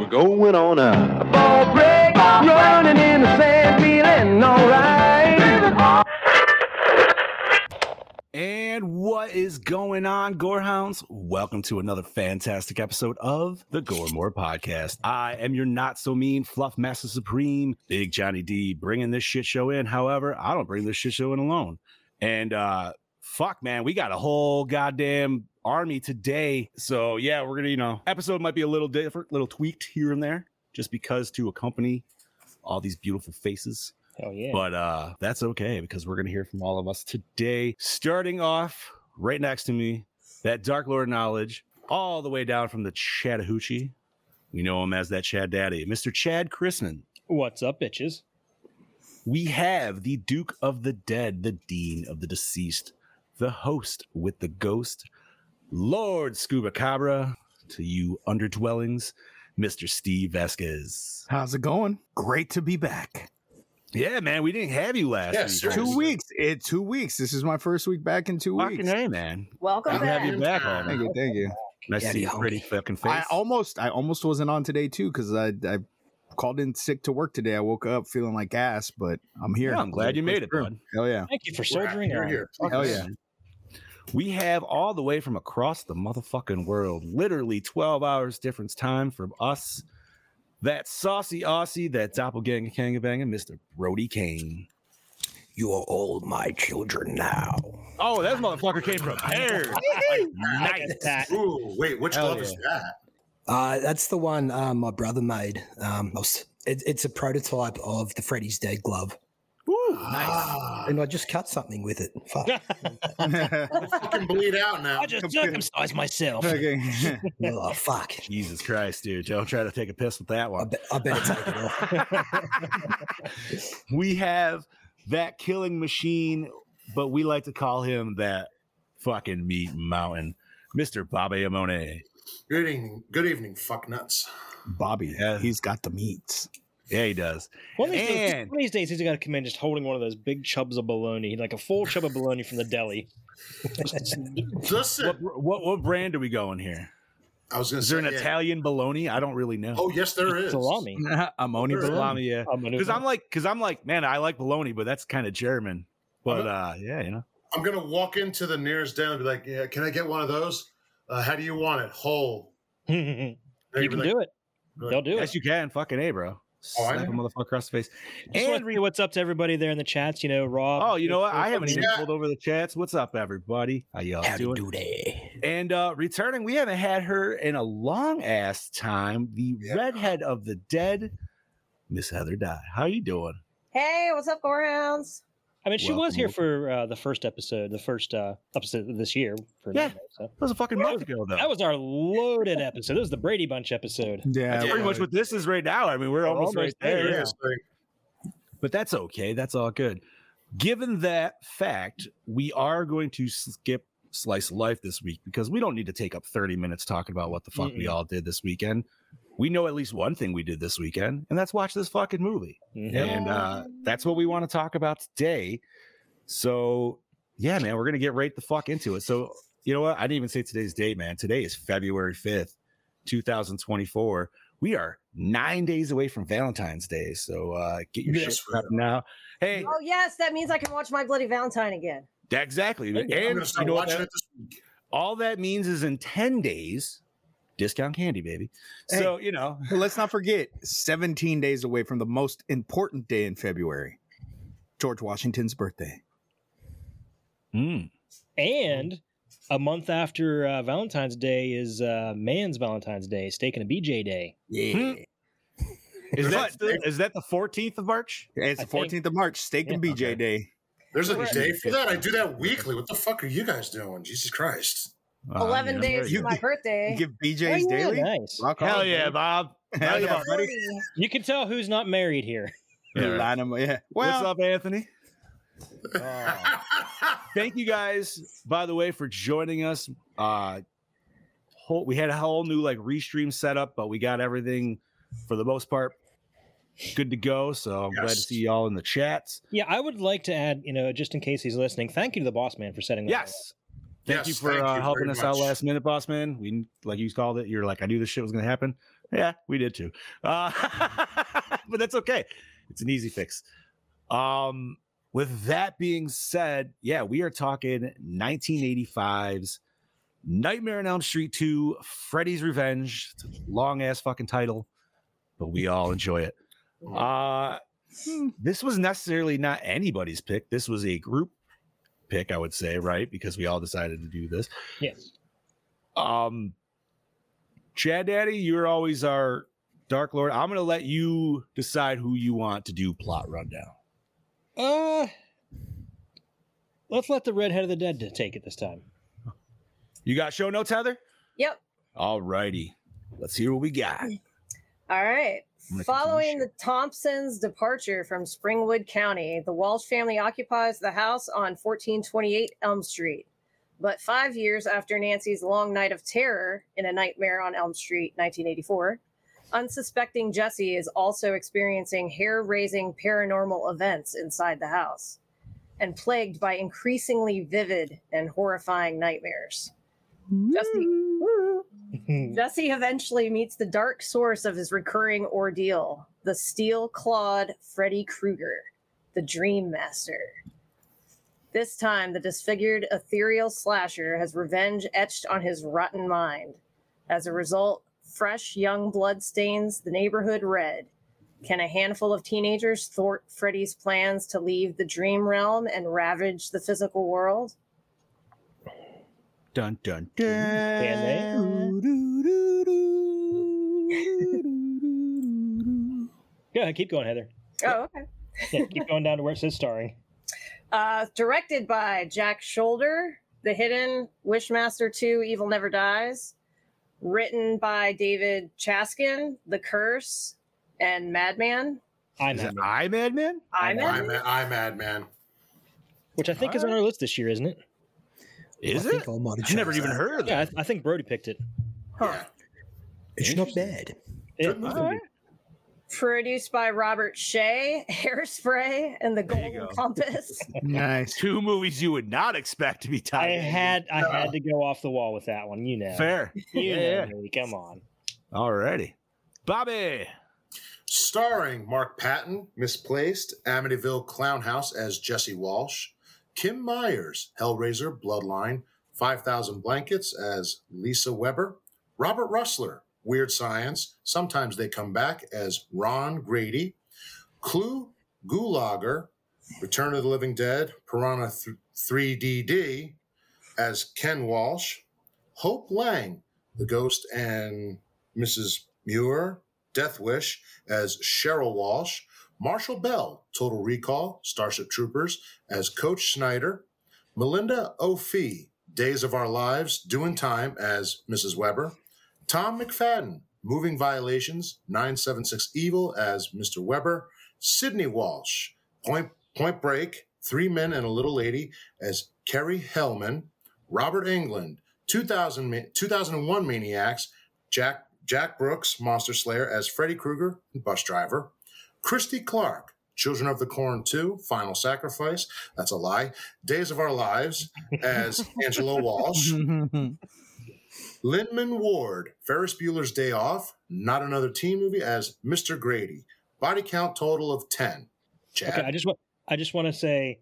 We're going on now. Ball break, running in the sand, feeling alright. And what is going on, Gorehounds? Welcome to another fantastic episode of the Gore More Podcast. I am your not so mean fluff master supreme, Big Johnny D, bringing this shit show in. However, I don't bring this shit show in alone. And uh, fuck, man, we got a whole goddamn army today. So yeah, we're gonna, you know, episode might be a little different, little tweaked here and there, just because to accompany all these beautiful faces. Hell yeah. But uh that's okay because we're gonna hear from all of us today. Starting off right next to me, that Dark Lord knowledge, all the way down from the Chattahoochee. We know him as that Chad Daddy, Mr. Chad Chrisman. What's up, bitches? We have the Duke of the Dead, the Dean of the Deceased, the host with the ghost, Lord Scuba Cabra, to you underdwellings, Mr. Steve Vasquez. How's it going? Great to be back. Yeah, man, we didn't have you last Yes, sir. week. Two weeks. It two weeks. This is my first week back in two Fucking weeks. hey, man. Welcome Good to back. have you back, Thank homie. you, thank you. Nice to see your pretty fucking face. I almost I almost wasn't on today too because I I called in sick to work today. I woke up feeling like ass, but I'm here. Yeah, I'm glad you made it, bud. Hell yeah. Thank you for soldiering You're on. here. Hell yeah. We have all the way from across the motherfucking world, literally 12 hours difference time from us. That saucy Aussie, that doppelganger kangabanger, Mr. Brody Kane. You are all my children now. Oh, that motherfucker came prepared. Nice. That. Ooh, wait, which Hell glove is that? Uh, that's the one um, my brother made. Um, I was- it, it's a prototype of the Freddy's Dead glove, Ah, and I just cut something with it. Fuck. I can bleed out now. I just circumcised myself. Okay. oh fuck! Jesus Christ, dude. Don't try to take a piss with that I, one. bet I better take it off. we have that killing machine, but we like to call him that fucking meat mountain, Mr. Bobby Amone. Good evening, good evening, fuck nuts. Bobby, Yeah. he's got the meats. Yeah, he does. One of these, days, And- one of these days, he's got to come in just holding one of those big chubs of bologna, like a full chub of bologna from the deli. What, Listen, what what brand are we going here? I was gonna Is say there an yeah. Italian bologna? I don't really know. Oh yes, there is. Salami. I'm only Sure. bologna. Salami, yeah. I'm gonna- Because I'm like, because I'm like, man, I like bologna, but that's kind of German. But Uh-huh. uh, yeah, you know, I'm gonna walk into the nearest deli and be like, yeah, can I get one of those? Uh, how do you want it? Whole. you They'd be can like, do it. They'll do it. yes, you can. Fucking a, bro. Oh, I Slap a know. motherfucker across the face. Just want to And read what's up to everybody there in the chats. You know, Rob. oh, you know what? I haven't even Yeah. pulled over the chats. What's up, everybody? How y'all How do you doing? do that? And uh returning, we haven't had her in a long ass time. The Yeah. redhead of the dead, Miss Heather Dye. How you doing? Hey, what's up, Gorehounds? I mean, she was Welcome, here for uh, the first episode, the first uh, episode of this year. For Yeah. Nightmare, so. That was a fucking month ago, though. That was our loaded episode. That was the Brady Bunch episode. Yeah. That's pretty much what this is right now. I mean, we're almost, right almost there. there, yeah. Yeah, it's like, but that's okay. That's all good. Given that fact, we are going to skip Slice of Life this week because we don't need to take up 30 minutes talking about what the fuck we Mm-mm. all did this weekend. We know at least one thing we did this weekend, and that's watch this fucking movie. Mhm. And uh, that's what we want to talk about today. So, yeah, man, we're going to get right the fuck into it. So, you know what? I didn't even say today's date, man. Today is February 5th, 2024. We are nine days away from Valentine's Day. So, uh, get your Yes, shit prepped now. Hey, Oh yes, that means I can watch my Bloody Valentine again. exactly. There And you go. I'm gonna you start know what watching that- it this week. all that means is in 10 days, discount candy, baby. Hey. So, you know, But let's not forget, 17 days away from the most important day in February, George Washington's birthday. mm, And a month after uh, Valentine's Day is uh, man's Valentine's Day, steak and a BJ day. Hmm. is, that But- still, is that the 14th of March? It's I the 14th of March, Steak and Yeah. BJ Okay. Day. There's a Right. day for that. I do that weekly. What the fuck are you guys doing? Jesus Christ. Uh, you Eleven know, there days you to my You birthday. give BJ's Oh, yeah, daily? Nice. Rock Hell on, yeah, baby. Bob. Hell Roundabout, yeah, buddy. Three. You can tell who's not married here. Yeah, Yeah. line 'em- yeah. What's Well, up, Anthony? Thank you guys, by the way, for joining us. Uh, whole, we had a whole new like restream setup, but we got everything for the most part good to go. So I'm glad to Yes. see y'all in the chats. Yeah, I would like to add, you know, just in case he's listening, thank you to the boss man for setting that up. Yes. Thank you Yes, for thank uh, you helping very us out much. last minute, boss man. We like you called it. You're like, I knew this shit was gonna happen. Yeah, we did too. Uh, but that's okay. It's an easy fix. Um, with that being said, yeah, we are talking 1985's Nightmare on Elm Street 2, Freddy's Revenge. It's a long ass fucking title, but we all enjoy it. Uh, this was necessarily not anybody's pick. This was a group pick, I would say, right? Because we all decided to do this. Yes. Um, Chad Daddy, you're always our Dark Lord. I'm going to let you decide who you want to do plot rundown. Uh let's let the redhead of the dead to take it this time. You got show notes, Heather? Yep. All righty. Let's hear what we got. All right. gonna continue Following share. the Thompsons' departure from Springwood County, the Walsh family occupies the house on 1428 Elm Street. But five years after Nancy's long night of terror in A Nightmare on Elm Street, 1984, unsuspecting Jesse is also experiencing hair raising paranormal events inside the house and plagued by increasingly vivid and horrifying nightmares. Jesse. Woo. Jesse eventually meets the dark source of his recurring ordeal the steel clawed Freddy Krueger, the Dream Master. This time, the disfigured ethereal slasher has revenge etched on his rotten mind. As a result, fresh young blood stains the neighborhood red. Can a handful of teenagers thwart Freddy's plans to leave the dream realm and ravage the physical world? Dun, dun, dun. Can Yeah, keep going, Heather. Oh, okay. Yeah, keep going down to where it says starring. Uh, directed by Jack Shoulder, The Hidden, Wishmaster 2, Evil Never Dies. Written by David Chaskin, The Curse, and Madman. I'm Is it Madman, I Madman? I'm I'm, Madman. I'm mad, man. which I think is on our list this year, isn't it? Is I it? think I might have I've never chose even that. heard of Yeah, that. I, I think Brody picked it. Huh. It's not bad. It- Good movie. Alright. Produced by Robert Shea, Hairspray, and The There you Golden go. Compass. nice. Two movies you would not expect to be I tied. in. had I had to go off the wall with that one. You know, fair. You know Yeah. me, Come on. Alrighty. Bobby. Starring Mark Patton, Misplaced, Amityville Clown House as Jesse Walsh, Kim Myers, Hellraiser, Bloodline, 5,000 Blankets as Lisa Weber, Robert Russler, Weird Science, Sometimes They Come Back as Ron Grady, Clue, Gulager, Return of the Living Dead, Piranha th- 3DD as Ken Walsh, Hope Lang, The Ghost and Mrs. Muir, Death Wish as Cheryl Walsh, Marshall Bell, Total Recall, Starship Troopers as Coach Snyder, Melinda O'Fee, Days of Our Lives, Doing Time as Mrs. Weber, Tom McFadden, Moving Violations, 976 Evil as Mr. Weber, Sydney Walsh, Point, Point Break, Three Men and a Little Lady as Kerry Hellman, Robert England, 2000, Ma- 2001 Maniacs, Jack Jack Brooks, Monster Slayer as Freddy Krueger and bus driver. Christy Clark, Children of the Corn 2, Final Sacrifice. That's a lie. Days of Our Lives as Angela Walsh. Lindman Ward, Ferris Bueller's Day Off, Not Another Teen Movie as Mr. Grady. Body count total of 10. Chad. Okay, I just want I just want to say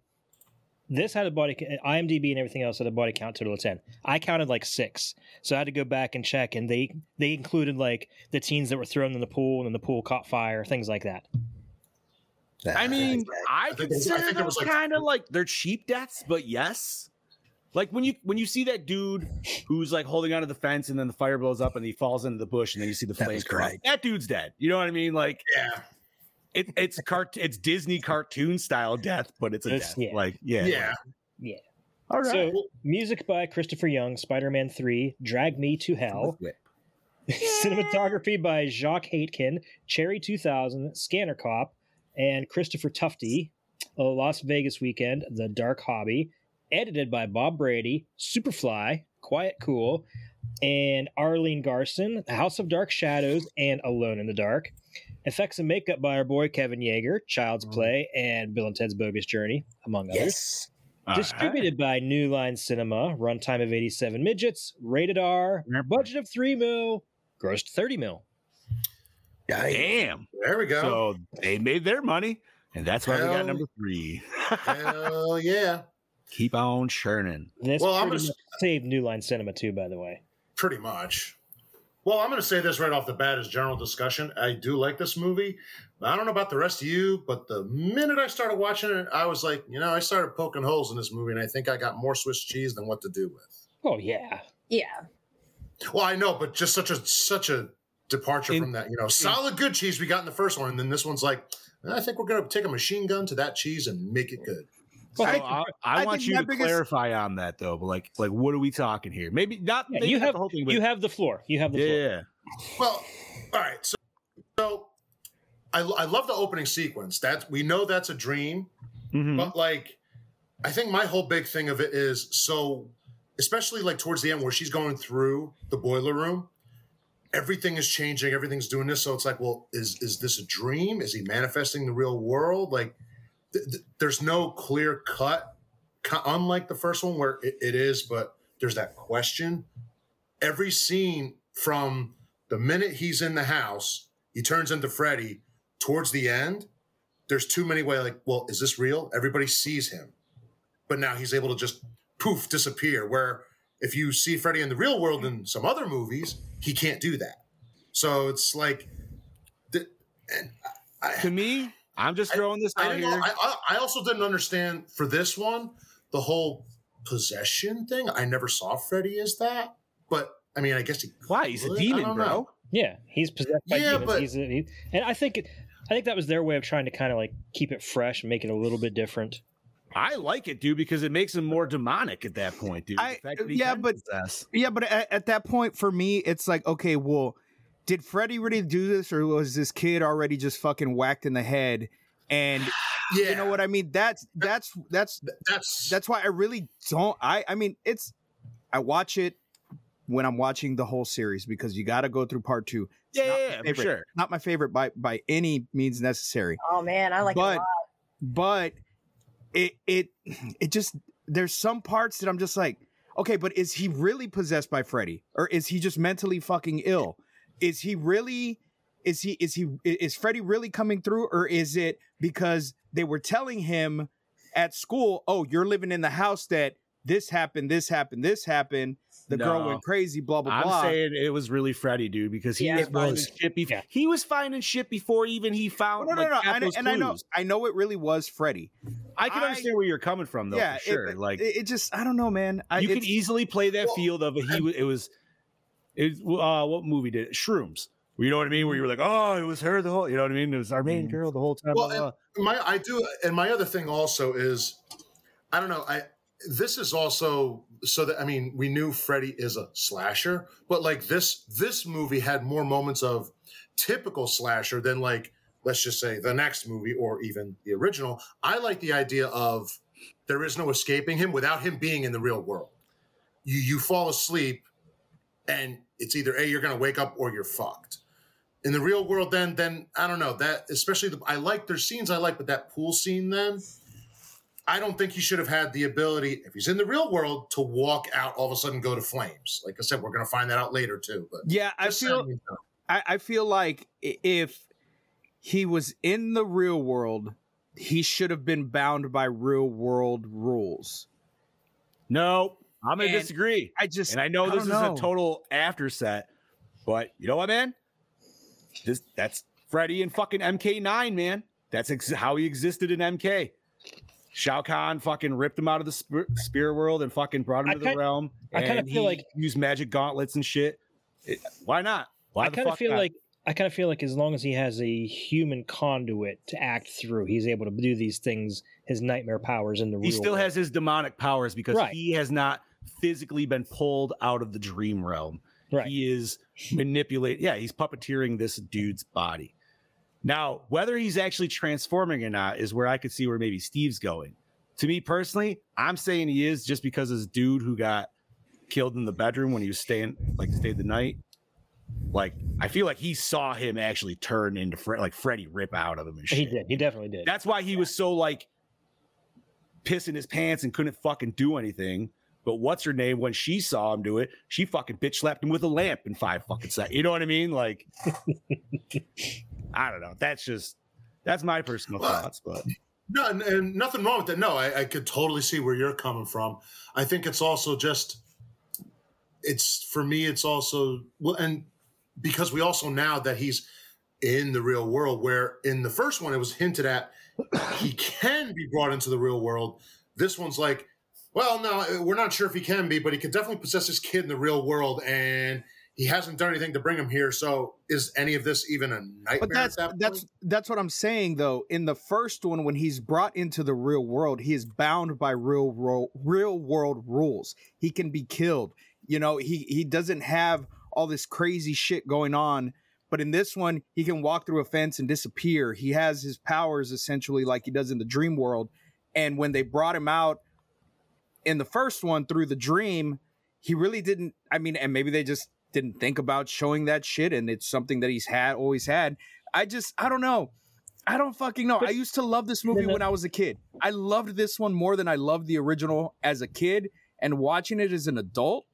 this had a body uh, ca- IMDb and everything else had a body count total of ten. I counted like six, so I had to go back and check, and they they included like the teens that were thrown in the pool and then the pool caught fire, things like that. Uh, I mean, I, think it was- I consider think it them was like- kind of like they're cheap deaths, but yes. Like when you when you see that dude who's like holding onto the fence and then the fire blows up and he falls into the bush and then you see the That flames was come up. great. That dude's dead. You know what I mean? Like yeah. it, it's cart it's Disney cartoon style death, but it's a It's- death. yeah. Like yeah, Yeah. All right. So music by Christopher Young, Spider Man Three, Drag Me to Hell, Cinematography by Jacques Haitkin, Cherry 2000, Scanner Cop, and Christopher Tufte. A Las Vegas Weekend, The Dark Hobby. Edited by Bob Brady, Superfly, Quiet Cool, and Arlene Garson, House of Dark Shadows, and Alone in the Dark. Effects and makeup by our boy Kevin Yeager, Child's Play, and Bill and Ted's Bogus Journey, among others. Yes. Uh, Distributed by New Line Cinema, runtime of 87 midgets, rated R, budget of 3 mil, grossed 30 mil. Dang. Damn. There we go. So they made their money, and that's why we Hell- got number three. Hell yeah. Keep on churning. This Well, I'm pretty gonna much saved New Line Cinema too, by the way. Pretty much. Well, I'm going to say this right off the bat as general discussion. I do like this movie. I don't know about the rest of you, but the minute I started watching it, I was like, you know, I started poking holes in this movie, and I think I got more Swiss cheese than what to do with. Oh yeah, Yeah. Well, I know, but just such a such a departure In- from that. You know, solid good cheese we got in the first one, and then this one's like, I think we're going to take a machine gun to that cheese and make it good. So I- I, I I want think you my to biggest- clarify on that though, but like, like, what are we talking here? Maybe not. Yeah, maybe you not have- the whole thing, but you have the floor. You have the yeah, floor. yeah. Well, all right. So, so I, I love the opening sequence. That we know that's a dream. Mhm. But like, I think my whole big thing of it is so, especially like towards the end where she's going through the boiler room, everything is changing, everything's doing this. So it's like, well, is is this a dream? Is he manifesting the real world? Like, th- th- there's no clear cut, co- unlike the first one where it, it is, but there's that question. Every scene from the minute he's in the house, he turns into Freddy towards the end there's too many way like well is this real everybody sees him but now he's able to just poof disappear where if you see freddy in the real world in some other movies he can't do that so it's like th- and I, I- To me, I'm just throwing this I, out didn't here. know, I, I- I also didn't understand for this one the whole possession thing i never saw freddy as that but i mean i guess he Why? He's a could. I demon, don't bro. know. Yeah, he's possessed by Yeah, demons. but- He's a, he, and I think, it, I think that was their way of trying to kind of like keep it fresh and make it a little bit different. I like it, dude, because it makes him more demonic at that point, dude. The I- fact that he yeah, can but- possess. Yeah, but at, at that point for me, it's like, okay, well, did Freddy really do this, or was this kid already just fucking whacked in the head? And yeah you know what I mean? That's that's that's that's that's why I really don't. I I mean, it's I watch it when I'm watching the whole series because you got to go through part two. Yeah, not yeah, my yeah, for favorite. sure. Not my favorite by by any means necessary, Oh man, I like it a but lot. but it it it just there's some parts that I'm just like, okay, but is he really possessed by Freddy, or is he just mentally fucking ill? Is he really? Is he is he is Freddy really coming through, or is it because they were telling him at school, oh, you're living in the house that this happened, this happened, this happened. The girl No. went crazy, blah blah I'm blah. saying it was really Freddy, dude, because he Yeah, was it finding was. shit. Bef- Yeah. He was finding shit before even he no, found. no, no, like, no. got I, those and I know, clues. I know, it really was Freddy. I can I- understand where you're coming from, though. yeah, for sure. it, like it, it just, I don't know, man. I, you it's- could easily play that Well, field of he. wa- It was, it was, uh, what movie did it? Shrooms. You know what I mean? Mm-hmm. Where you were like, oh, it was her the whole. You know what I mean? It was our main Mhm. girl the whole time. Well, blah, blah, my I do, and my other thing also is, I don't know. I this is also so that I mean, we knew Freddy is a slasher, but like this this movie had more moments of typical slasher than like let's just say the next movie or even the original. I like the idea of there is no escaping him without him being in the real world. You you fall asleep, and it's either a you're going to wake up or you're fucked in the real world then then i don't know that especially the, i like there's scenes i like but that pool scene then i don't think he should have had the ability if he's in the real world to walk out all of a sudden go to flames like i said we're going to find that out later too but yeah, I Just feel, saying, you know. I, I feel like i- if he was in the real world, he should have been bound by real world rules. No, I'm gonna And disagree. I just And I know I this is don't a know. total after set, but you know what, man? This that's Freddy and fucking MK9, man. That's ex- how he existed in MK. Shao Kahn fucking ripped him out of the sp- spear world and fucking brought him I to the kind- realm. I kinda and feel he like- used magic gauntlets and shit. It- why not? Why I the kind of fuck feel not? like I kind of feel like as long as he has a human conduit to act through, he's able to do these things. His nightmare powers in the he real still world. has his demonic powers because Right. he has not physically been pulled out of the dream realm. Right. He is manipulate. Yeah, he's puppeteering this dude's body. Now, whether he's actually transforming or not is where I could see where maybe Steve's going. To me personally, I'm saying he is just because this dude who got killed in the bedroom when he was staying, like stayed the night. Like, I feel like he saw him actually turn into Fre- like Freddy rip out of him and shit. He did. He definitely did. That's why he was so like pissing his pants and couldn't fucking do anything. But what's her name? When she saw him do it, she fucking bitch slapped him with a lamp in five fucking seconds. You know what I mean? Like, I don't know. That's just that's my personal thoughts. But No, and, and nothing wrong with that. No, I, I could totally see where you're coming from. I think it's also just, it's for me, it's also, well, and because we also now that he's in the real world, where in the first one it was hinted at he can be brought into the real world. This one's like, well, no, we're not sure if he can be, but he could definitely possess his kid in the real world, and he hasn't done anything to bring him here. So is any of this even a nightmare? But that's at that that's point? that's what I'm saying though. In the first one, when he's brought into the real world, he is bound by real world real world rules. He can be killed. You know, he he doesn't have all this crazy shit going on. But in this one, he can walk through a fence and disappear. He has his powers essentially like he does in the dream world. And when they brought him out in the first one through the dream, he really didn't. I mean, and maybe they just didn't think about showing that shit. And it's something that he's had always had. I just I don't know. I don't fucking know. I used to love this movie when I was a kid. I loved this one more than I loved the original as a kid. And watching it as an adult,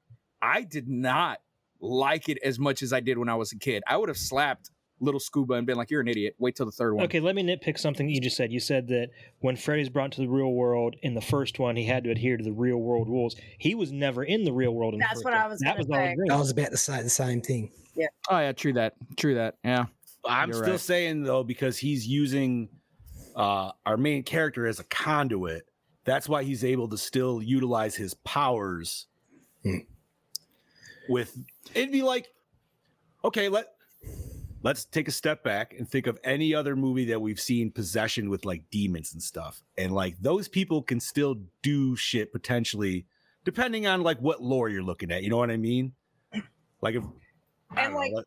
I did not like it as much as I did when I was a kid. I would have slapped little scuba and been like, You're an idiot. Wait till the third one. Okay, let me nitpick something that you just said. You said that when Freddy's brought to the real world in the first one, he had to adhere to the real world rules. He was never in the real world. In the That's first what one. I was That gonna was all say. a dream. I was about to say the same thing. Oh yeah, true that. True that. Yeah. I'm You're still right. saying though because he's using uh, our main character as a conduit. That's why he's able to still utilize his powers. Hmm. With it'd be like, okay, let let's take a step back and think of any other movie that we've seen possession with like demons and stuff, and like those people can still do shit potentially, depending on like what lore you're looking at. You know what I mean? Like if I don't And, know, like- let-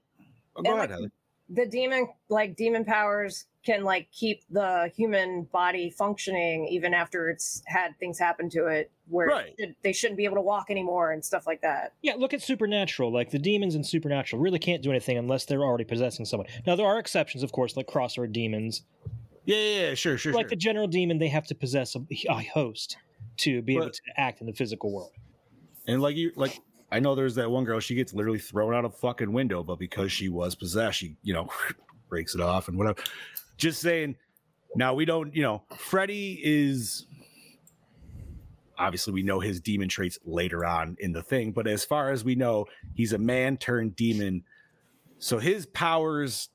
oh, and, go ahead. like, Heather. the demon like demon powers can like keep the human body functioning even after it's had things happen to it where it Right. should- they shouldn't be able to walk anymore and stuff like that. Yeah, look at Supernatural. Like the demons in Supernatural really can't do anything unless they're already possessing someone. Now there are exceptions, of course, like crossroad demons. Yeah, yeah, yeah, sure, sure. like sure. the general demon, they have to possess a, a host to be able But- to act in the physical world. And like you like I know there's that one girl, she gets literally thrown out of a fucking window, but because she was possessed, she, you know, breaks it off and whatever. Just saying now we don't, you know, Freddy is obviously we know his demon traits later on in the thing, but as far as we know, he's a man turned demon. So his powers,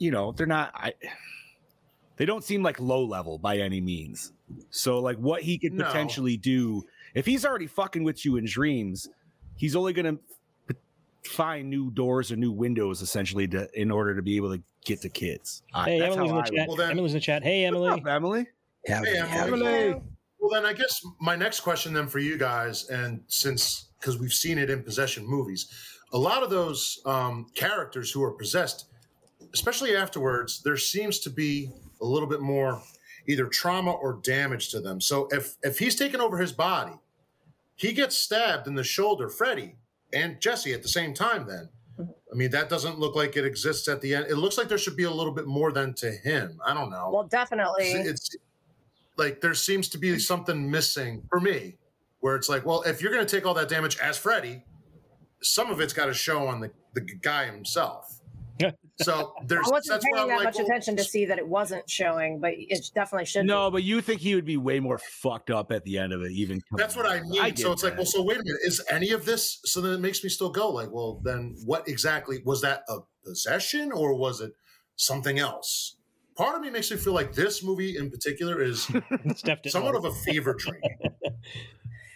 you know, they're not I they don't seem like low level by any means. So like what he could No. potentially do if he's already fucking with you in dreams, he's only gonna p- find new doors or new windows essentially to in order to be able to get to kids. I- Hey, that's Emily's in how the I chat. Well, then- Emily's in the chat. Hey, would- Emily. What's up, Emily? Howdy, Hey, howdy. Emily. Well, then I guess my next question then for you guys, and since because we've seen it in possession movies, a lot of those um, characters who are possessed, especially afterwards, there seems to be a little bit more either trauma or damage to them. So if if he's taken over his body, he gets stabbed in the shoulder, Freddy and Jesse at the same time. Then, I mean, that doesn't look like it exists at the end. It looks like there should be a little bit more than to him. I don't know Well, definitely. it's it's- like there seems to be something missing for me where it's like well if you're going to take all that damage as freddy some of it's got to show on the, the guy himself so there's I wasn't that's where paying i'm that like oh, much well, attention to see that it wasn't showing, but it definitely should. No, but you think he would be way more fucked up at the end of it, even. that's what i mean get so it's like that. well so wait a minute is any of this so then it makes me still go like well then what exactly was that a possession or was it something else part of me makes me feel like this movie in particular is Steph didn't somewhat like of a fever dream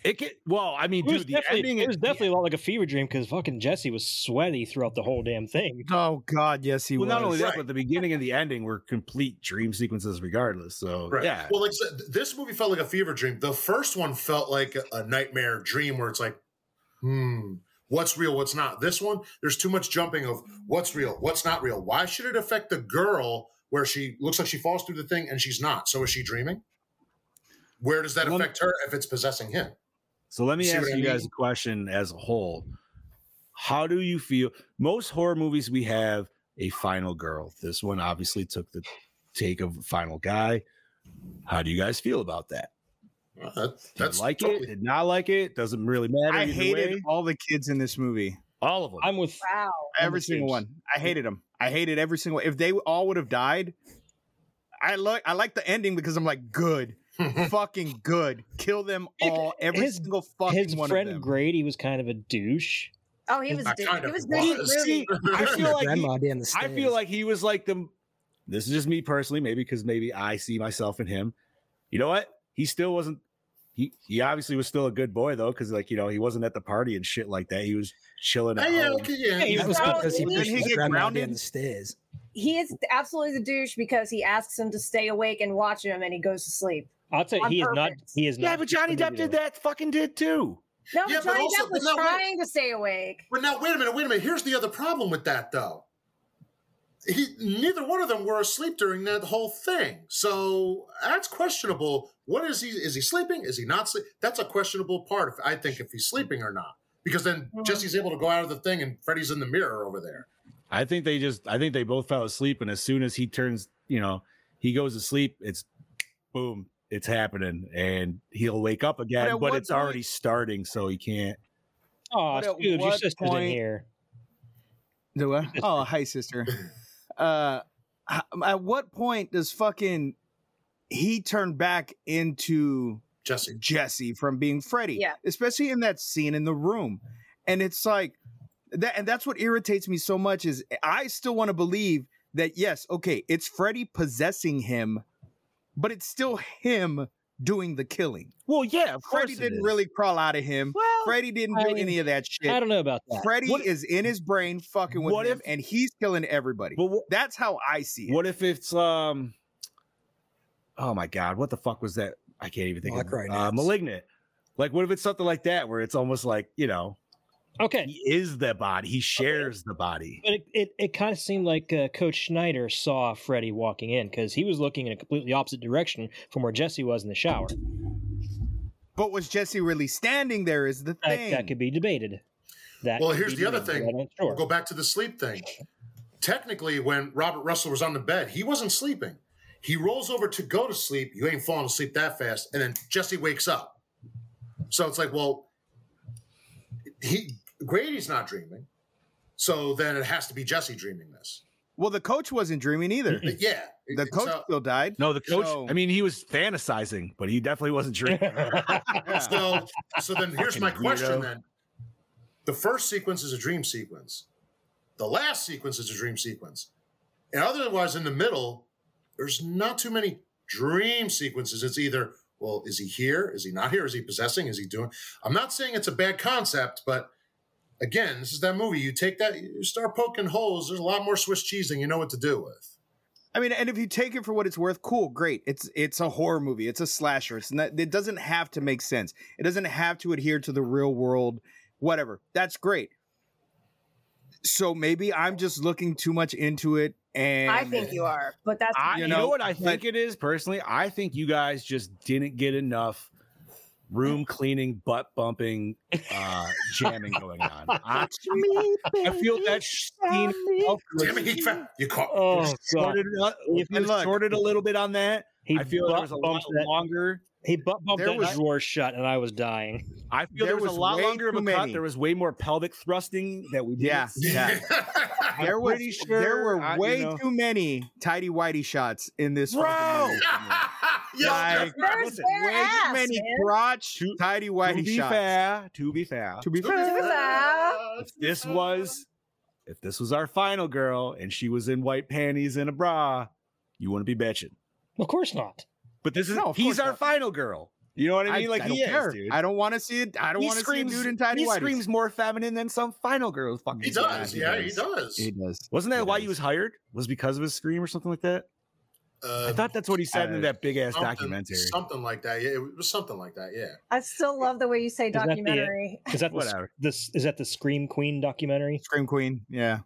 it could, well, I mean, it was dude, the ending definitely, it is was definitely a lot like a fever dream because fucking Jesse was sweaty throughout the whole damn thing. Oh God, yes he well, not only that, Right. but the beginning and the ending were complete dream sequences, regardless. So Right. yeah, Well, like so- this movie felt like a fever dream. The first one felt like a, a nightmare dream where it's like, hmm, what's real, what's not. This one, there's too much jumping of what's real, what's not real. Why should it affect the girl where she looks like she falls through the thing and she's not? So is she dreaming? Where does that Lem- affect her if it's possessing him? So let me See ask what I you guys mean? a question as a whole. How do you feel? Most horror movies we have a final girl. This one obviously took the take of final guy. How do you guys feel about that? Uh, that- Did you that's like totally- it? Did not like it? Doesn't really matter. I either hated way. all the kids in this movie. all of them. I'm with Wow. Every single kids. one. I hated them. I hated every single. If they all would have died, I like. I like the ending because I'm like, good, fucking good. Kill them Nick, all. Every his- single fucking his one of friend them. Grady was kind of a douche. Oh, he was. I Di- kind he of was was. was. Really. I Kissing feel her like he- grandma down the I stairs. feel like he was like the. This is just me personally, maybe because maybe I see myself in him. You know what? He still wasn't. He he obviously was still a good boy though, because like you know he wasn't at the party and shit like that. He was chilling. At Hey, yeah, home. okay, yeah. Hey, that he was was- because he Didn't pushed he his get grandma grounded? down the stairs. He is absolutely the douche because he asks him to stay awake and watch him, and he goes to sleep. I'll tell you, On he is not. purpose. He is not. Yeah, but Johnny Depp did that. Fucking did too. No, Yeah, but but Johnny also- Depp but was now wait- trying to stay awake. But now, wait a minute, wait a minute. Here's the other problem with that, though. He, neither one of them were asleep during that whole thing, so that's questionable. What is he? Is he sleeping? Is he not sleep? That's a questionable part. If, I think if he's sleeping or not, because then Mhm. Jesse's able to go out of the thing, and Freddy's in the mirror over there. I think they just. I think they both fell asleep, and as soon as he turns, you know, he goes to sleep. It's boom. It's happening, and he'll wake up again. at But, what it's point- already starting, so he can't. Oh, But at dude, your what sister's in point- here. The what? Oh, hi, sister. Uh, h- at what point does fucking he turn back into Jesse, Jesse from being Freddy? Yeah. especially in that scene in the room, and it's like that, and that's what irritates me so much is eh, I still want to believe that yes, okay, it's Freddy possessing him, but it's still him doing the killing. Well, yeah, of course Freddy it didn't is. really crawl out of him. Well, Freddy didn't I do mean, any of that shit. I don't know about that. Freddy What- is in his brain fucking with What him, if- and he's killing everybody. But what, That's how I see it. what if it's um? Oh my god, what the fuck was that? I can't even think. of Malignant. uh, Malignant. Like, what if it's something like that, where it's almost like you know, Okay, he is the body, he shares the body. but it, it, it kind of seemed like uh, Coach Schneider saw Freddy walking in because he was looking in a completely opposite direction from where Jesse was in the shower. But was Jesse really standing there? Is the That, thing. that could be debated. That Well, could here's be the other debated, thing. I'm not we'll sure. go back to the sleep thing. Technically, when Robert Russell was on the bed, he wasn't sleeping. He rolls over to go to sleep. You ain't falling asleep that fast, and then Jesse wakes up. So it's like, well, he Grady's not dreaming, so then it has to be Jesse dreaming this. well, the coach wasn't dreaming either. But yeah, the coach So, still died. No, the coach. So- I mean, he was fantasizing, but he definitely wasn't drinking. Yeah. so, so then here's my Fucking question. weirdo. Then the first sequence is a dream sequence. The last sequence is a dream sequence, and otherwise, in the middle, there's not too many dream sequences. It's either well, is he here? Is he not here? Is he possessing? Is he doing? I'm not saying it's a bad concept, but again, this is that movie. You take that, you start poking holes. There's a lot more Swiss cheese than you know what to do with. I mean, and if you take it for what it's worth, cool, great. It's it's a horror movie. It's a slasher. It's not, it doesn't have to make sense. It doesn't have to adhere to the real world. Whatever. That's great. So maybe I'm just looking too much into it, and I think you are, but that's I, You you, know, know, what I but- think it is personally? I think you guys just didn't get enough room cleaning, butt bumping, uh, jamming going on. I, I feel that scene itself was Damn it, he tra- you caught. Oh god, shorted, up- if And it look- was shorted a little bit on that, he I feel there was a lot bumped that. longer. He butt bumped There that was- drawer shut, and I was dying. I feel There there, was, was a lot way longer of a too cut. many. There was way more pelvic thrusting that we did. Yeah, yeah. I'm there was pretty there sure were I- you way know. too many tidy whitey shots in this Bro! fucking movie. yeah, Like, Where's listen, their way ass, too many man? crotch To- tidy To whitey be shots. fair, to be fair, To be To be fair, fair. if this was if this was our final girl and she was in white panties and a bra, you wouldn't be bitching. Of course not. But this is No, of he's course our not. final girl. You know what I I, mean? like I he don't is, care. dude. I don't want to see it. I don't he want to see a screams. dude in tidy he whitey. screams more feminine than some final girl. Fucking he does. Yeah, he does. It does. Wasn't that It why is. he was hired? Was because of his scream or something like that? Uh, I thought that's what he said in that big ass something- documentary. Something like that. Yeah, it was something like that. Yeah. I still love the way you say that the- documentary. Is that the, Whatever. this? Is that the Scream Queen documentary? Scream Queen. Yeah.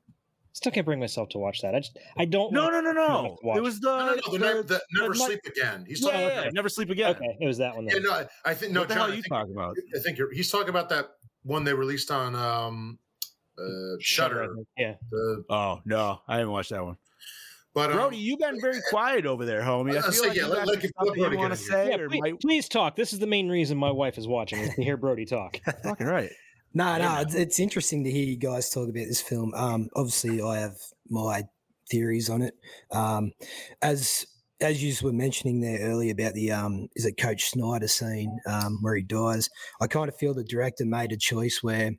Still can't bring myself to watch that. I just I don't. No, wanna- no, no, no. Watch. It was the, No, no, no. The, ne- the- the never the- sleep again. He's talking yeah, about. never sleep again. Okay, it was that one. Yeah, Then. no, I think no. what the John, hell I you think- talking about? I think you're, he's talking about that one they released on um, uh, Shudder, I Shutter. think. Yeah. The, Oh no, I haven't watched that one. but um, Brody, you've been very quiet over there, homie. I I'll feel say, like yeah, you let- got some let- let stuff that Brody you want get to in say, Yeah, or please, might please talk. This is the main reason my wife is watching is to hear Brody talk. fucking right. No, Yeah, no, it's, it's interesting to hear you guys talk about this film. Um, obviously, I have my theories on it. Um, as as you were mentioning there earlier about the um, is it Coach Snyder scene um, where he dies? I kind of feel the director made a choice where,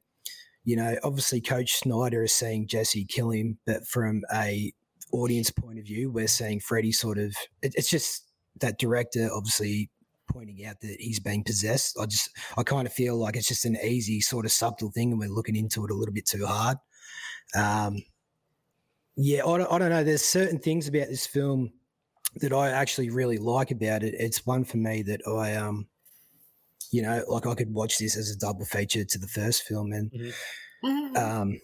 you know, obviously Coach Snyder is seeing Jesse kill him, but from a audience point of view, we're seeing Freddy sort of. It, it's just that director obviously pointing out that he's being possessed. I just I kind of feel like it's just an easy sort of subtle thing, and we're looking into it a little bit too hard. Um, yeah, I don't, I don't know. There's certain things about this film that I actually really like about it. It's one for me that I, um, you know, like I could watch this as a double feature to the first film, and um,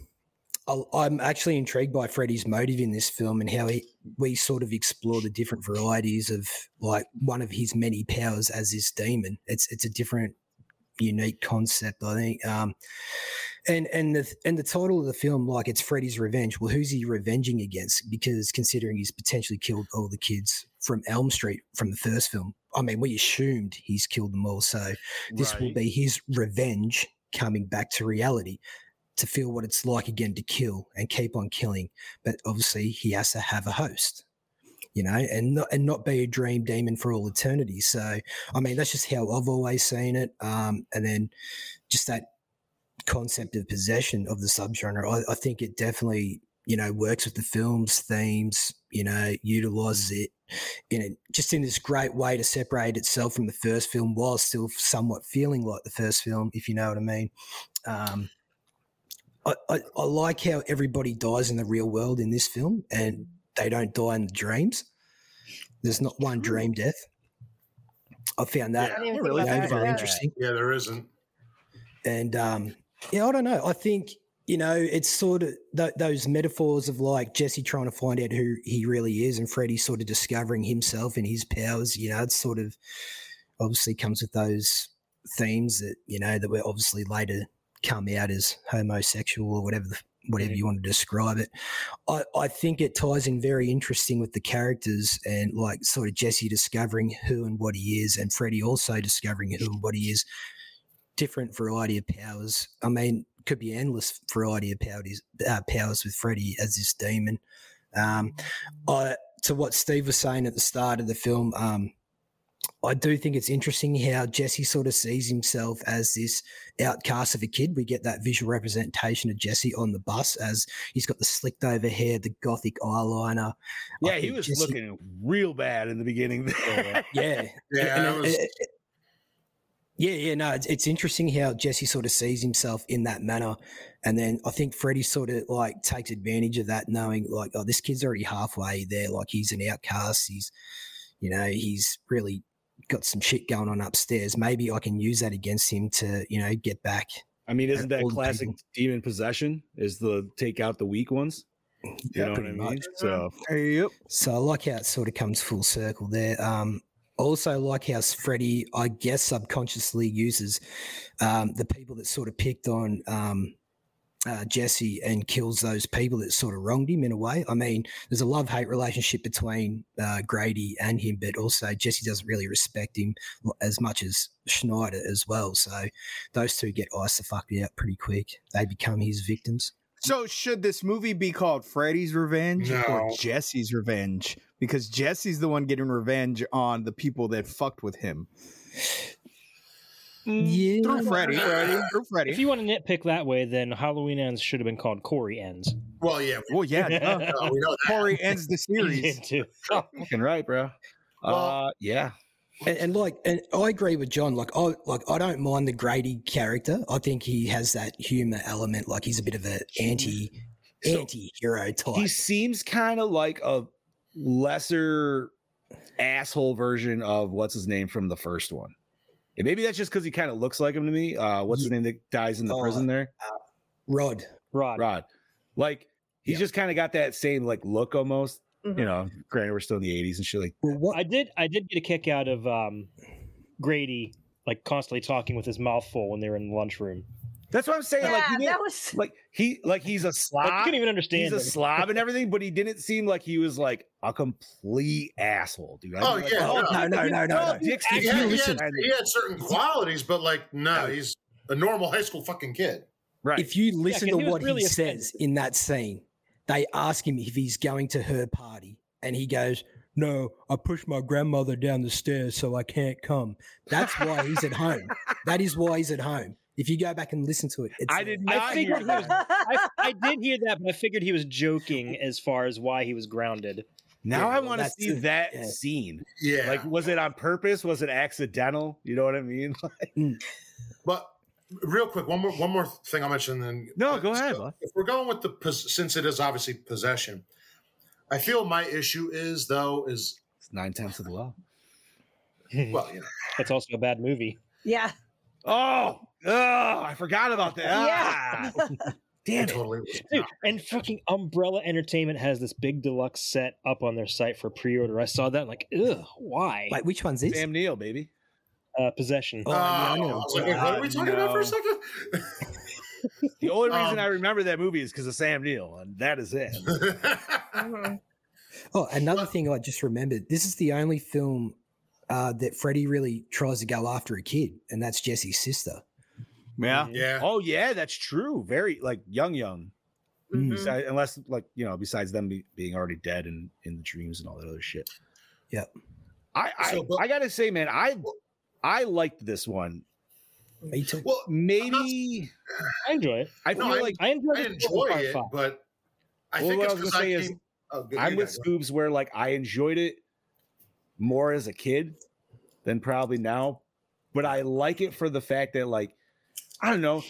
I'll- I'm actually intrigued by Freddie's motive in this film and how he, we sort of explore the different varieties of like one of his many powers as this demon. It's it's a different, unique concept, I think. Um, and and the and the title of the film, like it's Freddy's revenge. Well, who's he revenging against? Because considering he's potentially killed all the kids from Elm Street from the first film, I mean, we assumed he's killed them all. So this will Right. be his revenge coming back to reality to feel what it's like again to kill and keep on killing but obviously he has to have a host you know and not and not be a dream demon for all eternity so i mean that's just how i've always seen it um and then just that concept of possession of the subgenre i, I think it definitely you know works with the film's themes you know utilizes it in a, just in this great way to separate itself from the first film while still somewhat feeling like the first film, if you know what I mean. Um, I, I, I like how everybody dies in the real world in this film, and they don't die in the dreams. There's not one dream death. I found that I didn't even I really think you know, about very that. interesting yeah, there isn't. and um yeah i don't know i think you know it's sort of th- those metaphors of like jesse trying to find out who he really is and freddy sort of discovering himself and his powers you know it's sort of obviously comes with those themes that you know that were obviously later come out as homosexual or whatever the, whatever you want to describe it I, I think it ties in very interesting with the characters and like sort of jesse discovering who and what he is and freddy also discovering who and what he is different variety of powers. I mean, could be endless variety of powers, uh, powers with Freddy as this demon. Um, I, to what Steve was saying at the start of the film, um, I do think it's interesting how Jesse sort of sees himself as this outcast of a kid. We get that visual representation of Jesse on the bus as he's got the slicked over hair, the gothic eyeliner. I Yeah, he think was Jesse- looking real bad in the beginning. There. Yeah, Yeah, and I it- was- it- it- yeah, yeah. No, it's, it's interesting how Jesse sort of sees himself in that manner, and then I think Freddie sort of like takes advantage of that, knowing like, oh, this kid's already halfway there. Like he's an outcast. He's, you know, he's really got some shit going on upstairs. Maybe I can use that against him to, you know, get back. I mean, isn't that Old classic people. demon possession? Is the take out the weak ones? You Yeah, know what pretty I mean? much. So Yep. So I like how it sort of comes full circle there. Um, I also like how Freddie, I guess, subconsciously uses um, the people that sort of picked on um, uh, Jesse and kills those people that sort of wronged him in a way. I mean, there's a love hate relationship between uh, Grady and him, but also Jesse doesn't really respect him l- as much as Schneider as well. So those two get ice the fuck out pretty quick. They become his victims. So should this movie be called Freddy's Revenge or No. Jesse's Revenge? Because Jesse's the one getting revenge on the people that fucked with him. Mm, Yeah. Through Freddy. Through If Freddy. you want to nitpick that way, then Halloween Ends should have been called Corey Ends. Well, yeah, Well, yeah. duh. we, no, we know that. Corey ends the Easy series. to- fucking right, bro. Well- uh, yeah. And, and like, and I agree with John. Like, I like I don't mind the Grady character. I think he has that humor element. Like, he's a bit of an anti So- anti hero type. He seems kind of like a lesser asshole version of what's his name from the first one. And maybe that's just because he kind of looks like him to me. Uh, what's his name that dies in the Oh, prison there? Rod. Rod. Rod. Like he's Yeah. just kind of got that same like look almost. You Mhm. know, granted we're still in the '80s and shit like Well, what? I did. I did get a kick out of um, Grady like constantly talking with his mouth full when they were in the lunchroom. that's what I'm saying. Yeah, like he that didn't, was. like he like he's a slob. Like, you couldn't even understand. Ah, he's a him. slob and everything, but he didn't seem like he was like a complete asshole, dude. I'd Oh, be like, yeah, no. No, no, no, no, Bill no. Dixon, He if had, you he, listen- had, he had certain qualities, but like, no, he's a normal high school fucking kid. right. If you listen 'cause he to was what really he says offended. in that scene, they ask him if he's going to her party, and he goes, "No, I pushed my grandmother down the stairs, so I can't come." That's why he's at home. That is why he's at home. If you go back and listen to it, it's I uh, did I not think hear he that. was- I, I did hear that, but I figured he was joking as far as why he was grounded. Now Yeah, I well, want to that's see it. that Yeah. scene. Yeah. Like, was it on purpose? Was it accidental? You know what I mean? But real quick, one more one more thing I'll mention. Then No, go ahead, So bud. if we're going with the pos- since it is obviously possession, I feel my issue is though is It's nine tenths of the law. well, you know, That's also a bad movie. Yeah. Oh, oh, I forgot about that. Yeah. Ah, I damn it. totally was Dude, not. and fucking Umbrella Entertainment has this big deluxe set up on their site for pre-order. I saw that, and like, ugh, why? Wait, which one's this? Sam Neil, baby. Uh, possession. Oh, yeah, I Oh, know. I was like, wait, what are we God, talking about for a no. second? The only reason Um, I remember that movie is because of Sam Neil, and that is it. Mm-hmm, Mhm. Oh, another thing I just remembered. This is the only film uh, that Freddie really tries to go after a kid, and that's Jesse's Yeah. sister. Mm-hmm. yeah. Oh yeah, that's true. Very like young, young. Mm. mm-hmm. Mhm. Besi- unless like you know besides them be, being already dead and in the dreams and all that other shit Yep. i I, So, but- I gotta say man i i liked this one Me too. Well, maybe I enjoy it. i feel No, I- like I enjoy, I enjoy it, but I Well, think what it's I was because gonna I say came. is oh, good, i'm you with guys. scoobs where like i enjoyed it more as a kid than probably now but i like it for the fact that like i don't know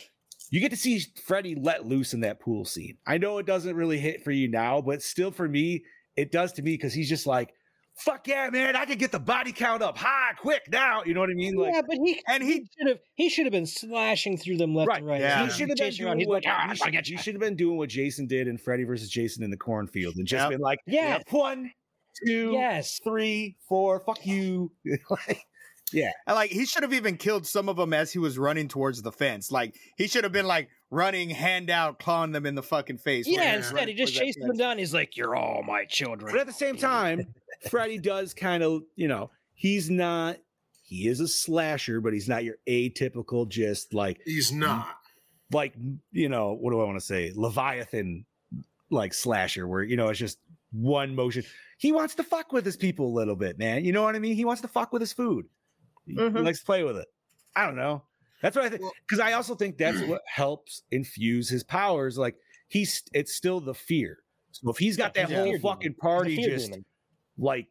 you get to see Freddie let loose in that pool scene. I know it doesn't really hit for you now, but still for me, it does to me because he's just like, fuck yeah, man, I can get the body count up high quick now. You know what I mean? Like, yeah, but he And he should have he should have been slashing through them left Right, and right. yeah. He you should have been chasing around. doing He's what like, "Ah, you I gotta should- get you you." should have been doing what Jason did in Freddy versus Jason in the cornfield and just Yep. been like, Yeah. "Yep, one, two, Yes. three, four, fuck you. Like, And like he should have even killed some of them as he was running towards the fence. Like he should have been like running hand out, clawing them in the fucking face. Yeah, when he was instead he running just towards that chases them fence. down. He's like, "You're all my but children." at the same time, Freddy does kind of, you know, he's not, he is a slasher, but he's not your atypical, just like He's not. like you know what do i want to say leviathan like slasher where you know it's just one motion he wants to fuck with his people a little bit man you know what i mean he wants to fuck with his food he, he Mm-hmm. Mhm. likes to play with it i don't know that's what i think Well- because i also think that's what helps infuse his powers like he's it's still the fear so if he's got that Yeah. whole Fear demon. fucking He's a party fear just demon. like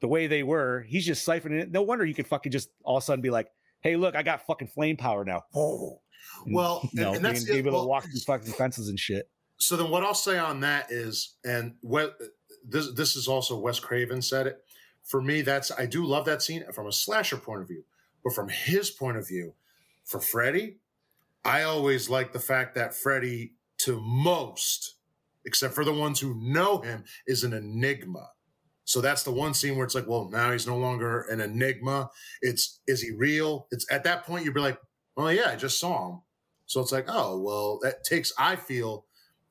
the way they were, he's just siphoning it. No wonder you could fucking just all of a sudden be like, hey, look, I got fucking flame power now. Oh. Well, and- no, and that's being it. able Well- to walk through fucking fences and shit. So then, what I'll say on that is, and what this this is also Wes Craven said it. For me, that's I do love that scene from a slasher point of view, but from his point of view, for Freddy, I always like the fact that Freddy, to most, except for the ones who know him, is an enigma. So that's the one scene where it's like, well, now he's no longer an enigma. It's is he real? It's at that point you'd be like, well, yeah, I just saw him. So it's like, oh, well, that takes. I feel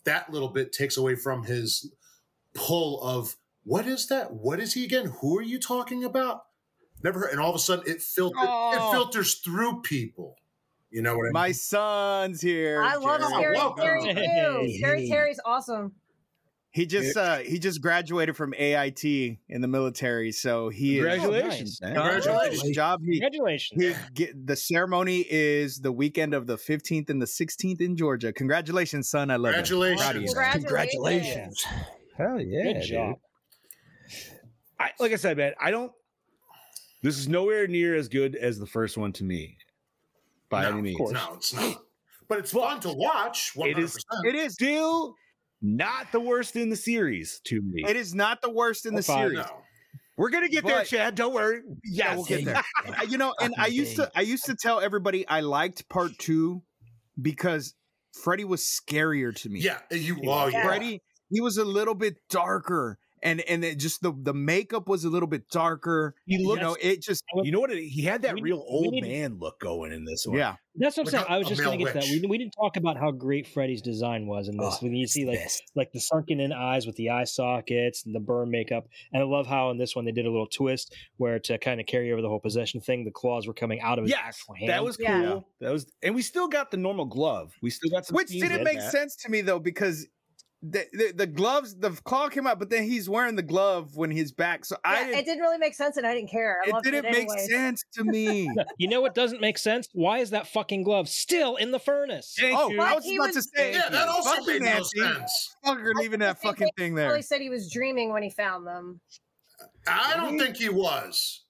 that little bit takes away from his pull of what is that? What is he again? Who are you talking about? Never heard. And all of a sudden, it filters. Oh. It filters through people. You know what I mean? My son's here. I love Jared. Scary welcome. Terry too. Scary Terry's awesome. He just uh he just graduated from AIT in the military, so he is Congratulations, man. Congratulations. His job he, Congratulations. he get, the ceremony is the weekend of the 15th and the 16th in Georgia. Congratulations, son. I love you. Proud of you. Congratulations. man. Congratulations. Hell yeah. Good dude. job. I, like I said, man, I don't. This is nowhere near as good as the first one to me, by No, any of means. course. No, it's not. But it's fun to watch. One It hundred is- percent. It is Still not the worst in the series to me. it is not the worst in the High five. series. Oh, No, We're gonna get there, But- Chad, don't worry. Yeah, we'll get there. I- you know, and I Fucking used to I used to tell everybody I liked part two because Freddy was scarier to me. Yeah, you. Oh, yeah. Freddy, he was a little bit darker. And and it just the the makeup was a little bit darker. You You look. know, it just You know what? He had that We- real old need- man look going in this one. yeah. that's what I'm We're saying. not I was a just going to male get to that. witch. We, we didn't talk about how great Freddy's design was in this. Oh, when you it's see the like best. like the sunken in eyes with the eye sockets and the burn makeup, and I love how in this one they did a little twist where to kind of carry over the whole possession thing, the claws were coming out of his Yes, actual hand. that was cool. Yeah. That was, and we still got the normal glove. We still got some. Which scenes didn't in make that. sense to me though, because the, the the gloves, the claw came out, but then he's wearing the glove when his back. So I Yeah, didn't, it didn't really make sense, and I didn't care. I it loved didn't it make anyway. sense to me. You know what doesn't make sense? Why is that fucking glove still in the furnace? Thank oh, you. I But was he about was- to say, Yeah, that also fucking made no Nancy. sense. Fucker, leaving that think fucking thing there. Probably said he was dreaming when he found them. I don't think he was.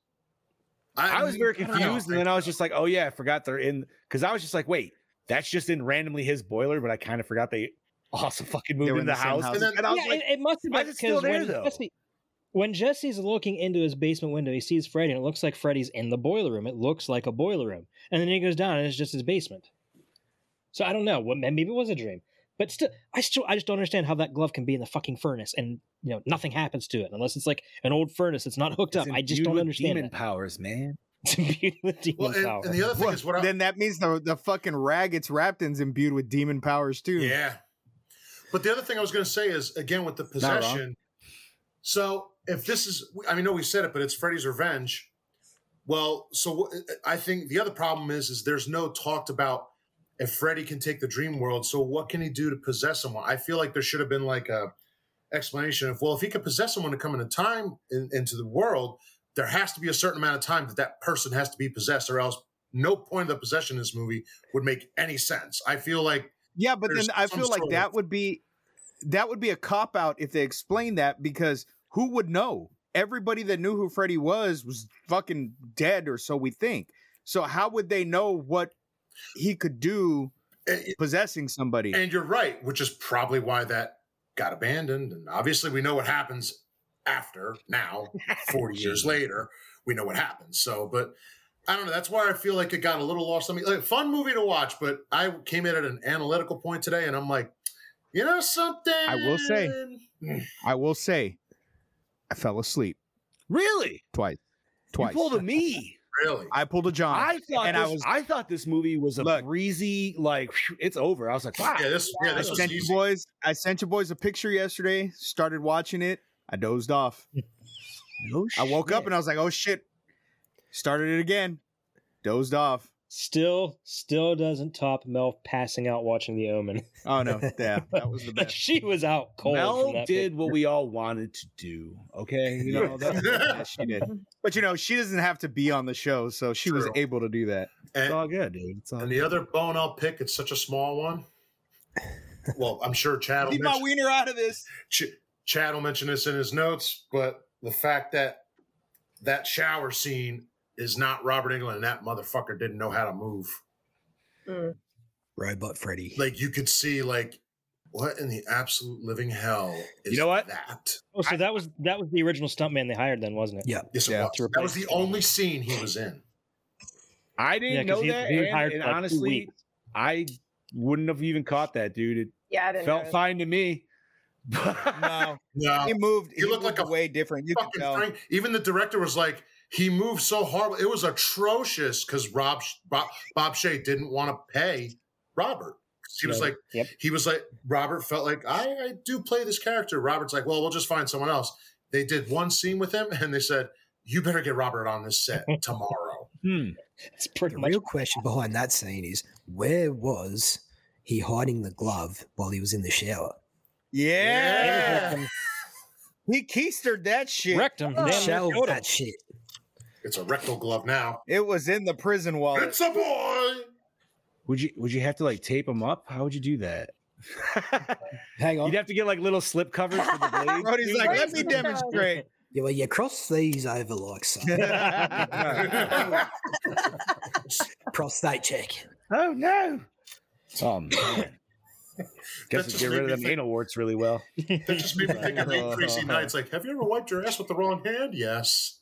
I was very don't confused, and think then I was so. just like, "Oh yeah, I forgot they're in." Because I was just like, "Wait, that's just in randomly his boiler," but I kind of forgot they also fucking moved were in, in the, the same house. house. And then- And I was yeah, like, it, it must have why been is it still because there, when, though? Jesse- when Jesse's looking into his basement window, he sees Freddy, and it looks like Freddy's in the boiler room. It looks like a boiler room, and then he goes down, and it's just his basement. So I don't know. What maybe it was a dream, but still, I still I just don't understand how that glove can be in the fucking furnace, and you know nothing happens to it unless it's like an old furnace that's not hooked it's up. I just imbued don't with understand demon that. powers, man. It's imbued with demon Well, power. and, and the other thing Well, is what I, then that means the, the fucking rag it's wrapped in is imbued with demon powers too. Yeah. But the other thing I was going to say is again with the wrong. possession. So if this is, I mean, no, we said it, but it's Freddy's revenge. Well, so wh- I think the other problem is, is there's no talked about if Freddy can take the dream world. So what can he do to possess someone? I feel like there should have been like a explanation of, well, if he could possess someone to come into time in, into the world, there has to be a certain amount of time that that person has to be possessed, or else no point of the possession in this movie would make any sense. I feel like Yeah, but There's then I some feel like sort that of- would be that would be a cop out if they explained that because who would know? Everybody that knew who Freddy was was fucking dead, or so we think. So how would they know what he could do it- possessing somebody? And you're right, which is probably why that got abandoned. And obviously, we know what happens after now, 40 years later, we know what happens. So, but I don't know. That's why I feel like it got a little lost on me. Like, fun movie to watch, but I came in at an analytical point today and I'm like, you know something? I will say- I will say, I fell asleep Really? twice. You Twice. pulled a me. Really? I pulled a John. I thought and this, I I, was- thought this movie was a Look. breezy, like phew, it's over. I was like, wow. Yeah, this, yeah, I this was sent you easy. boys. I sent you boys a picture yesterday. Started watching it. I dozed off. no I woke up and I was like, "Oh shit!" Started it again. Dozed off. still, still doesn't top Mel passing out watching The Omen. Oh no, yeah, that was the best. she was out cold. from Mel that did picture. what we all wanted to do. Okay, you know that's Yeah, she did. But you know, she doesn't have to be on the show, so she was True. able to do that. it's And, all good, dude. It's all and the other bone I'll pick, it's such a small one. Well, I'm sure Chad will Leave mention- my wiener out of this. Ch- Chad will mention this in his notes, but the fact that that shower scene is not Robert England and that motherfucker didn't know how to move. Mm. Robot Freddy. Like you could see, like what in the absolute living hell is You know what? that? Oh, so that was that was the original stuntman they hired, then, wasn't it? Yeah. Yes, it Yeah. was. To That was replace the only scene he was in. I didn't Yeah, know 'cause he- that, he was and, hired and for, like, two honestly, weeks. I wouldn't have even caught that, dude. Yeah, I It didn't. felt know. fine to me. No, No, he moved. he looked moved like a way different. You could fucking tell. Frank. Even the director was like, he moved so horrible. It was atrocious because Rob, Bob Bob Shea didn't want to pay Robert. He was Right. like, Yep. he was like, Robert felt like I, I do play this character. Robert's like, well, we'll just find someone else. They did one scene with him, and they said, you better get Robert on this set tomorrow. Hmm. It's pretty The much. real question behind that scene is where was he hiding the glove while he was in the shower? Yeah, Yeah. he keistered that shit. Rectum. damn near Shelve killed him. that shit. It's a rectal glove now. It was in the prison wallet. It's a boy. Would you would you have to like tape them up? How would you do that? Hang on. You'd have to get like little slip covers for the blade. Brody's like, let me Prison wallet. demonstrate. Yeah, well, you cross these over like so. prostate check. oh no. Um That Guess you just get made rid of me them think- anal warts really well. That just made me think of eight crazy nights. Like, have you ever wiped your ass with the wrong hand? Yes.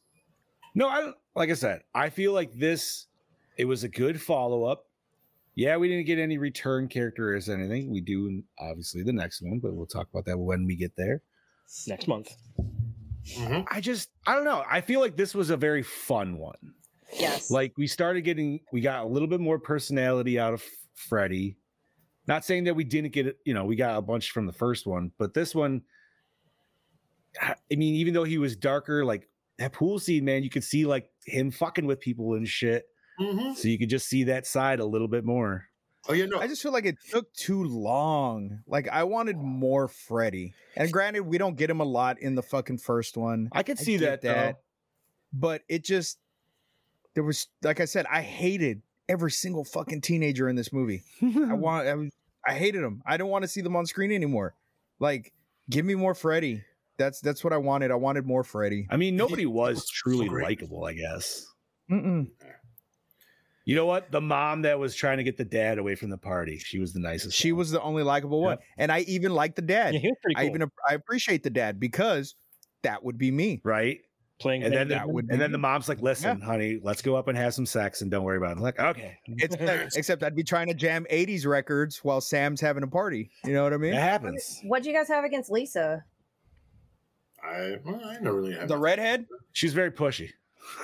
No, I don't. Like I said, I feel like this. It was a good follow up. Yeah, we didn't get any return characters or anything. We do, in, obviously, the next one, but we'll talk about that when we get there. next month. Mhm. I just, I don't know. I feel like this was a very fun one. Yes. Like we started getting, we got a little bit more personality out of Freddy. Not saying that we didn't get, it, you know, we got a bunch from the first one, but this one, I I mean, even though he was darker, like that pool scene, man, you could see like him fucking with people and shit. Mhm. So you could just see that side a little bit more. Oh yeah, no. I just feel like it took too long. Like I wanted more Freddy. And granted, we don't get him a lot in the fucking first one. I could I see that, get though. But it just there was like I said, I hated every single fucking teenager in this movie. I want I, was- I hated them. I don't want to see them on screen anymore. Like, give me more Freddy. That's that's what I wanted. I wanted more Freddy. I mean, nobody was was truly great. likable, I guess. Mm-mm. You know what? The mom that was trying to get the dad away from the party, she was the nicest. She one. was the only likable one, and I even liked the dad. Yeah, he was pretty cool. I even I appreciate the dad because that would be me. right, playing and then Van that Damme. would and then the mom's like, "Listen, honey, let's go up and have some sex, and don't worry about it." I'm like, okay, It's like- except I'd be trying to jam 80s records while Sam's having a party. You know what I it mean? happens. What'd you guys have against Lisa? I well, I never really had The redhead? She's very pushy.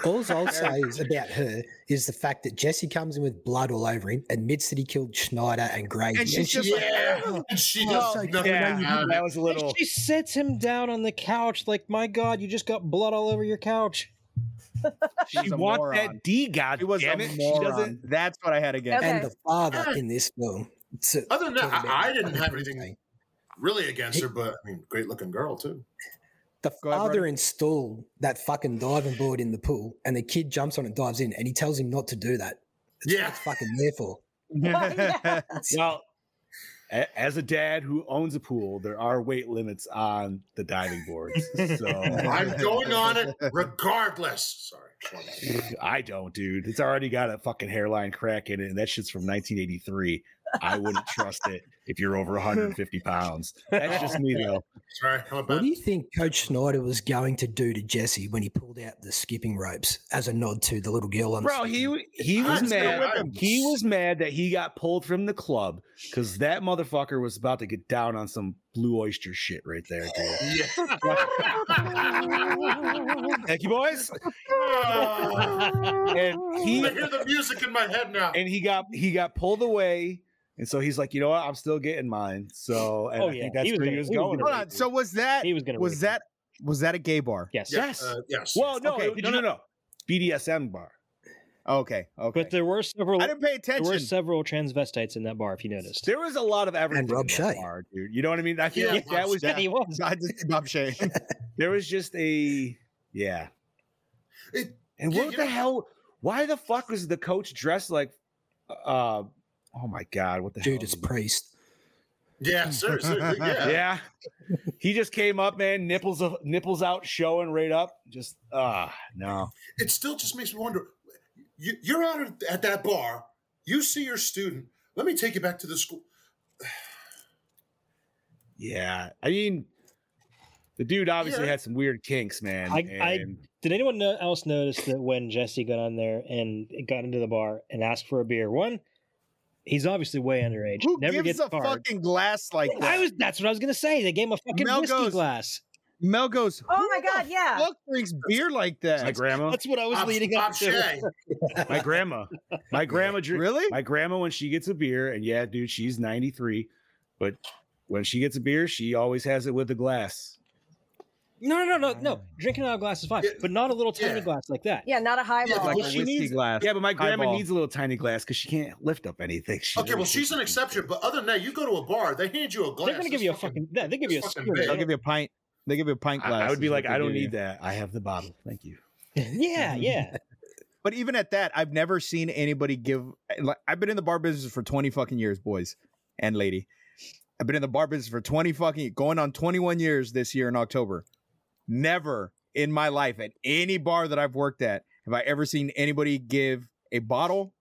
All I'll say is about her is the fact that Jesse comes in with blood all over him, admits that he killed Schneider and Gray. And she's just like, "Oh, yeah, and she Well, does like, nothing yeah, about it. That was a little. She sits him down on the couch, like, my God, you just got blood all over your couch. She she's a wants moron. that D. God She was damn a it! moron. She doesn't. That's what I had against. Okay. and the father in this film. to- Other than that, talk about Oh, I, I didn't fucking have anything really against her, but I mean, great looking girl too. The Go ahead, father Rodney. installed that fucking diving board in the pool, and the kid jumps on it, dives in, and he tells him not to do that. Yeah, That's fucking there for. yeah. Well, a- as a dad who owns a pool, there are weight limits on the diving boards. So I'm going on it regardless. Sorry. I don't, dude. It's already got a fucking hairline crack in it, and that shit's from 1983. I wouldn't trust it if you're over 150 pounds. That's just me, though. Sorry. I'm What about do you think Coach Snyder was going to do to Jesse when he pulled out the skipping ropes as a nod to the little girl on the Bro, swing? he w- he was I'm still mad. with him. He was mad that he got pulled from the club because that motherfucker was about to get down on some blue oyster shit right there, dude. Yeah. Thank you, boys. Ah. And he I hear the music in my head now. and he got he got pulled away. And so he's like, you know what? I'm still getting mine. So and Oh, I yeah. think that's He was where he gonna- was he was going. gonna Hold on. So was that He was going to was that was that a gay bar? Yes. Yeah, yes. Uh, yes. Well, no, Okay, it- did no, you no, no. BDSM bar. Okay. Okay. But there were several. I didn't pay There were attention. several transvestites in that bar, if you noticed. There was a lot of everything. Rob in that Shea. bar, dude. You know what I mean? I feel Yeah, like that Rob was Shea. he was. I just I'm ashamed. there was just a yeah. It- And Yeah, what you the know- hell? Why the fuck was the coach dressed like? uh Oh my god! What the Judas hell? Priest. yeah, seriously. Yeah. Yeah, he just came up, man. Nipples of nipples out, showing right up. Just ah, no. It still just makes me wonder. You, you're out at- at that bar. You see your student. Let me take you back to the school. Yeah, I mean, the dude obviously Yeah. had some weird kinks, man. I- I- and- Did anyone no- else notice that when Jesse got on there and got into the bar and asked for a beer, one, he's obviously way underage. Who never gets gives a barred. fucking glass like that? I was. That's what I was gonna say. They gave him a fucking Mel whiskey goes- glass. Mel goes. Oh "Who my the god, yeah. Fuck drinks beer like my that. grandma, That's what I was Bob- leading Bob up to. Shea. my grandma, my grandma drink, Really? My grandma, when she gets a beer, and yeah, dude, she's 93, but when she gets a beer, she always has it with a glass. No, no, no, no, no. Drinking out of a glass is fine, Yeah. but not a little tiny Yeah. glass like that. Yeah, not a highball. like- like a she whiskey needs- glass. Yeah, but my grandma Highball. needs a little tiny glass because she can't lift up anything. She Okay, well, she's an exception, but other than that, you go to a bar, they hand you a glass. They're gonna give It's you a fucking. Yeah, they give you a it's fucking spirit. big. They'll give you a pint. They give you a pint I, glass. I would be is like, what they I don't give you. need that. I have the bottle. Thank you. Yeah, yeah. But even at that, I've never seen anybody give. eh, Like, I've been in the bar business for twenty fucking years, boys and lady. I've been in the bar business for twenty fucking going on twenty one years this year in October. Never in my life at any bar that I've worked at have I ever seen anybody give a bottle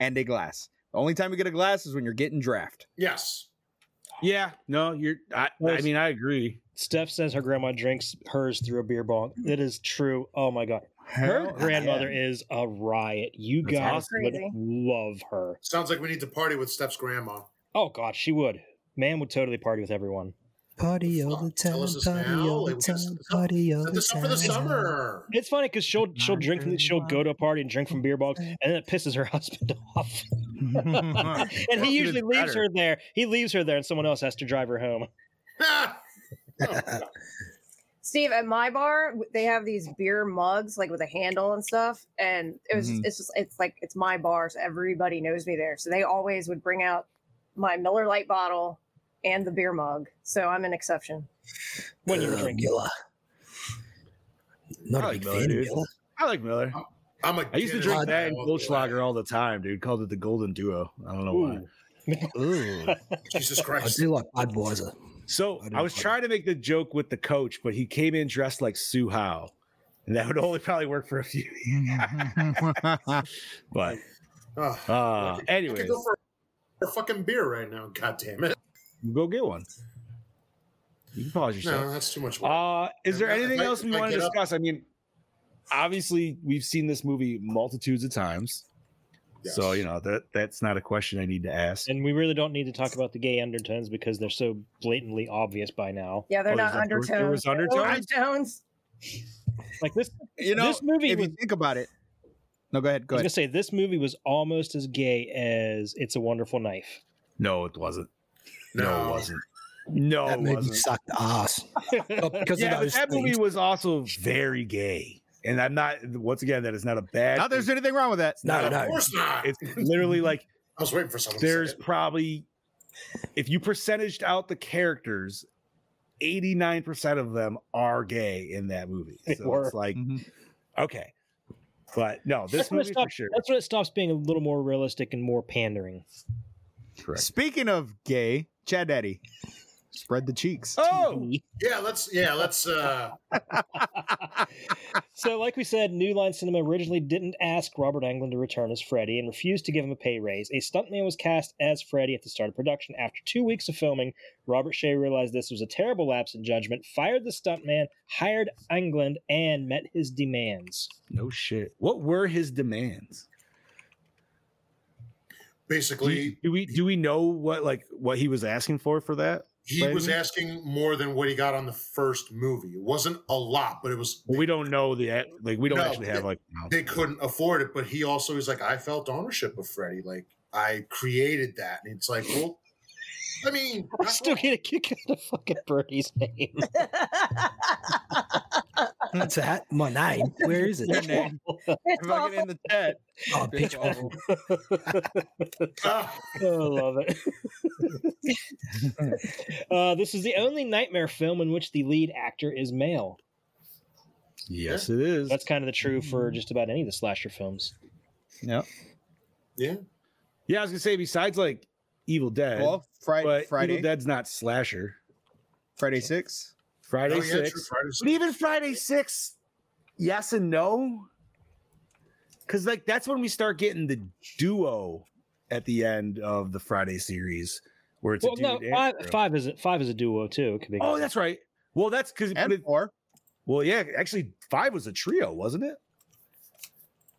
and a glass. The only time you get a glass is when you're getting draft. Yes. Yeah, no, you're. I, I Yes. mean, I agree. Steph says her grandma drinks hers through a beer bong. That is true. Oh my god, her Hell grandmother is a riot. You That's guys awesome. would Crazy. love her. Sounds like we need to party with Steph's grandma. Oh god, she would. Man would totally party with everyone. Party all the time, Tell us this party now, all the like, we just- time, party all Set the this up time. for the summer. It's funny because she'll she'll drink from the, she'll go to a party and drink from beer bongs, and then it pisses her husband off. yeah. and Well, he it usually is leaves better. her there. He leaves her there, and someone else has to drive her home. Oh, Steve, at my bar, they have these beer mugs like with a handle and stuff, and it was Mhm. it's just it's like it's my bar, so everybody knows me there. So they always would bring out my Miller Light bottle and the beer mug. So I'm an exception. When you're Uh, drinking, Miller. Not I a big like Miller, fan of dude. Miller. I like Miller. I'm a I used to Guinness drink man that and all the way. Goldschlager all the time, dude. Called it the Golden Duo. I don't know why. Ooh. Jesus I Christ. do like Budweiser. So I don't I, was like it. trying to make the joke with the coach, but he came in dressed like Sue Howe. And that would only probably work for a few. But Ugh. uh I anyways, could go for a fucking beer right now. God damn it. go get one. You can pause yourself. No, that's too much work. Uh, is there If I- if anything I- else we if I want to get up- discuss? I mean, obviously we've seen this movie multitudes of times, so Yes. you know that that's not a question I need to ask. and we really don't need to talk about the gay undertones because they're so blatantly obvious by now. Yeah, they're Oh, not there's a- there was- undertones. there was They're undertones? undertones. Like this, you know, this movie if was you think about it. No, go ahead. I Go was ahead. gonna say this movie was almost as gay as "It's a Wonderful Knife." No, it wasn't. No, no, it wasn't. Oh, No, That it movie wasn't. sucked ass. Oh, Because Yeah, of but those that movie things. was also very gay, and I'm not. Once again, that is not a bad. Not there's thing. anything wrong with that. No, Of no. course not. it's literally like I was waiting for someone there's to say probably if you percentaged out the characters 89% of them are gay in that movie They so were. it's like Mhm. okay but no this That's when it movie for stopped- sure That's when it stops being a little more realistic and more pandering. correct Speaking of gay, Chad Daddy, spread the cheeks. oh it. Yeah, let's yeah, let's uh so, like we said, New Line Cinema originally didn't ask Robert Englund to return as Freddy and refused to give him a pay raise. A stuntman was cast as Freddy at the start of production. After two weeks of filming, Robert Shea realized this was a terrible lapse in judgment, fired the stuntman, hired Englund, and met his demands. no shit what were his demands do, basically you- do we do we know what like what he was asking for for that he was Brandon? asking more than what he got on the first movie. It wasn't a lot, but it was well, we don't know the a- like we don't No, actually have they- like no. they couldn't afford it. But he also is like, I felt ownership of Freddie. Like I created that. And it's like, well, I mean, I still get a kick out of fucking Birdie's name. What's that? My name. Where is Your it? name. It's Fucking awful. in the chat. Oh, It's bitch. awful. uh, Oh, I love it. uh, this is the only nightmare film in which the lead actor is male. yes it is That's kind of the true for just about any of the slasher films. Yeah. yeah. yeah i was gonna say besides like evil dead Well, Fri- but Friday, evil dead's not slasher Friday six. friday Oh, yeah, true, six Friday But even Friday six, yes and no. Cause like that's when we start getting the duo at the end of the Friday series where it's Well, a dude no, and a five, girl. five is five is a duo too. It could be. Oh, that's right. Well, that's because And four. well, yeah, actually five was a trio, wasn't it?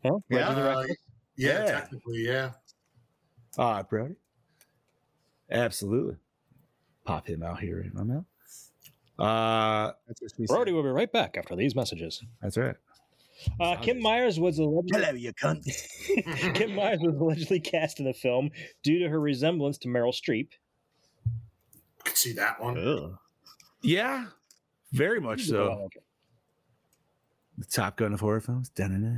Well, Yeah. Reggie the Uh, yeah, Yeah. technically, yeah. Ah, uh, Brody. Absolutely. Pop him out here in my mouth. Uh That's what she said. Brody will be right back after these messages. that's right. Uh, Kim Myers was allegedly Hello, you cunt. Mm-hmm. Kim Myers was allegedly cast in the film due to her resemblance to Meryl Streep. I could see that one. Yeah. Very much so. The top gun of horror films. Da-na-na.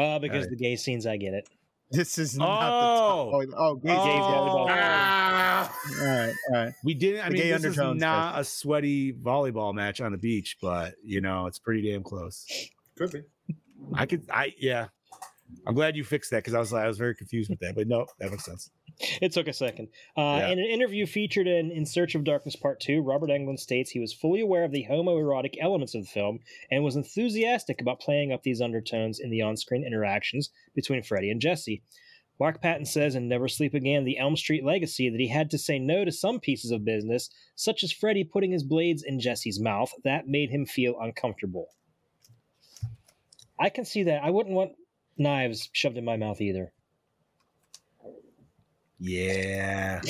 Uh, because Right. the gay scenes, I get it. This is not oh. the top. Oh, oh, gay, gay, Oh. volleyball. Ah, All right, all right. We didn't. I The mean, gay this is undertones, not a sweaty volleyball match on the beach, but you know, it's pretty damn close. could be. I could. I yeah. I'm glad you fixed that because I was I was very confused with that, but no, that makes sense. It took a second. Uh, Yeah. In an interview featured in In Search of Darkness Part 2, Robert Englund states he was fully aware of the homoerotic elements of the film and was enthusiastic about playing up these undertones in the on screen interactions between Freddy and Jesse. Mark Patton says in Never Sleep Again, the Elm Street legacy, that he had to say no to some pieces of business, such as Freddy putting his blades in Jesse's mouth. That made him feel uncomfortable. I can see that. I wouldn't want knives shoved in my mouth either. Yeah.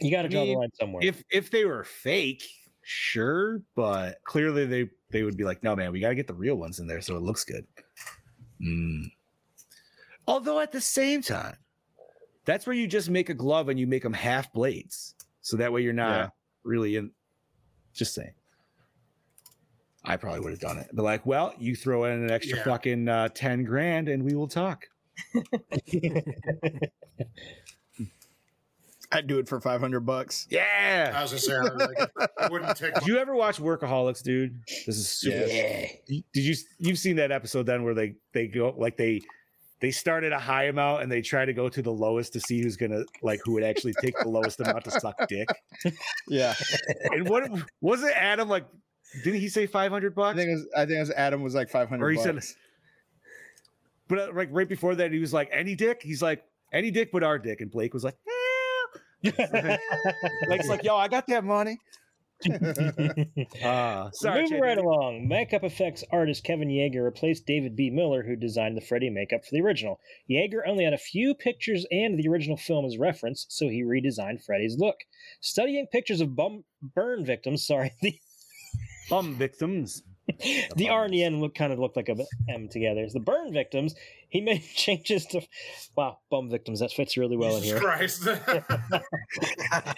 You got to I draw the mean, line somewhere. If if they were fake, sure, but clearly they they would be like, no, man, we got to get the real ones in there so it looks good. Mm. Although at the same time, that's where you just make a glove and you make them half blades, so that way you're not Yeah. really in. Just saying. I probably would have done it, but like, well, you throw in an extra Yeah. fucking uh, ten grand, and we will talk. I'd do it for 500 bucks. Yeah. I was gonna say, I, was like, I wouldn't take. Did you ever watch Workaholics, dude? This is super. Did you you've seen that episode then where they they go like they they start at a high amount and they try to go to the lowest to see who's gonna like who would actually take the lowest amount to suck dick. Yeah. And what was it? Adam like didn't he say five hundred I bucks? think it was, I think it was Adam was like 500 Or he bucks. said, but uh, like right before that he was like any dick. He's like any dick but our dick, and Blake was like. "Eh." like it's like yo, I got that money. Uh, sorry, Moving Chad, right along, makeup effects artist Kevin Yeager replaced David B. Miller, who designed the Freddy makeup for the original. Yeager only had a few pictures and the original film as reference, so he redesigned Freddy's look. Studying pictures of bum- burn victims, sorry, the, bum victims. the R and the N look kind of looked like a M together. It's the burn victims. He made changes to, wow, bum victims. That fits really well in Jesus here. Christ.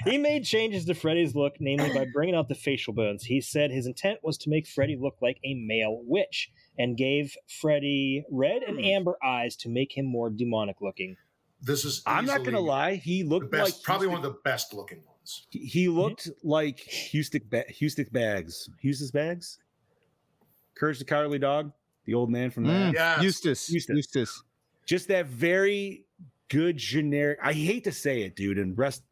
He made changes to Freddy's look, namely by bringing out the facial bones. He said his intent was to make Freddy look like a male witch and gave Freddy red Hmm. and amber eyes to make him more demonic looking. this is. I'm not gonna easily lie, he The looked best, like probably Houston- one of the best looking ones. He- He Mm-hmm. looked like Houston, ba- Houston Bags. Houston Bags? Courage the Cowardly Dog? The old man from that? Mm. Yeah. Eustace. Eustace. Eustace. Just that very good generic. I hate to say it, dude, and rest.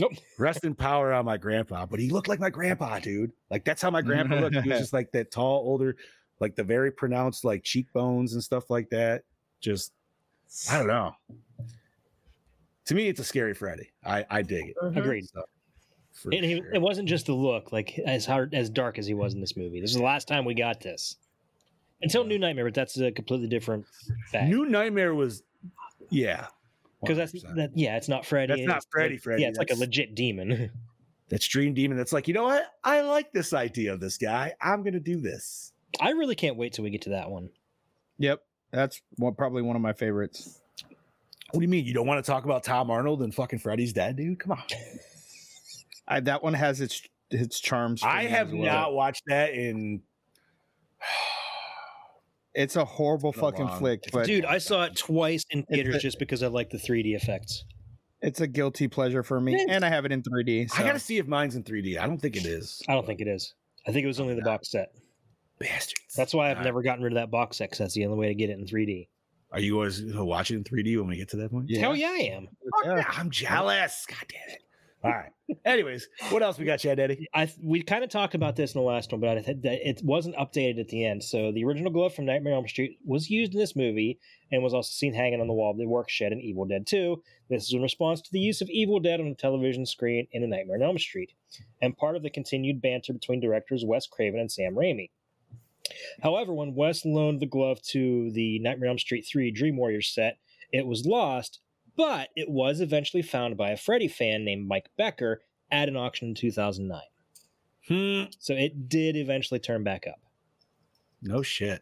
Nope. Rest in power on my grandpa, but he looked like my grandpa, dude. Like that's how my grandpa looked. He was just like that tall, older, like the very pronounced like cheekbones and stuff like that. Just I don't know. To me, it's a scary Friday. I I dig it. Mm-hmm, Agreed. So, for And he, sure. it wasn't just the look, like as hard as dark as he was in this movie. This is the last time we got this. Until New Nightmare, but that's a completely different fact. New Nightmare was, yeah, Because that's 100%. that, yeah, it's not Freddy. That's not it's- Freddy, Freddy, Yeah, it's like a that's- legit demon. that's Dream Demon. That's like you know what? I like this idea of this guy. I'm gonna do this. I really can't wait till we get to that one. Yep. That's one, probably one of my favorites. What do you mean you don't want to talk about Tom Arnold and fucking Freddy's dead, dude? Come on. I, that one has its its charms. for I me have as well. not watched that in. It's a horrible It's been a fucking long- flick, but Dude, I saw it twice in theaters a- just because I like the 3D effects. it's a guilty pleasure for me. And I have it in 3D. I so- gotta see if mine's in 3D. I don't think it is. I don't think it is. I think it was only the box set. Bastards. That's why I've Alright. never gotten rid of that box set 'cause that's the only way to get it in 3D. Are you always gonna watch it in 3D when we get to that point? Yeah. Hell yeah, I am. Fuck Yeah. oh, yeah, I'm jealous. God damn it. All right. Anyways, what else we got, Chad Daddy? I th- we kind of talked about this in the last one, but I th- that it wasn't updated at the end. So the original glove from Nightmare on Elm Street was used in this movie and was also seen hanging on the wall of the work shed in Evil Dead 2. This is in response to the use of Evil Dead on a television screen in A Nightmare on Elm Street, and part of the continued banter between directors Wes Craven and Sam Raimi. However, when Wes loaned the glove to the Nightmare on Elm Street 3 Dream Warriors set, it was lost, but it was eventually found by a Freddy fan named Mike Becker at an auction in 2009. Hmm. So it did eventually turn back up. No shit.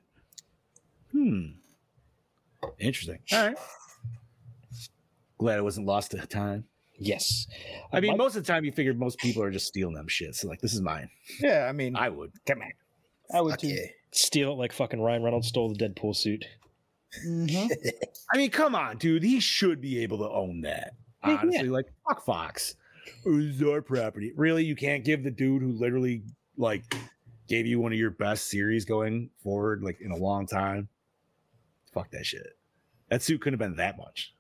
Hmm. Interesting. All right. Glad I wasn't lost to time. Yes. I mean, Mike- most of the time you figured most people are just stealing them shit. So like, this is mine. Yeah, I mean, I would. Come on. I would Fuck too. yeah. steal it like fucking Ryan Reynolds stole the Deadpool suit. Mm-hmm. Hmm? I mean, come on, dude. He should be able to own that. Yeah, yeah. Honestly, like fuck Fox. It was our property. Really, you can't give the dude who literally like gave you one of your best series going forward, like in a long time. Fuck that shit. That suit couldn't have been that much.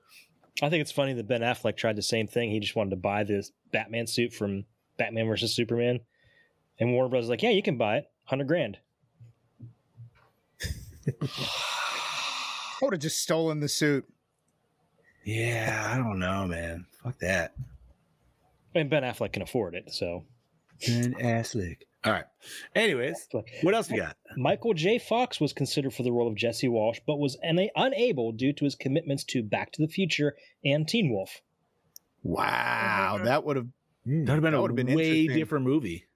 I think it's funny that Ben Affleck tried the same thing. He just wanted to buy this Batman suit from Batman versus Superman. And Warner Bros. is like, yeah, you can buy it. 100 grand. I would have just stolen the suit. Yeah, I don't know, man. Fuck that. And Ben Affleck can afford it, so Ben Affleck. All right. Anyways, Affleck. what else we got? Michael J. Fox was considered for the role of Jesse Walsh, but was una- unable due to his commitments to Back to the Future and Teen Wolf. mm-hmm. Wow, that would have That would have been That a would've been way interesting. different movie.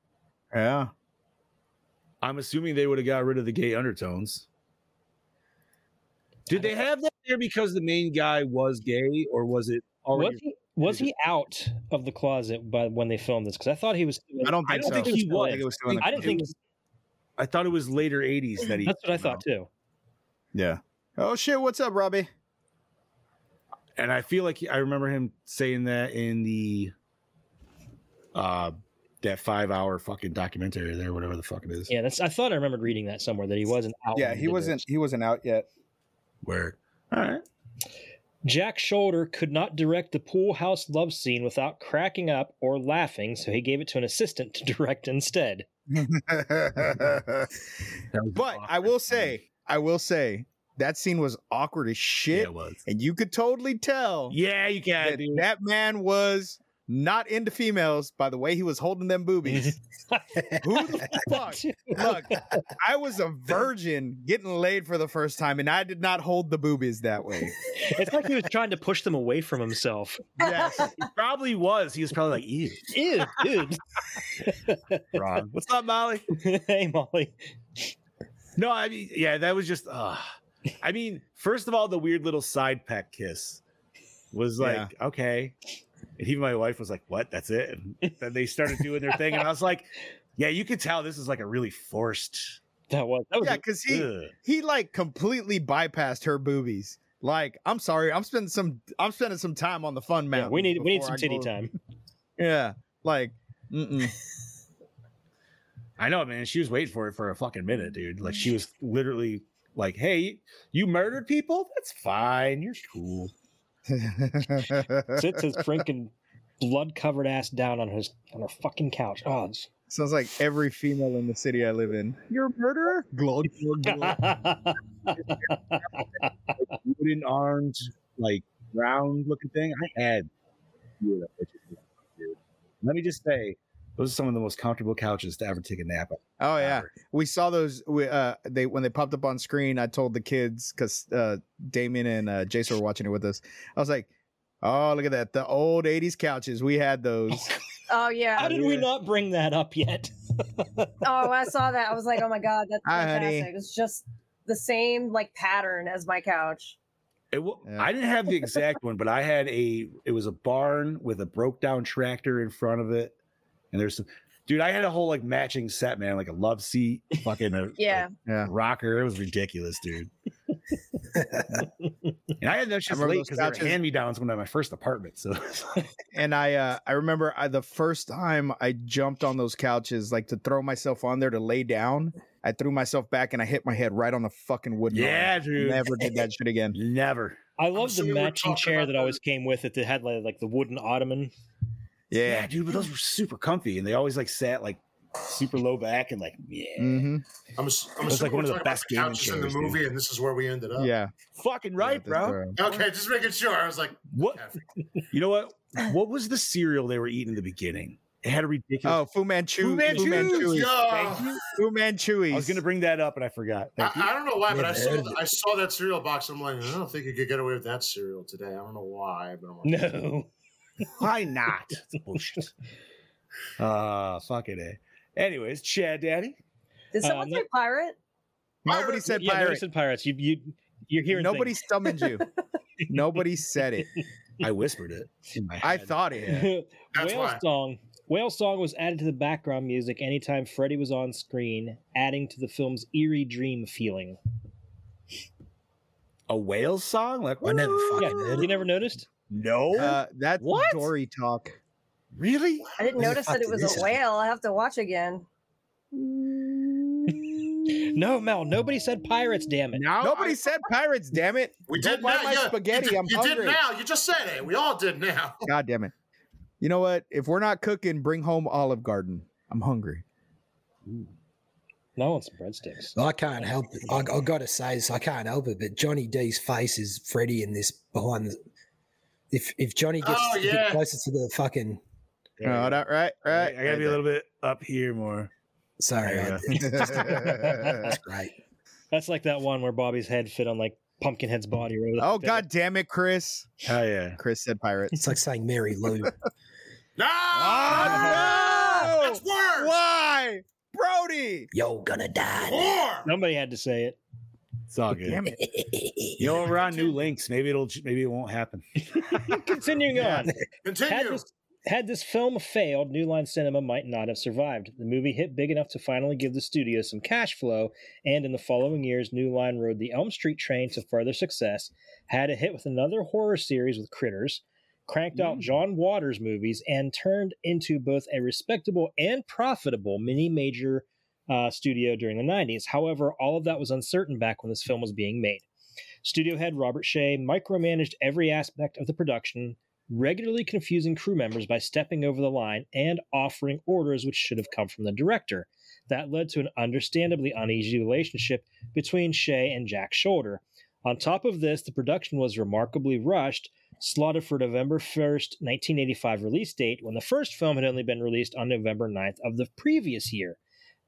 Mm, yeah. I'm assuming they would have got rid of the gay undertones. Did they have that there because the main guy was gay, or was it already? Was he, was he out of the closet by when they filmed this? Because I thought he was. I don't I think don't so. think he I think was. it was still in the I didn't think. I thought it was later '80s that he. That's what I came thought out. too. Yeah. Oh shit! What's up, Robbie? and I feel like he- I remember him saying that in the uh that five hour fucking documentary there, whatever the fuck it is. Yeah, that's. I thought I remembered reading that somewhere that he wasn't Oh, out. Yeah, when he did wasn't. this. He wasn't out yet. Where all right. Jack Shoulder could not direct the pool house love scene without cracking up or laughing, so he gave it to an assistant to direct instead. but I will say, I will say that scene was awkward as Yeah, shit, it was. and you could totally tell Yeah, you that can dude. that man was not into females by the way he was holding them boobies. Who the fuck? Look, I was a virgin getting laid for the first time, and I did not hold the boobies that way. it's like he was trying to push them away from himself. Yes. He probably was. He was probably like, ew, Ew, dude. Ron. What's up, Molly? hey, Molly. No, I mean, yeah, that was just uh I mean, first of all, the weird little side peck kiss was like, okay. And even my wife was like, What? That's it. And then they started doing their thing, and I was like, Yeah, you could tell this is like a really forced That was that was yeah, because he ugh. he like completely bypassed her boobies. Like, I'm sorry, I'm spending some I'm spending some time on the fun yeah, mountain. we need we need before some I titty go- time. Yeah, like, mm-mm. I know, man. She was waiting for it for a fucking minute, dude. Like Mm. she was literally like, "Hey, you murdered people? That's fine. You're cool." Sits his freaking blood covered ass down on his on her fucking couch. Oh, it's- Sounds like every female in the city I live in. You're a murderer. Glug, glug, glug. Wooden armed, like round looking thing. I had. Yeah, that bitch is- dude. Let me just say, those are some of the most comfortable couches to ever take a nap. on. Oh yeah, we saw those. We, uh, they when they popped up on screen, I told the kids because uh, Damien and uh, Jason were watching it with us. I was like, "Oh, look at that! The old '80s couches. We had those." Oh yeah. How did we not bring that up yet? Oh, I saw that. I was like, oh my god, that's Hi, honey. fantastic. It's just the same like pattern as my couch. It wa- Yeah. I didn't have the exact one, but I had a. It was a barn with a broke down tractor in front of it, and there's some. Dude, I had a whole like matching set, man, like a love seat, fucking a, Yeah. yeah, rocker. It was ridiculous, dude. and I had that shit remember late those because they couches. were hand me downs when I had my first apartment. So it's like- and I uh, I remember I, the first time I jumped on those couches, like to throw myself on there to lay down. I threw myself back and I hit my head right on the fucking wood. line. yeah, dude. never did that shit again. Never. I love the assuming we're matching talking chair about that always came with it that had like, like the wooden ottoman. Yeah, Yeah. dude, but those were super comfy and they always like sat like super low back and like, yeah. hmm I'm, ass- I'm That's assuming like one we're of the talking about best gaming couches in the chairs, dude. movie, and this is where we ended up. Yeah. Fucking Uh, right, Yeah, that's bro. right. Okay, just making sure. I was like, What yeah, you know what? What was the cereal they were eating in the beginning? It had a ridiculous Oh, Fu Manchu. Fu Manchus, Manchuis. yeah. Fu Manchuis. I was gonna bring that up and I forgot. I, Thank you. I don't know why, but I saw Yeah. th- I saw that cereal box. I'm like, I don't think you could get away with that cereal today. I don't know why, but I'm like, No. Why not? It's bullshit. Ah, fucking it. Anyways, Chad Daddy. Did Uh, someone no- say pirate? Nobody said yeah, nobody pirate. said pirates. You you you're hearing Nobody summoned you. Nobody said it. I whispered it in my I head. thought it. things. That's whale why. song. Whale song was added to the background music anytime Freddie was on screen, adding to the film's eerie dream feeling. a whale song? Like I never Yeah, fucking you never noticed? no. Uh, that's What? Dory talk. really? I didn't Who the notice fuck that it did was this? a whale. I have to watch again. No, Mel. Nobody said pirates. Damn it. Now Nobody said pirates. Damn it! we Don't did buy now. my yeah, spaghetti, You, did- I'm you hungry. did now. You just said it. We all did now. God damn it! You know what? If we're not cooking, bring home Olive Garden. I'm hungry. No, I want some breadsticks. I can't help it. I, I got to say this. I can't help it. But Johnny D's face is Freddy in this behind the. If if Johnny gets Oh, a bit yeah. closer to the fucking There we go. that, right, I gotta be a little bit up here more. sorry, There you go. I, that's great. That's like that one where Bobby's head fit on like Pumpkinhead's body. or whatever the oh fuck that god damn it, Chris! Hell yeah. Chris said pirates. It's like saying Mary Lou. No! Oh, That's worse! Why, Brody? Yo, gonna die. Or- was. Somebody had to say it. It's all good. Damn Oh. You know, we're on new links. Maybe it'll maybe it won't happen. Continuing on. Had Continue. this, had this film failed, New Line Cinema might not have survived. The movie hit big enough to finally give the studio some cash flow, and in the following years, New Line rode the Elm Street train to further success, had a hit with another horror series with Critters, cranked out John Waters movies, and turned into both a respectable and profitable mini major uh, studio during the 90s. However, all of that was uncertain back when this film was being made. Studio head Robert Shea micromanaged every aspect of the production, regularly confusing crew members by stepping over the line and offering orders which should have come from the director. That led to an understandably uneasy relationship between Shea and Jack Shoulder. On top of this, the production was remarkably rushed, slotted for November 1st, 1985 release date, when the first film had only been released on November 9th of the previous year.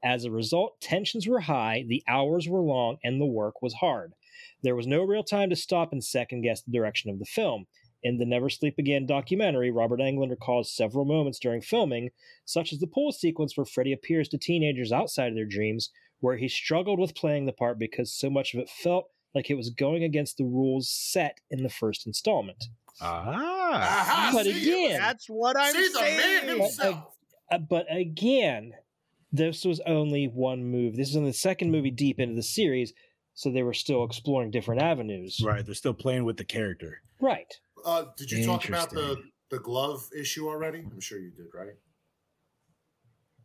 As a result, tensions were high, the hours were long, and the work was hard. There was no real time to stop and second guess the direction of the film. In the Never Sleep Again documentary, Robert Englund recalls several moments during filming, such as the pool sequence where Freddy appears to teenagers outside of their dreams, where he struggled with playing the part because so much of it felt like it was going against the rules set in the first installment. Ah. Aha, But see, again, That's what I'm see the man saying. himself. Uh, but again, this was only one move. This is only the second movie deep into the series, so they were still exploring different avenues. Right. They're still playing with the character. Right. Uh, did you talk about the, Interesting. the glove issue already? I'm sure you did, right?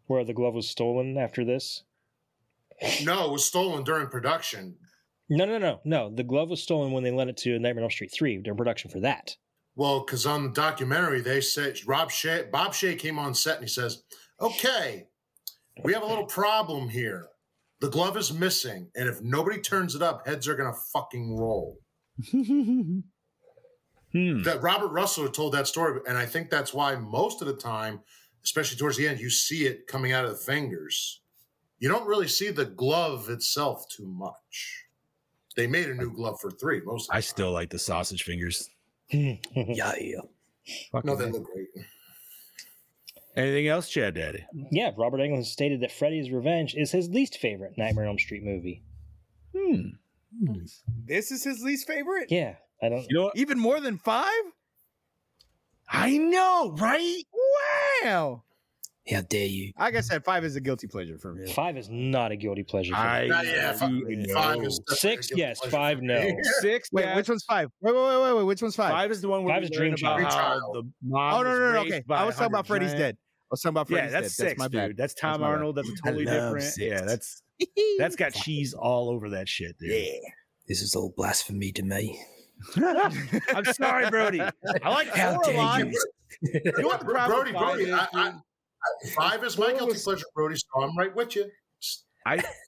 Where the glove was stolen after this. No, it was stolen during production. No, no, no, no. The glove was stolen when they lent it to Nightmare on Elm Street 3 during production for that. Well, because on the documentary, they said Rob Shea, Bob Shea came on set and he says, "Okay, we have a little problem here. The glove is missing, and if nobody turns it up, heads are gonna fucking roll." Hmm. That Robert Russell told that story, and I think that's why most of the time, especially towards the end, you see it coming out of the fingers. You don't really see the glove itself too much. They made a new glove for three. Most of I the time. still like the sausage fingers. Yeah, no, they look great. Anything else, Chad Daddy? yeah, Robert Englund stated that Freddy's Revenge is his least favorite Nightmare on Elm Street movie. Hmm. This is his least favorite. Yeah, I don't. You know what? Even more than five? I know, right? Wow. How dare you? Like I said, five is a guilty pleasure for me. Five is not a guilty pleasure. For me. Not yet. Fi- do Five know. is definitely Six, a guilty yes. pleasure. Five, no. Six. Wait, yes. which one's five? Wait, wait, wait, wait, wait. Which one's five? Five is the one where Five we is learn Dream about Child. how Dream the mom. Oh no, was no, no. raised Okay, by I was talking 100 about Freddy's giants. Dead. I was talking about Yeah, Freddy's that's Dead. six, that's my bad. dude. That's Tom my bad. Arnold. That's a totally love different. Yeah, six. that's that's got cheese all over that shit, dude. This is all blasphemy to me. I'm sorry, Brody. I like How four a lot. dare you? You know what the Brody, problem with five Brody, is, I, I, dude? I- five is my guilty pleasure, Brody. So I'm right with you.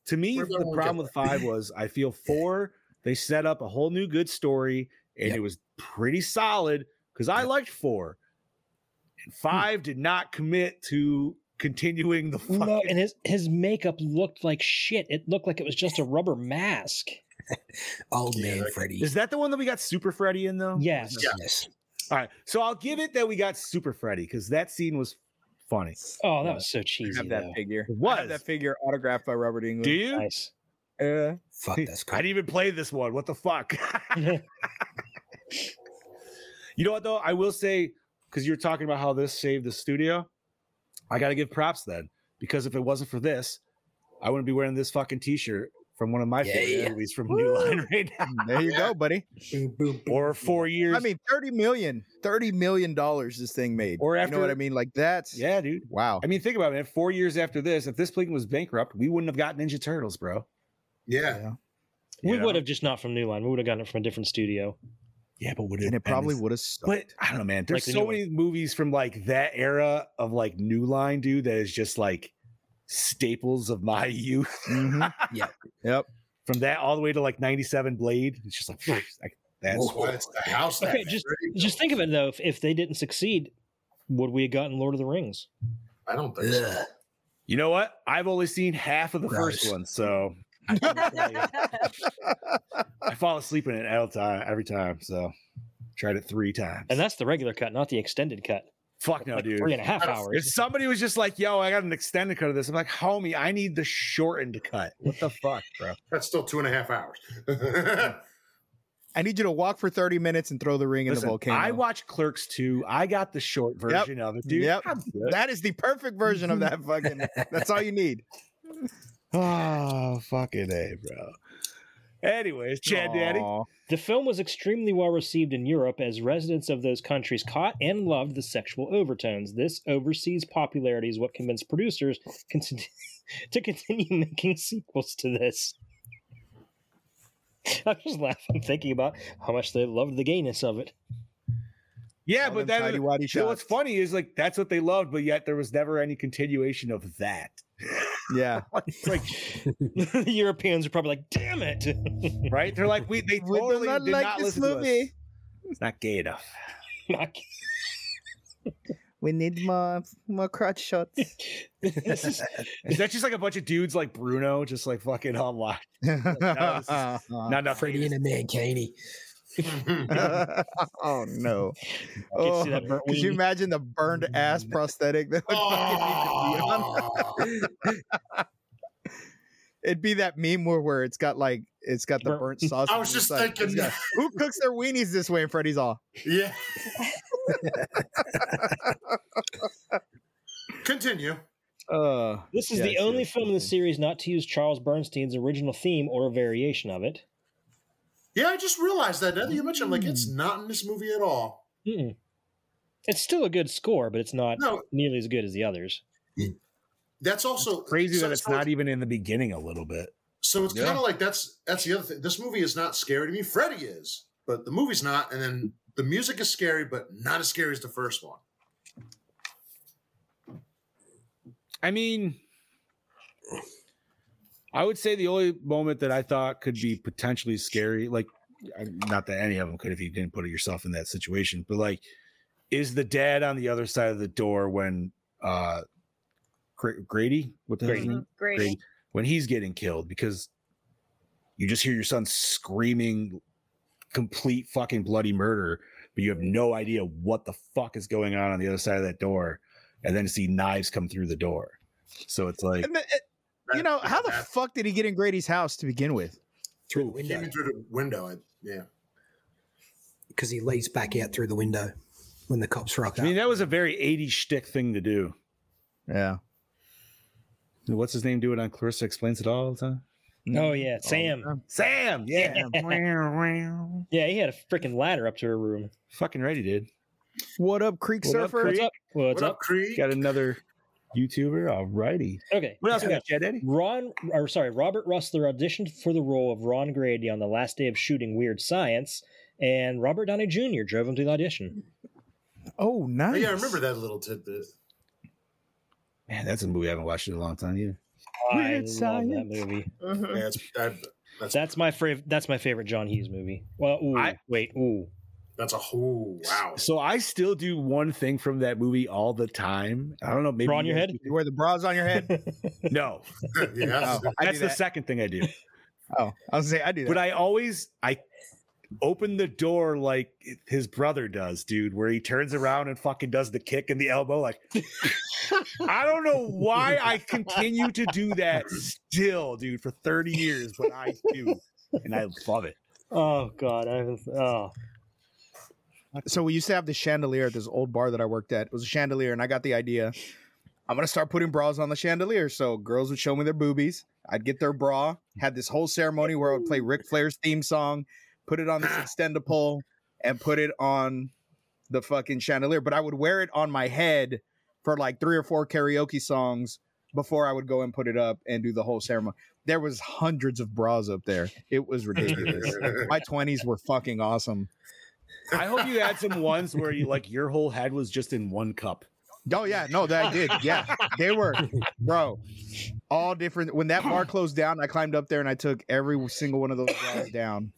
to me, We're the gonna problem get with five was I feel four. They set up a whole new good story, and Yep. it was pretty solid because I liked four. And five did not commit to continuing the fucking. No, and his his makeup looked like shit. It looked like it was just a rubber mask. Old Yeah, man like- Freddy. is that the one that we got Super Freddy in though? Yes. Yes. All right, so I'll give it that we got Super Freddy because that scene was funny. Oh, that was so cheesy. have that Though. figure. It I have was. that figure autographed by Robert Englund. Do you? Nice. Uh, Fuck, that's I cool. didn't even play this one. What the fuck? you know what though? I will say because you're talking about how this saved the studio. I got to give props then because if it wasn't for this, I wouldn't be wearing this fucking t-shirt from one of my Yeah, favorite yeah. movies from New Line right now, Mm, there you go, buddy. or four years. I mean, 30 million, 30 million dollars this thing made. Or you know what after- I mean? Like that's yeah, dude. Wow. I mean, think about it. Man. Four years after this, if this thing was bankrupt, we wouldn't have got Ninja Turtles, bro. Yeah. We Yeah. would have just not from New Line. We would have gotten it from a different studio. Yeah, but would And it probably would. would have sucked. But I don't know, man. There's the so new one. many movies from like that era of like New Line, dude, that is just like staples of my youth. Mhm. Yeah. Yep. From that all the way to like 97 Blade. It's just like, I, That's That's why it's the house. that Okay, just matters. just think of it though. If, if they didn't succeed, would we have gotten Lord of the Rings? I don't think so. Ugh. you know what? I've only seen half of the first Gross. one, so I, couldn't tell you. I fall asleep in it all time every time. So tried it three times. And that's the regular cut, not the extended cut. fuck no, like dude. three and a half If hours. somebody was just like, "Yo, I got an extended cut of this," I'm like, "Homie, I need the shortened cut." What the fuck, bro? That's still two and a half hours. I need you to walk for 30 minutes and throw the ring in Listen, the volcano. I watched Clerks 2. I got the short version of it, dude. Yep. I'm good. that is the perfect version of that fucking. that's all you need. Ah, Oh, fucking A, bro. Anyways, Chad Daddy. Aw. The film was extremely well received in Europe as residents of those countries caught and loved the sexual overtones. This overseas popularity is what convinced producers conti- to continue making sequels to this. I'm just laughing thinking about how much they loved the gayness of it. Yeah, All but them that, tighty-whitey so what's shots. funny is like that's what they loved, but yet there was never any continuation of that. Yeah. It's like the Europeans are probably like, "Damn it!" right? They're like, we they We do totally not did like not this listen to us. movie. It's not gay enough. Not- We need more more crotch shots. this is Is that just like a bunch of dudes like Bruno, just like fucking online? this is- Not enough. Freddy haters. and a Mancini. oh no! I can Oh, see that burnt could you wing. imagine the burned ass prosthetic that would Oh, fucking need to be on? It'd be that meme where, where it's got like it's got the Burnt- burnt sausage. I was it's just like- it's thinking. got- who cooks their weenies this way? And Freddy's all, Yeah. Continue. uh, This is Yeah, I the see what only you're film in the saying. series not to use Charles Bernstein's original theme or a variation of it. Yeah, I just realized that now that you mentioned, I'm like, it's Hmm. not in this movie at all. Mm-mm. It's still a good score, but it's not No, nearly as good as the others. that's also Crazy so- that it's so not even in the beginning a little bit. So it's Yeah. kind of like that's that's the other thing. This movie is not scary to me. Freddy is, but the movie's not. And then the music is scary, but not as scary as the first one. I mean, I would say the only moment that I thought could be potentially scary, like, I- not that any of them could if you didn't put yourself in that situation, but like, is the dad on the other side of the door when uh Gra- Grady, what the hell's his Grady. name? Mm-hmm. Great. Grady, when he's getting killed because you just hear your son screaming complete fucking bloody murder, but you have no idea what the fuck is going on on the other side of that door, and then see knives come through the door. So it's like and the, it- you That- know, how the that fuck did he get in Grady's house to begin with? Through the came window. in through the window? I, yeah, Because he leads back out through the window when the cops rock I up. mean, that was a very 80s shtick thing to do. Yeah. What's his name do it on Clarissa Explains It All the time? Oh yeah, Sam. Sam, yeah. Yeah, he had a freaking ladder up to her room. fucking ready, dude. What up, Creek What up, Surfer? Creek? What's up? What's what up? up, Creed? Got another YouTuber. Alrighty. Okay. What else we so got, Chad Daddy? Ron, or sorry, Robert Russler auditioned for the role of Ron Grady on the last day of shooting Weird Science, and Robert Downey Jr. drove him to the audition. Oh, Oh, nice. yeah, I remember that little tidbit. Man, that's a movie I haven't watched in a long time either. I Weird love that Science. movie. Yeah, Mhm. it's, that, that's That's my favorite. That's my favorite John Hughes movie. Well, ooh, I- wait, ooh, that's a whole wow. So I still do one thing from that movie all the time. I don't know. Maybe Bra on you your guys head? You wear the bras on your head? do- No, yeah, Oh, I do that's the that. second thing I do. Oh, I was gonna say I do that. But I always I open the door like his brother does, dude, where he turns around and fucking does the kick and the elbow. Like I don't know why I continue to do that still, dude, for thirty years, but I do, and I love it. oh god, I haven't. Oh, so we used to have this chandelier at this old bar that I worked at. It was a chandelier, and I got the idea. I'm gonna start putting bras on the chandelier. So girls would show me their boobies. I'd get their bra. Had this whole ceremony where I would play Ric Flair's theme song, put it on this extended pole, and put it on the fucking chandelier. But I would wear it on my head for like three or four karaoke songs before I would go and put it up and do the whole ceremony. There was hundreds of bras up there. It was ridiculous. my twenties were fucking awesome. I hope you had some ones where you like your whole head was just in one cup. Oh yeah, no, that I did. Yeah, they were, bro, all different. When that bar closed down, I climbed up there and I took every single one of those guys down.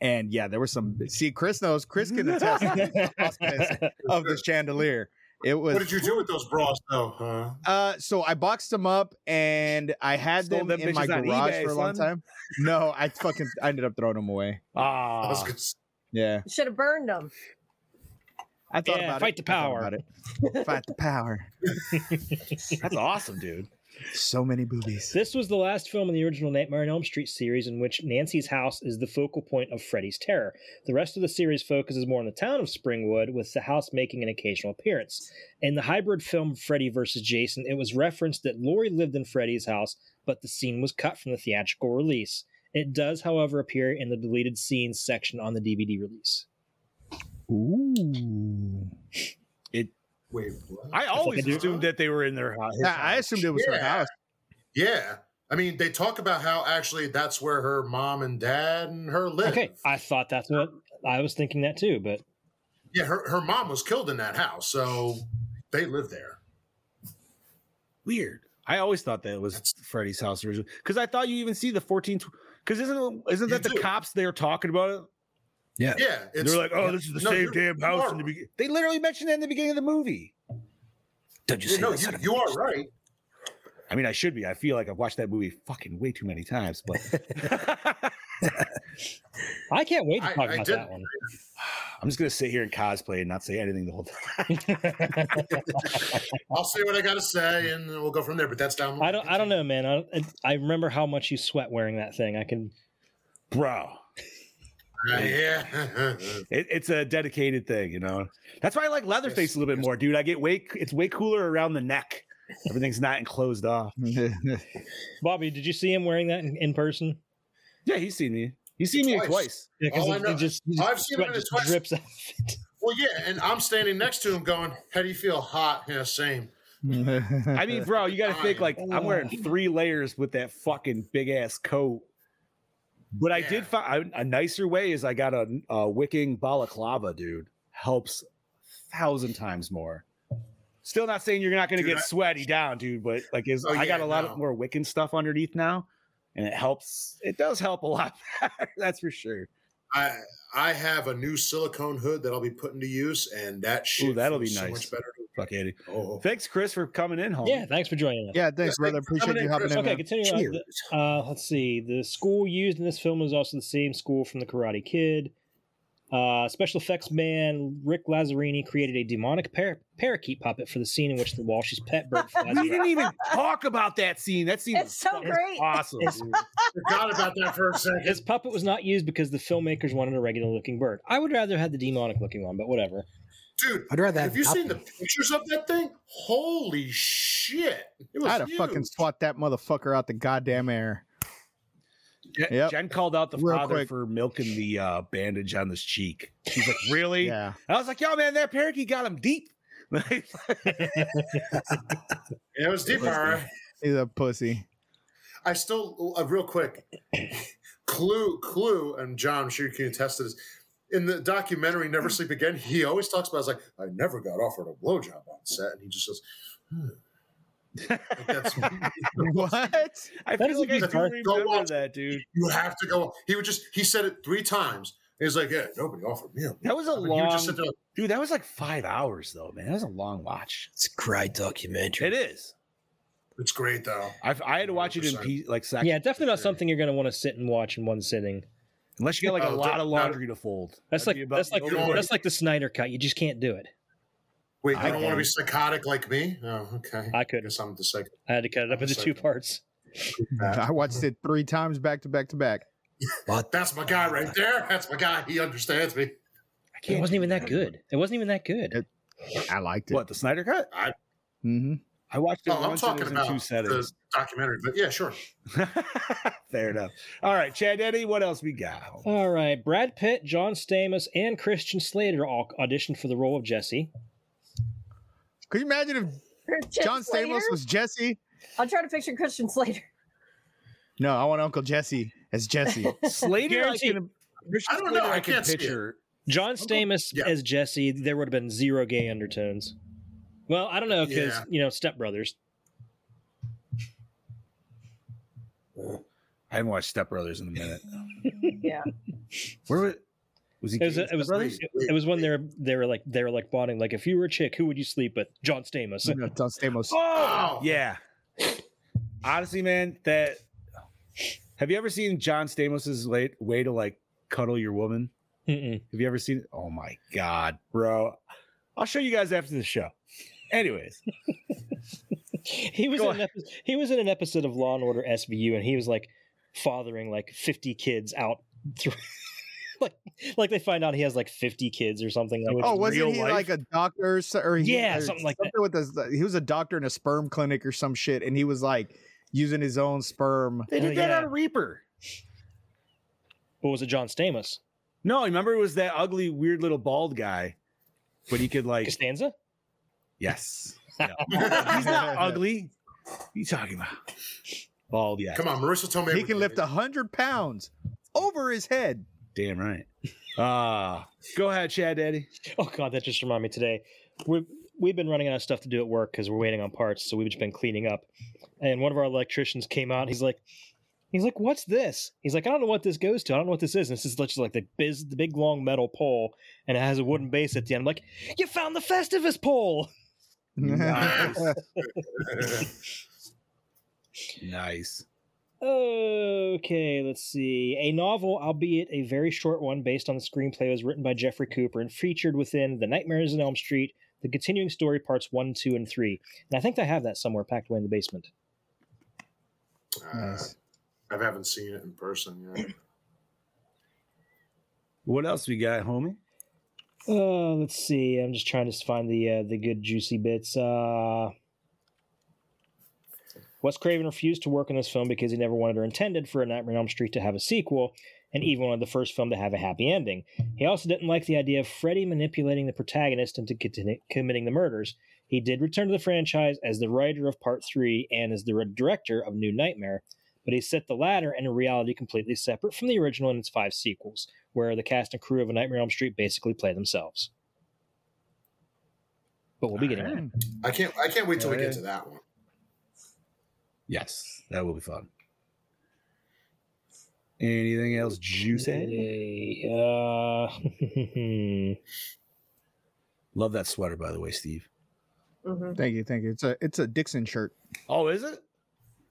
And yeah, there was some. See, Chris knows. Chris can attest to the process of the chandelier. It was. What did you do with those bras, though? Huh? Uh, so I boxed them up and I had Stole them, them in my bitches on garage eBay, for a long son. time. No, I fucking I ended up throwing them away. I was Ah, gonna say, Yeah, Should have burned them. I thought Yeah, about fight it. the I thought power. about it. fight the power. that's awesome, dude. So many boobies. This was the last film in the original Nightmare on Elm Street series in which Nancy's house is the focal point of Freddy's terror. The rest of the series focuses more on the town of Springwood, with the house making an occasional appearance. In the hybrid film Freddy vs. Jason, it was referenced that Laurie lived in Freddy's house, but the scene was cut from the theatrical release. It does, however, appear in the deleted scenes section on the DVD release. Ooh. Wait, what? I always do. assumed that they were in their uh, house. Yeah, I assumed it was her Yeah. house. yeah. I mean, they talk about how actually that's where her mom and dad and her live. Okay, I thought that's what I was thinking that too, but Yeah, her, her mom was killed in that house, so they live there. Weird. I always thought that it was Freddy's house originally because I thought you even see the 14. Because isn't isn't You that the do. cops they're talking about it? Yeah, it's They're like, oh, this is the No, same you're- damn you house are in the right. beginning. They literally mentioned that in the beginning of the movie. Don't you Yeah, say no, that, you, son of a you are bitch. right. I mean, I should be. I feel like I've watched that movie fucking way too many times, but I can't wait to I- talk I about did- that one. I'm just gonna sit here and cosplay and not say anything the whole time. I'll say what I got to say, and then we'll go from there. But that's down. I don't. I don't know, man. I, don't- I remember how much you sweat wearing that thing. I can. Bro, Uh, yeah, it, it's a dedicated thing, you know. That's why I like Leatherface a little bit more, dude. I get way it's way cooler around the neck. Everything's not enclosed off. Bobby, did you see him wearing that in, in person? Yeah, he's seen me. He's seen me Twice. twice. Yeah, Oh, I because know. it just, you just- I've seen him sweat in his just twice. drips out of it. well, yeah, and I'm standing next to him, going, "How do you feel? Hot? Yeah, same." I mean, bro, you gotta think like I'm wearing three layers with that fucking big ass coat. But I Yeah. did find a a nicer way is I got a, a wicking balaclava, dude. Helps a thousand times more. Still not saying you're not gonna Dude, get I- sweaty down, dude, but like is Oh, I got yeah, a lot no. of more wicking stuff underneath now, and it helps. It does help a lot. That's for sure. I I have a new silicone hood that I'll be putting to use, and that shit that'll feels be so nice. much better. Fuck Andy. Oh, Thanks, Chris, for coming in home. Yeah, thanks for joining us. yeah, thanks, brother. Appreciate you hopping in. Okay, man. continuing on. Cheers. The- Uh, let's see. The school used in this film is also the same school from The Karate Kid. Uh, special effects man Rick Lazzarini created a demonic par- parakeet puppet for the scene in which the Walsh's pet bird flies. We away. didn't even talk about that scene. That scene It's was so fucking great. awesome. It's- dude. forgot about that for a second. This puppet was not used because the filmmakers wanted a regular looking bird. I would rather have the demonic looking one, but whatever. Dude, I'd rather have you nothing. seen the pictures of that thing? Holy shit! It was I'd have fucking huge. swat that motherfucker out the goddamn air. Je- Yep. Jen called out the Real father quick. for milking the uh, bandage on his cheek. She's like, really? Yeah. I was like, yo, man, that parakeet got him deep. Like, Yeah, it was deep. was all right. He's a pussy. I still uh, real quick. Clue, Clue, and John, I'm sure you can attest to this. In the documentary "Never Sleep Again," he always talks about it's like I never got offered a blowjob on set, and he just says, hmm. Like, that's, what? I That feel like I is do bizarre. Go remember watch. that, dude. "You have to go." He would just he said it three times. He's like, "Yeah, nobody offered me." A blowjob." That was a And he would just sit long, there like, dude. That was like five hours though, man. That was a long watch. It's a great documentary. It is. it's great though. I've, I had to watch it in 100%. pe- like sections. Yeah, definitely not Sure. something you're going to want to sit and watch in one sitting. Unless you got like Oh, a lot dude, of no. laundry to fold. That's That'd be like about that's like the you only- know that's like the Snyder cut. You just can't do it. Wait, I you don't want to can. be psychotic like me? Oh, okay. I I couldn't. guess I'm the psycho. I had to cut it up into two parts. Mm-hmm. Uh, I watched it three times back to back to back. But That's my guy right there. That's my guy. He understands me. It wasn't even that good. It wasn't even that good. I liked it. what the Snyder cut? Mm-hmm. I watched it Oh, I'm once and talking it was in two about the settings. documentary, but yeah, sure. Fair enough. All right, Chad Eddie, what else we got? All right, Brad Pitt, John Stamos, and Christian Slater all auditioned for the role of Jesse. Could you imagine if John Stamos was Jesse? I'll try to picture Christian Slater. No, I want Uncle Jesse as Jesse. Slater, I, Guaranteed. can, Christian I don't Slater, know. I can can't see it. picture. John Stamos yeah. as Jesse, there would have been zero gay undertones. Well, I don't know because Yeah. you know stepbrothers. I haven't watched Step Brothers in a minute. Yeah. Where was, was he? It was gay in it was Step it, it was when they're they were like they were like bonding like if you were a chick who would you sleep with John Stamos No, Don Stamos. Oh, Yeah. Honestly, man, that have you ever seen John Stamos's late way to like cuddle your woman? Mm-mm. Have you ever seen? Oh my god, bro! I'll show you guys after the show. Anyways, he was Go in an epi- he was in an episode of Law and Order SVU and he was like fathering like fifty kids out through like like they find out he has like fifty kids or something like Oh, it's wasn't real he life. like a doctor? or so- Or he, Yeah, or something like that. With this, he was a doctor in a sperm clinic or some shit, and he was like using his own sperm. they Oh, did that yeah. on Reaper. what was it John Stamos No, remember it was that ugly, weird little bald guy, but he could like Costanza yes. No. He's not ugly. What are you talking about? Bald, yeah. Come on, Marissa Tomei. He can lift a hundred pounds over his head. Damn right. Ah, go ahead, Chad Daddy. Oh god, that just reminded me today. We've we've been running out of stuff to do at work because we're waiting on parts, so we've just been cleaning up. And one of our electricians came out. He's like, he's like, what's this? He's like, I don't know what this goes to. I don't know what this is. And this is just like the biz, the big long metal pole, and it has a wooden base at the end. I'm like, you found the Festivus pole. Nice. Okay, let's see. A novel, albeit a very short one, based on the screenplay, was written by Jeffrey Cooper and featured within The Nightmares in Elm Street, the continuing story parts one, two, and three. And I think I have that somewhere packed away in the basement. Uh, I haven't seen it in person yet. What else we got, homie? Uh, let's see. I'm just trying to find the uh, the good juicy bits. Uh, Wes Craven refused to work on this film because he never wanted or intended for A Nightmare on Elm Street to have a sequel, and even wanted the first film to have a happy ending. He also didn't like the idea of Freddy manipulating the protagonist into continu- committing the murders. He did return to the franchise as the writer of Part 3 and as the director of New Nightmare, but he set the latter in a reality completely separate from the original and its five sequels where the cast and crew of A Nightmare on Elm Street basically play themselves. But we'll be getting that. I can't. I can't wait till we Yeah. get to that one. Yes, that will be fun. Anything else juicy? Hey, uh, Love that sweater, by the way, Steve. hmm Thank you, thank you. It's a it's a Dixon shirt. Oh, is it?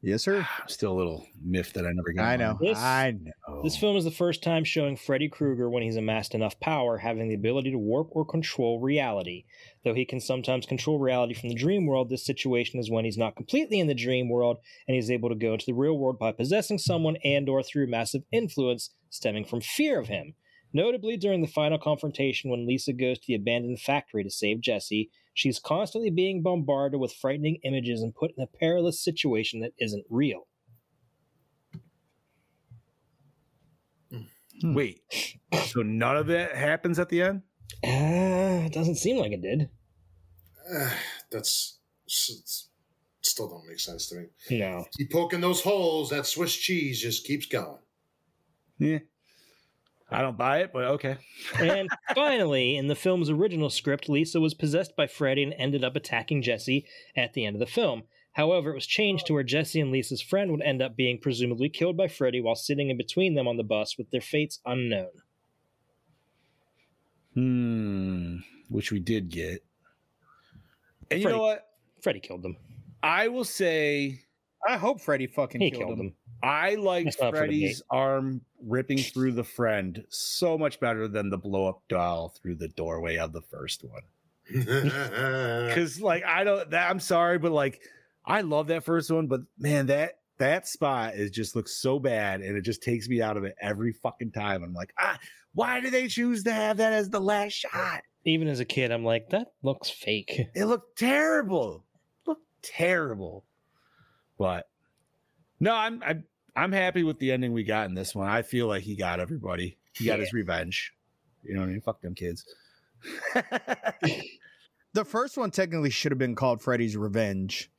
Yes, sir. I'm still a little miffed that I never got. Oh. I one. know. This- I know. this film is the first time showing Freddy Krueger when he's amassed enough power, having the ability to warp or control reality. Though he can sometimes control reality from the dream world, this situation is when he's not completely in the dream world and he's able to go into the real world by possessing someone and or through massive influence stemming from fear of him. Notably during the final confrontation when Lisa goes to the abandoned factory to save Jesse, she's constantly being bombarded with frightening images and put in a perilous situation that isn't real. Wait, so none of that happens at the end? Uh, it doesn't seem like it did. Uh, that's s- s- still don't make sense to me. No. Keep poking those holes. That Swiss cheese just keeps going. Yeah. I don't buy it, but okay. and finally, in the film's original script, Lisa was possessed by Freddy and ended up attacking Jesse at the end of the film. However, it was changed to where Jesse and Lisa's friend would end up being presumably killed by Freddy while sitting in between them on the bus with their fates unknown. Hmm. Which we did get. And you Freddie. know what? Freddy killed them. I will say I hope Freddy fucking He killed, killed him. them. I like That's not for the Freddy's gate. arm ripping through the friend so much better than the blow up doll through the doorway of the first one. Cause like I don't that I'm sorry, but like I love that first one, but man, that that spot is just looks so bad and it just takes me out of it every fucking time. I'm like, ah, why do they choose to have that as the last shot? Even as a kid, I'm like, that looks fake. It looked terrible. looked terrible. But no, I'm I'm I'm happy with the ending we got in this one. I feel like he got everybody. He got his revenge. You know what I mean? Fuck them kids. The first one technically should have been called Freddy's Revenge.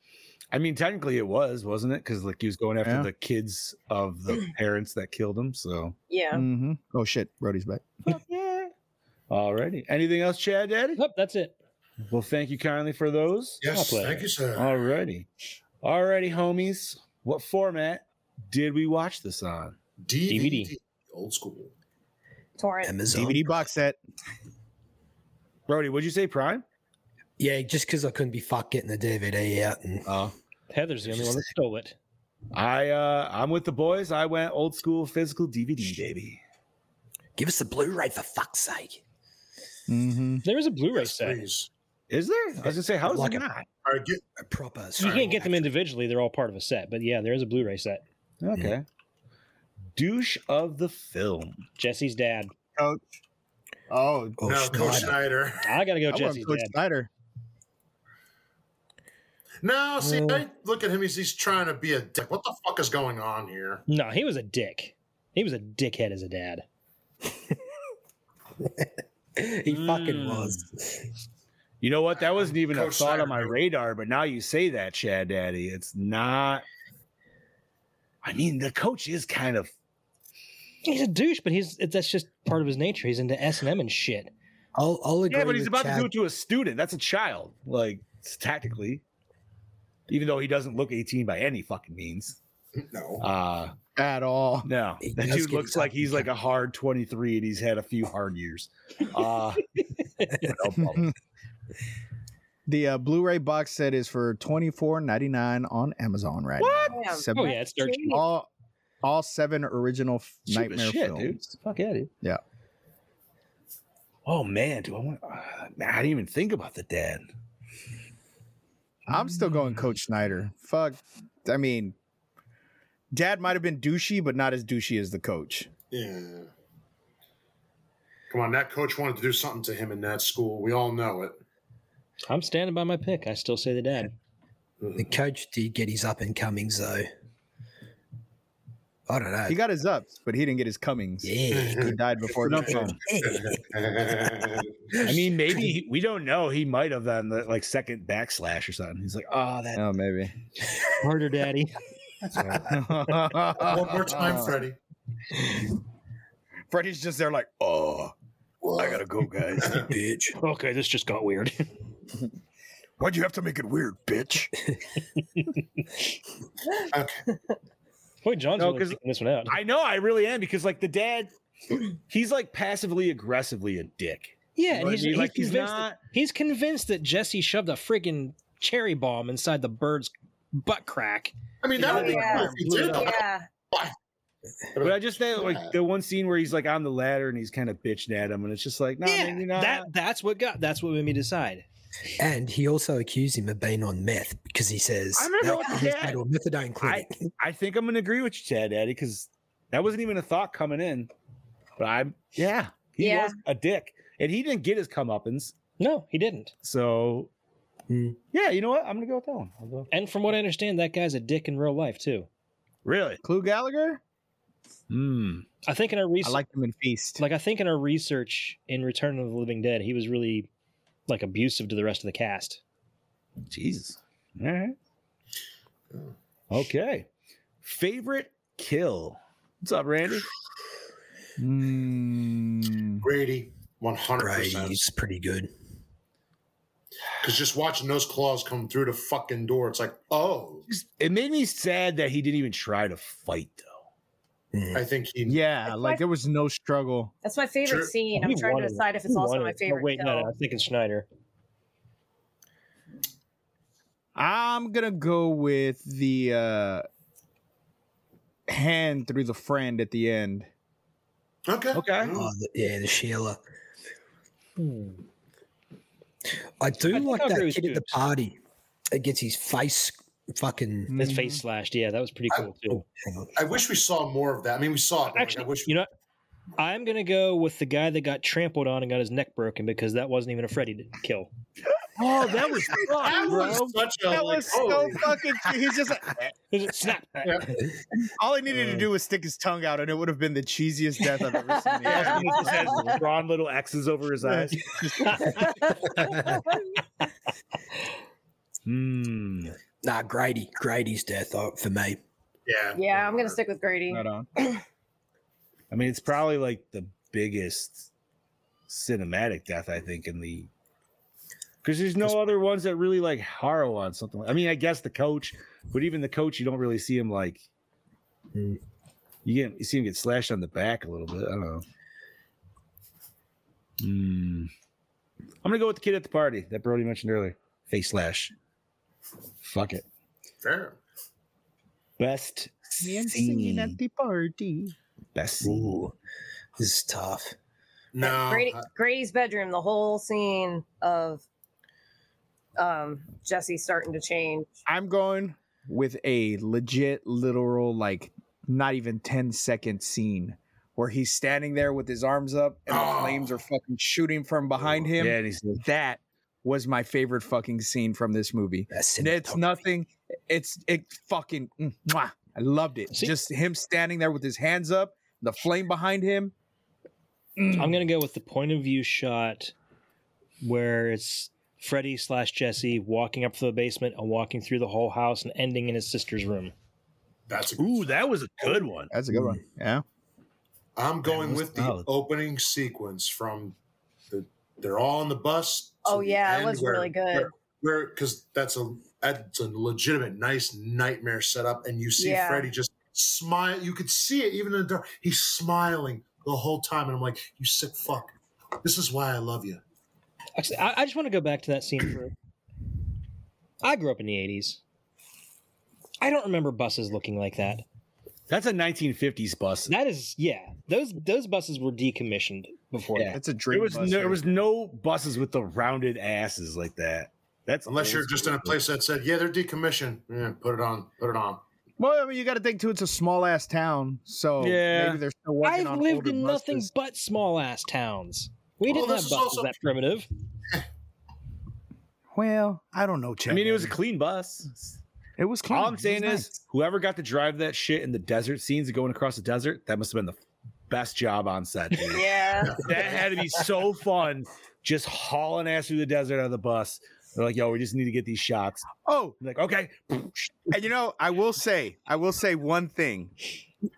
I mean, technically it was, wasn't it? Because like he was going after Yeah. the kids of the parents that killed him. So Yeah. Mm-hmm. Oh shit, Brody's back. alrighty. Anything else, Chad Daddy? Nope, that's it. Well, thank you kindly for those. yes, Not bad. thank you, sir. Alrighty. Alrighty, homies. What format did we watch this on? DVD. DVD. Old school. Torrent. Amazon. DVD box set. Brody, what'd you say, Prime? Yeah, just because I couldn't be fucked getting the DVD out and Oh, Heather's the only one that stole it. I uh I'm with the boys. I went old school physical DVD, baby. give us the Blu-ray for fuck's sake. Mm-hmm. There is a Blu-ray Yes, set. please. Is there? I was gonna say, how is Like it a- not? All right, get, A proper. You can't get them individually; they're all part of a set. But yeah, there is a Blu-ray set. Okay. Douche of the film. Jesse's dad. Coach. Oh, Oh, no, Coach Schneider. Schneider. I gotta go. I want Jesse's Coach dad. Snyder. No, see, Mm. I look at him. He's, he's trying to be a dick. What the fuck is going on here? No, he was a dick. He was a dickhead as a dad. he fucking Mm. was. You know what? That wasn't even a Coach thought on my Snyder. radar, but now you say that, Chad Daddy, it's not. I mean, the coach is kind of. He's a douche, but he's that's just part of his nature. He's into S and M and shit. I'll, I'll agree. Yeah, but he's with about Chad. to do it to a student. That's a child, like it's tactically. Even though he doesn't look 18 by any fucking means. No. Uh At all. no. He That does dude get looks like himself he's like a hard 23 and he's had a few hard years. Uh no problem. The uh, Blu-ray box set is for twenty four ninety nine on Amazon right What? now. Damn. Seven, Oh yeah, it's dirt. cheap. all, all seven original f- Cheap as Nightmare shit, films. dude. Fuck yeah, dude. Yeah. Oh man, do I want? Uh, man, I didn't even think about the dad. I'm still going Coach Snyder. Fuck. I mean, Dad might have been douchey, but not as douchey as the coach. Yeah. Come on, that coach wanted to do something to him in that school. We all know it. I'm standing by my pick. I still say the dad. The coach did get his up and comings though. I don't know. He got his ups, but he didn't get his comings. yeah, He died before the film. I mean, maybe he- we don't know. He might have done the like second backslash or something. He's like, oh, that. Oh, maybe. Harder, daddy. One more time, Freddie. Freddie's just there, like, oh, I gotta go, guys. bitch. okay, this just got weird. Why'd you have to make it weird, bitch? Boy, John's No, really 'cause picking this one out. I know, I really am because like the dad, he's like passively aggressively a dick. yeah, You and know he's, what I mean? he's like he's convinced not. that, he's convinced that Jesse shoved a friggin' cherry bomb inside the bird's butt crack. I mean, that would be Yeah. cool if he did. though. Yeah. But I just think like Yeah. the one scene where he's like on the ladder and he's kind of bitching at him, and it's just like, no, yeah, maybe not. that that's what got that's what made me decide. And he also accused him of being on meth because he says I remember "No, what the I just dad- go to a methadone clinic. I think I'm gonna agree with you, Chad Daddy, because that wasn't even a thought coming in. But I'm yeah, he Yeah. was a dick. And he didn't get his comeuppance. No, he didn't. So Hmm. yeah, you know what? I'm gonna go with that one. I'll go- And from what I understand, that guy's a dick in real life too. Really? Clue Gallagher? Hmm. I think in our I research, like-, liked him in Feast. I think in our research in Return of the Living Dead, he was really like abusive to the rest of the cast. Jesus. All right. Okay. Favorite kill. What's up, Randy? Mm. Brady, one hundred percent. Brady's pretty good. Because just watching those claws come through the fucking door, it's like, oh, Just- It made me sad that he didn't even try to fight though. Mm. I think he. Yeah, like there was no struggle. That's my favorite Sure. scene. I'm We trying to wanted- decide if it's we also wanted- my no, favorite. wait, no, kill. no, I'm thinking Schneider. I'm gonna go with the uh hand through the friend at the end. Okay. Okay. Mm. Oh, the, yeah, the Sheila. I do I think like I'll that agree with kid at the Dukes. party. It gets his face fucking. His face slashed. Yeah, that was pretty I- cool too. hang on. I wish we saw more of that. I mean, we saw it. But Actually, like, I wish. you know, I'm gonna go with the guy that got trampled on and got his neck broken because that wasn't even a Freddy to kill. Oh, that was that fun, was bro. such a. That like, was so holy- fucking. He's just like, Is it snap? all he needed to do was stick his tongue out, and it would have been the cheesiest death I've ever seen. Yeah, he just has drawn little X's over his eyes. Hmm. Nah, Grady. Grady's death uh, for me. yeah. yeah, I'm gonna stick with Grady. Right on. I mean, it's probably like the biggest cinematic death I think in the because there's no other ones that really like harrow on something. Like, I mean, I guess the coach, but even the coach, you don't really see him like Mm. You get you see him get slashed on the back a little bit. I don't know. Hmm. I'm gonna go with the kid at the party that Brody mentioned earlier. Face slash. Fuck it. Fair. Best scene. the party. Best scene. Ooh, this is tough. No. Grady, I- Grady's bedroom, the whole scene of um, Jesse starting to change. I'm going with a legit, literal, like not even 10 second scene where he's standing there with his arms up and Oh. the flames are fucking shooting from behind him. Yeah, and he's That was my favorite fucking scene from this movie. That's And It's nothing. It's it fucking. mm, mwah. I loved it. See? Just him standing there with his hands up, the flame behind him. I'm gonna go with the point of view shot where it's Freddy slash Jesse walking up from the basement and walking through the whole house and ending in his sister's room. That's a good Ooh, that was a good one. That's a good one. Yeah. I'm going was with the solid. opening sequence from the they're all on the bus. to Oh, the yeah, it end was really good. where- Where because that's a that's a legitimate nice nightmare setup, and you see Yeah. Freddy just smile. You could see it even in the dark. He's smiling the whole time, and I'm like, "You sick fuck! This is why I love you." Actually, I, I just want to go back to that scene for. I grew up in the '80s. I don't remember buses looking like that. That's a 1950s bus. That is, yeah, those those buses were decommissioned before. Yeah. that. That's a dream. There was no, bus there right was no buses with the rounded asses like that. That's Unless old you're just in a school. place that said, "Yeah, they're decommissioned. Yeah, put it on, put it on." Well, I mean, you got to think too. It's a small ass town, so Yeah. maybe they're still working I've on lived older in nothing buses. but small ass towns. We Well, didn't this have is buses also- that primitive. Well, I don't know. Chad. I mean, it was a clean bus. it was. Clean. All I'm saying It was is, whoever got to drive that shit in the desert scenes and going across the desert, that must have been the best job on set. dude. Yeah. that had to be so fun, just hauling ass through the desert on the bus. They're like, "Yo, we just need to get these shots." nice. oh, I'm like, okay, and you know, I will say, I will say one thing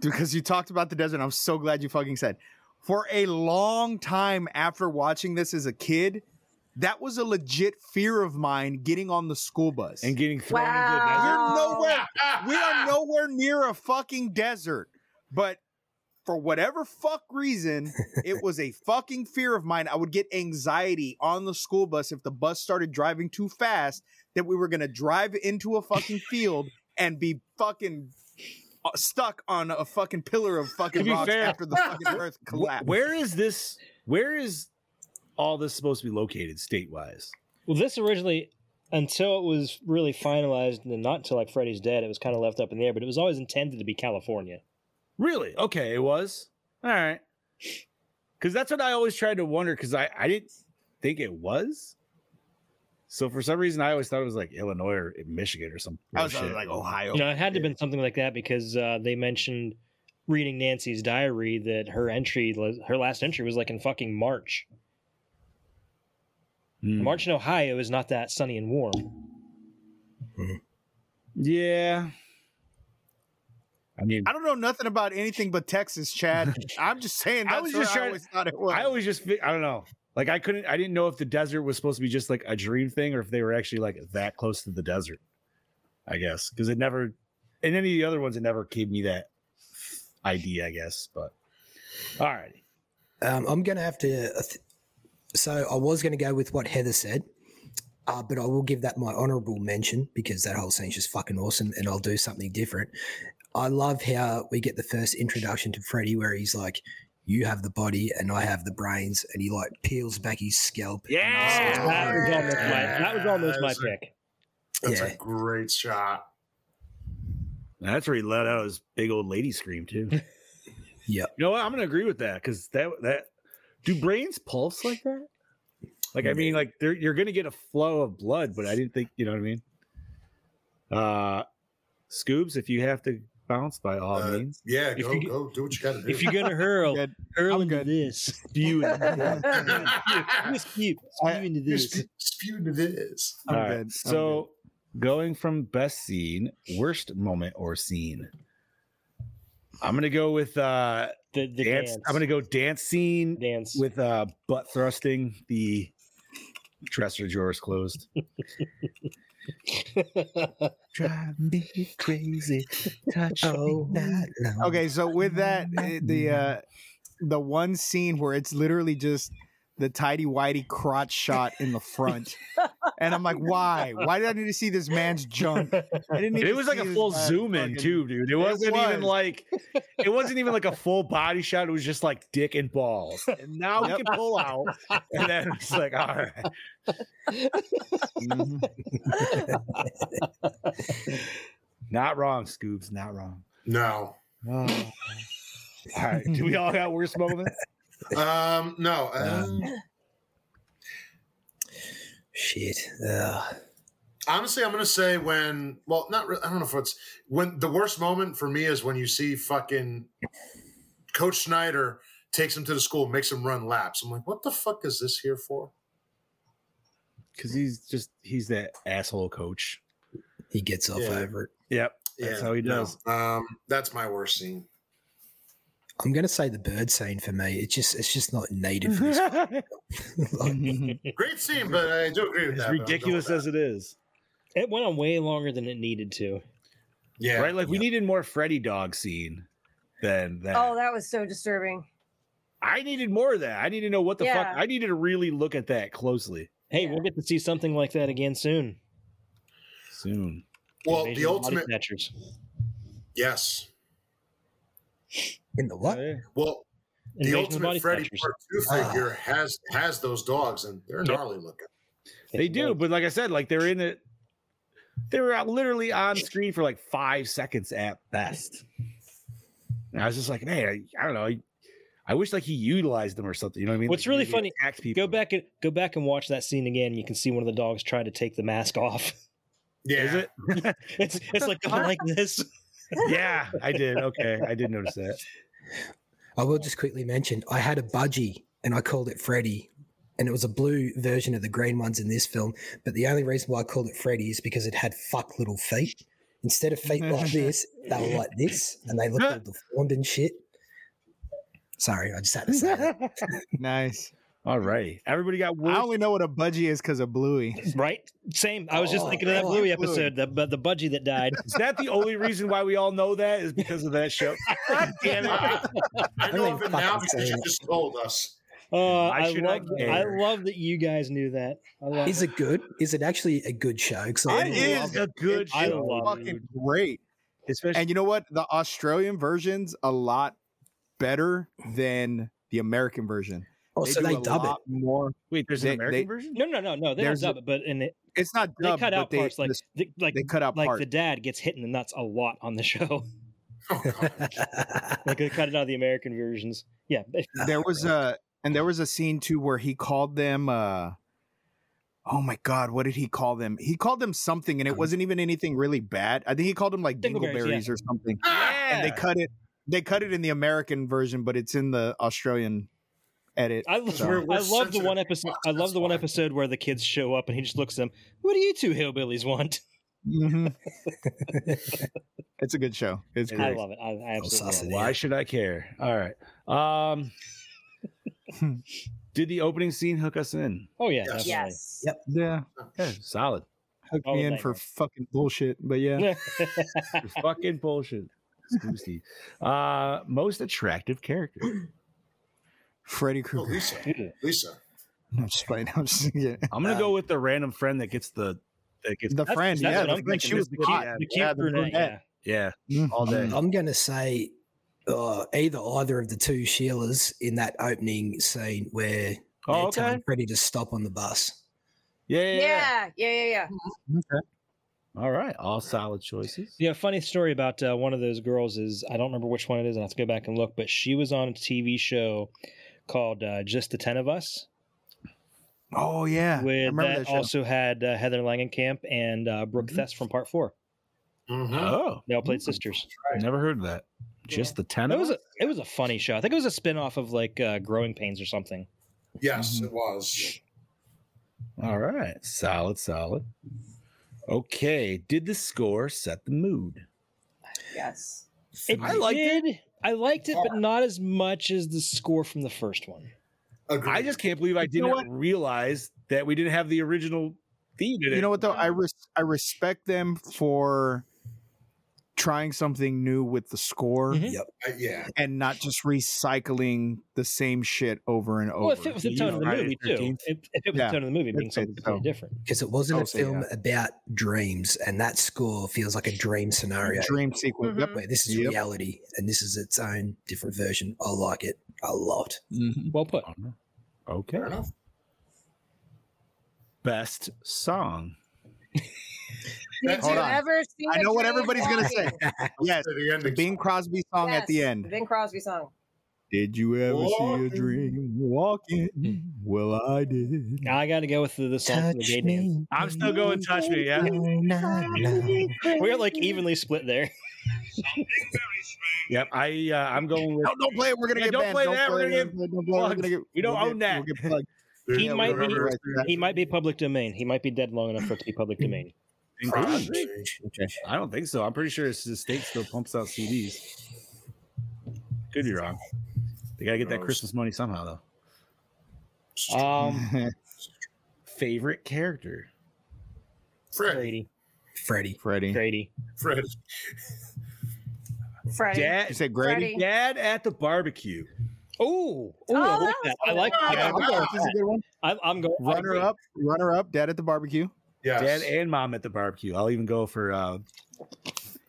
because you talked about the desert. I'm so glad you fucking said. For a long time after watching this as a kid, that was a legit fear of mine getting on the school bus. and getting thrown into the desert. Wow. We're nowhere. We are nowhere near a fucking desert. But for whatever fuck reason, it was a fucking fear of mine. I would get anxiety on the school bus if the bus started driving too fast that we were going to drive into a fucking field and be fucking uh, stuck on a fucking pillar of To fucking be rocks fair- after the fucking earth Wh- collapsed. Where is this? Where is all this supposed to be located state wise? Well, this originally, until it was really finalized, and not until like Freddy's dead, it was kind of left up in the air. But it was always intended to be California. Really? Okay, it was. All right. Cause that's what I always tried to wonder, because I, I didn't think it was. So for some reason I always thought it was like Illinois or Michigan or something. I was uh, like Ohio. You know, it had to have been something like that because uh, they mentioned reading Nancy's diary that her entry, her last entry, was like in fucking March. Mm. Hmm. March in Ohio is not that sunny and warm. Yeah. I mean I don't know nothing about anything but Texas, Chad. I'm just saying I that's was where just I trying- always thought it was. I always just fi- I don't know. Like I couldn't I didn't know if the desert was supposed to be just like a dream thing or if they were actually like that close to the desert. I guess because it never in any of the other ones it never gave me that idea. I guess, but all right. Um, I'm going to have to. I th- so I was going to go with what Heather said, uh, but I will give that my honourable mention because that whole scene's just fucking awesome, and I'll do something different. I love how we get the first introduction to Freddy, where he's like, "You have the body, and I have the brains," and he like peels back his scalp. That was almost my, that was almost my Yes. pick. That's Yeah. a great shot. And that's where he let out his big old lady scream too. Yep. You know what? I'm gonna agree with that because that that do brains pulse like that? Like I mean, like they're, you're gonna get a flow of blood, but I didn't think you know what I mean. Uh, Scoobs, if you have to bounce by all Uh, means, yeah, If go you- go do what you gotta do. If you're gonna hurl, Good. hurl I'm into good. this. you You spew, spew I- into You're this. spe- spewing it is. I'm All right, good. I'm So going from best scene, worst moment or scene. I'm gonna go with uh The, the dance. dance. I'm gonna go dance scene dance. with uh butt thrusting the dresser drawers closed. Drive me crazy. Touch Oh, me not. Okay, so with that, uh, the uh, the one scene where it's literally just the tidy whitey crotch shot in the front, and I'm like, why? Why did I need to see this man's junk? I didn't. need It to was like a see full his, uh, zoom in fucking- too, dude. It wasn't even was. like it wasn't even like a full body shot. It was just like dick and balls. And now we Yep. can pull out. And then it's like, all right. Not wrong, Scoobs. Not wrong. No. All right. Do we all got worst moments? Um, no. Um, Shit. Ugh. honestly, I'm gonna say when. Well, not. Really, I don't know if it's when the worst moment for me is when you see fucking Coach Snyder takes him to the school, makes him run laps. I'm like, what the fuck is this here for? Because he's just he's that asshole coach. He gets off Yeah. over it. Yep. That's how he no. does. Um, that's my worst scene. I'm gonna say the bird scene for me. It's just it's just not needed for this. as like, Great scene, but I do agree with that. but I'm done with ridiculous that. as it is. It went on way longer than it needed to. yeah, Right? Like we Yeah. needed more Freddy dog scene than that. Oh, that was so disturbing. I needed more of that. I need to know what the Yeah. fuck. I needed to really look at that closely Hey, Yeah. we'll get to see something like that again soon. soon. Well, Invasion the of Body ultimate. Snatchers. Yes. in the what? Yeah. Well, the Invasion of ultimate Freddy Snatchers. Part Two figure has has those dogs, and they're Yep. gnarly looking. They do, but like I said, like they're in it. They were out literally on screen for like five seconds at best. And I was just like, man, I, I don't know. I, I wish like he utilized them or something. You know what I mean? What's Like, really he funny- attacks people. Go back and go back and watch that scene again. You can see one of the dogs try to take the mask off. Yeah. Is it? It's it's like going like this. yeah, I did. Okay, I did notice that. I will just quickly mention I had a budgie and I called it Freddy. And it was a blue version of the green ones in this film. But the only reason why I called it Freddy is because it had fuck little feet. Instead of feet like this, they were like this and they looked all deformed and shit. Sorry, I just had to say that. Nice. All right, everybody got I worst. only know what a budgie is because of Bluey. Right? Same. I was just Oh, thinking of that oh, Bluey absolutely. episode, the bu- the budgie that died. Is that the only reason why we all know that is because of that show? God damn it! I, I know of didn't it now fucking because say you that. just told us. Oh, Why I should I love that- I care? love that you guys knew that. I love Is it. it good? Is it actually a good show? 'Cause I It love is a good I show, love Fucking dude. great. Especially And you know what? The Australian version's a lot better than the American version. Oh, so do they a dub it. lot More. wait, there's an they- American they- version. No, no, no, no. They don't There's a- dub it, but in it, It's not they dubbed, cut but out they, parts like this- the, like they cut out like parts. the dad gets hit in the nuts a lot on the show. Oh, God. like they cut it out of the American versions. Yeah, but- there was a and there was a scene too where he called them uh oh my god what did he call them he called them something and it wasn't even anything really bad i think he called them like Uh-huh. Dingleberries, yeah. dingleberries or something Yeah. and they cut it they cut it in the american version but it's in the australian edit I, love- We're- we're I love the sensitive one to episode. fuck, I love that's the one why. episode where the kids show up and he just looks at them. What do you two hillbillies want? Mhm. it's a good show it's It I great love it. I, I absolutely sausage. love Why should I care? All right. Um Did the opening scene hook us in? it. Oh Yes. yeah, definitely. Yes. Yep. yeah Yeah, solid. hooked All me the in for fucking bullshit but yeah It's fucking bullshit. Excuse me. Uh, most attractive character. freddy Oh, krueger Lisa. Lisa. i'm just playing i'm just yeah. I'm gonna go with the random friend that gets the that gets the friend that's yeah what the I'm friend, thinking. she was The the key- the cute brunette, yeah. yeah Mhm. all day. I'm going to say uh, either either of the two Sheilas in that opening scene where they're Oh, okay. telling Freddy to stop on the bus. Yeah, yeah, yeah. Yeah. Yeah. Yeah. Yeah. All right, all solid choices. Yeah, funny story about uh, one of those girls is I don't remember which one it is. I have to go back and look, but she was on a TV show called uh, Just the Ten of Us, Oh yeah, I with remember that, that, show. Mm-hmm. also had uh, Heather Langenkamp and uh, Brooke Mhm. Thess from Part Four. Mhm. Oh, Uh-huh. They all Mm. played sisters. Never heard of that. Just the ten. It of was a us? it was a funny show. I think it was a spin off of like uh, Growing Pains or something. Yes, it was. All right, solid, solid. Okay, did the score set the mood? Yes. It I liked did. I liked it, but not as much as the score from the first one. Agreed. I just can't believe I You know didn't realize that we didn't have the original defeated you it. know what though i res- i respect them for trying something new with the score Mhm. Uh, yeah. and not just recycling the same shit over and over Well, if it was the You tone of the Friday movie the too, 13th? if, if it was Yeah, the tone of the movie being say something so. completely different, because it wasn't Oh, I'll a say film about dreams, and that score feels like a dream scenario. dream sequence Mm-hmm. Mhm. yep. Where this is Yep. reality, and this is its own different version. I like it a lot. well put. Okay. Fair enough. Best song. Did Hold you on. ever see i a know what dream everybody's gonna say song? yes To the the ending. bing crosby song at the Yes, end Bing Crosby song. did you ever see a Walking. dream walking well i did Now I got to go with the, the song from the gay dance. I'm still going touch me, yeah. We're like evenly split there. Yep. I uh, I'm going with no, don't play it. We're gonna Yeah, get don't banned. play don't that. We're play gonna it. Don't play it. We're plugged. gonna get- We don't we'll get- own that. we'll get plugged. There's He Yeah, no we might don't be- remember own that. He might be public domain. He might be dead long enough for it to be public domain. Crosby. I don't think so. I'm pretty sure it's the state still pumps out CDs. Could be wrong. They gotta get that Gross. Christmas money somehow though. Um, Favorite character. Fred. Grady, Freddie. Freddie. Grady. Fred. Friday. You Dad, said Grady? Freddie. dad at the barbecue. Oh, Oh, I like that was that. I like that. Yeah, I'm going, this is a good one. I'm, I'm going Runner up, runner up, dad at the barbecue. Yes. Dad and mom at the barbecue. I'll even go for uh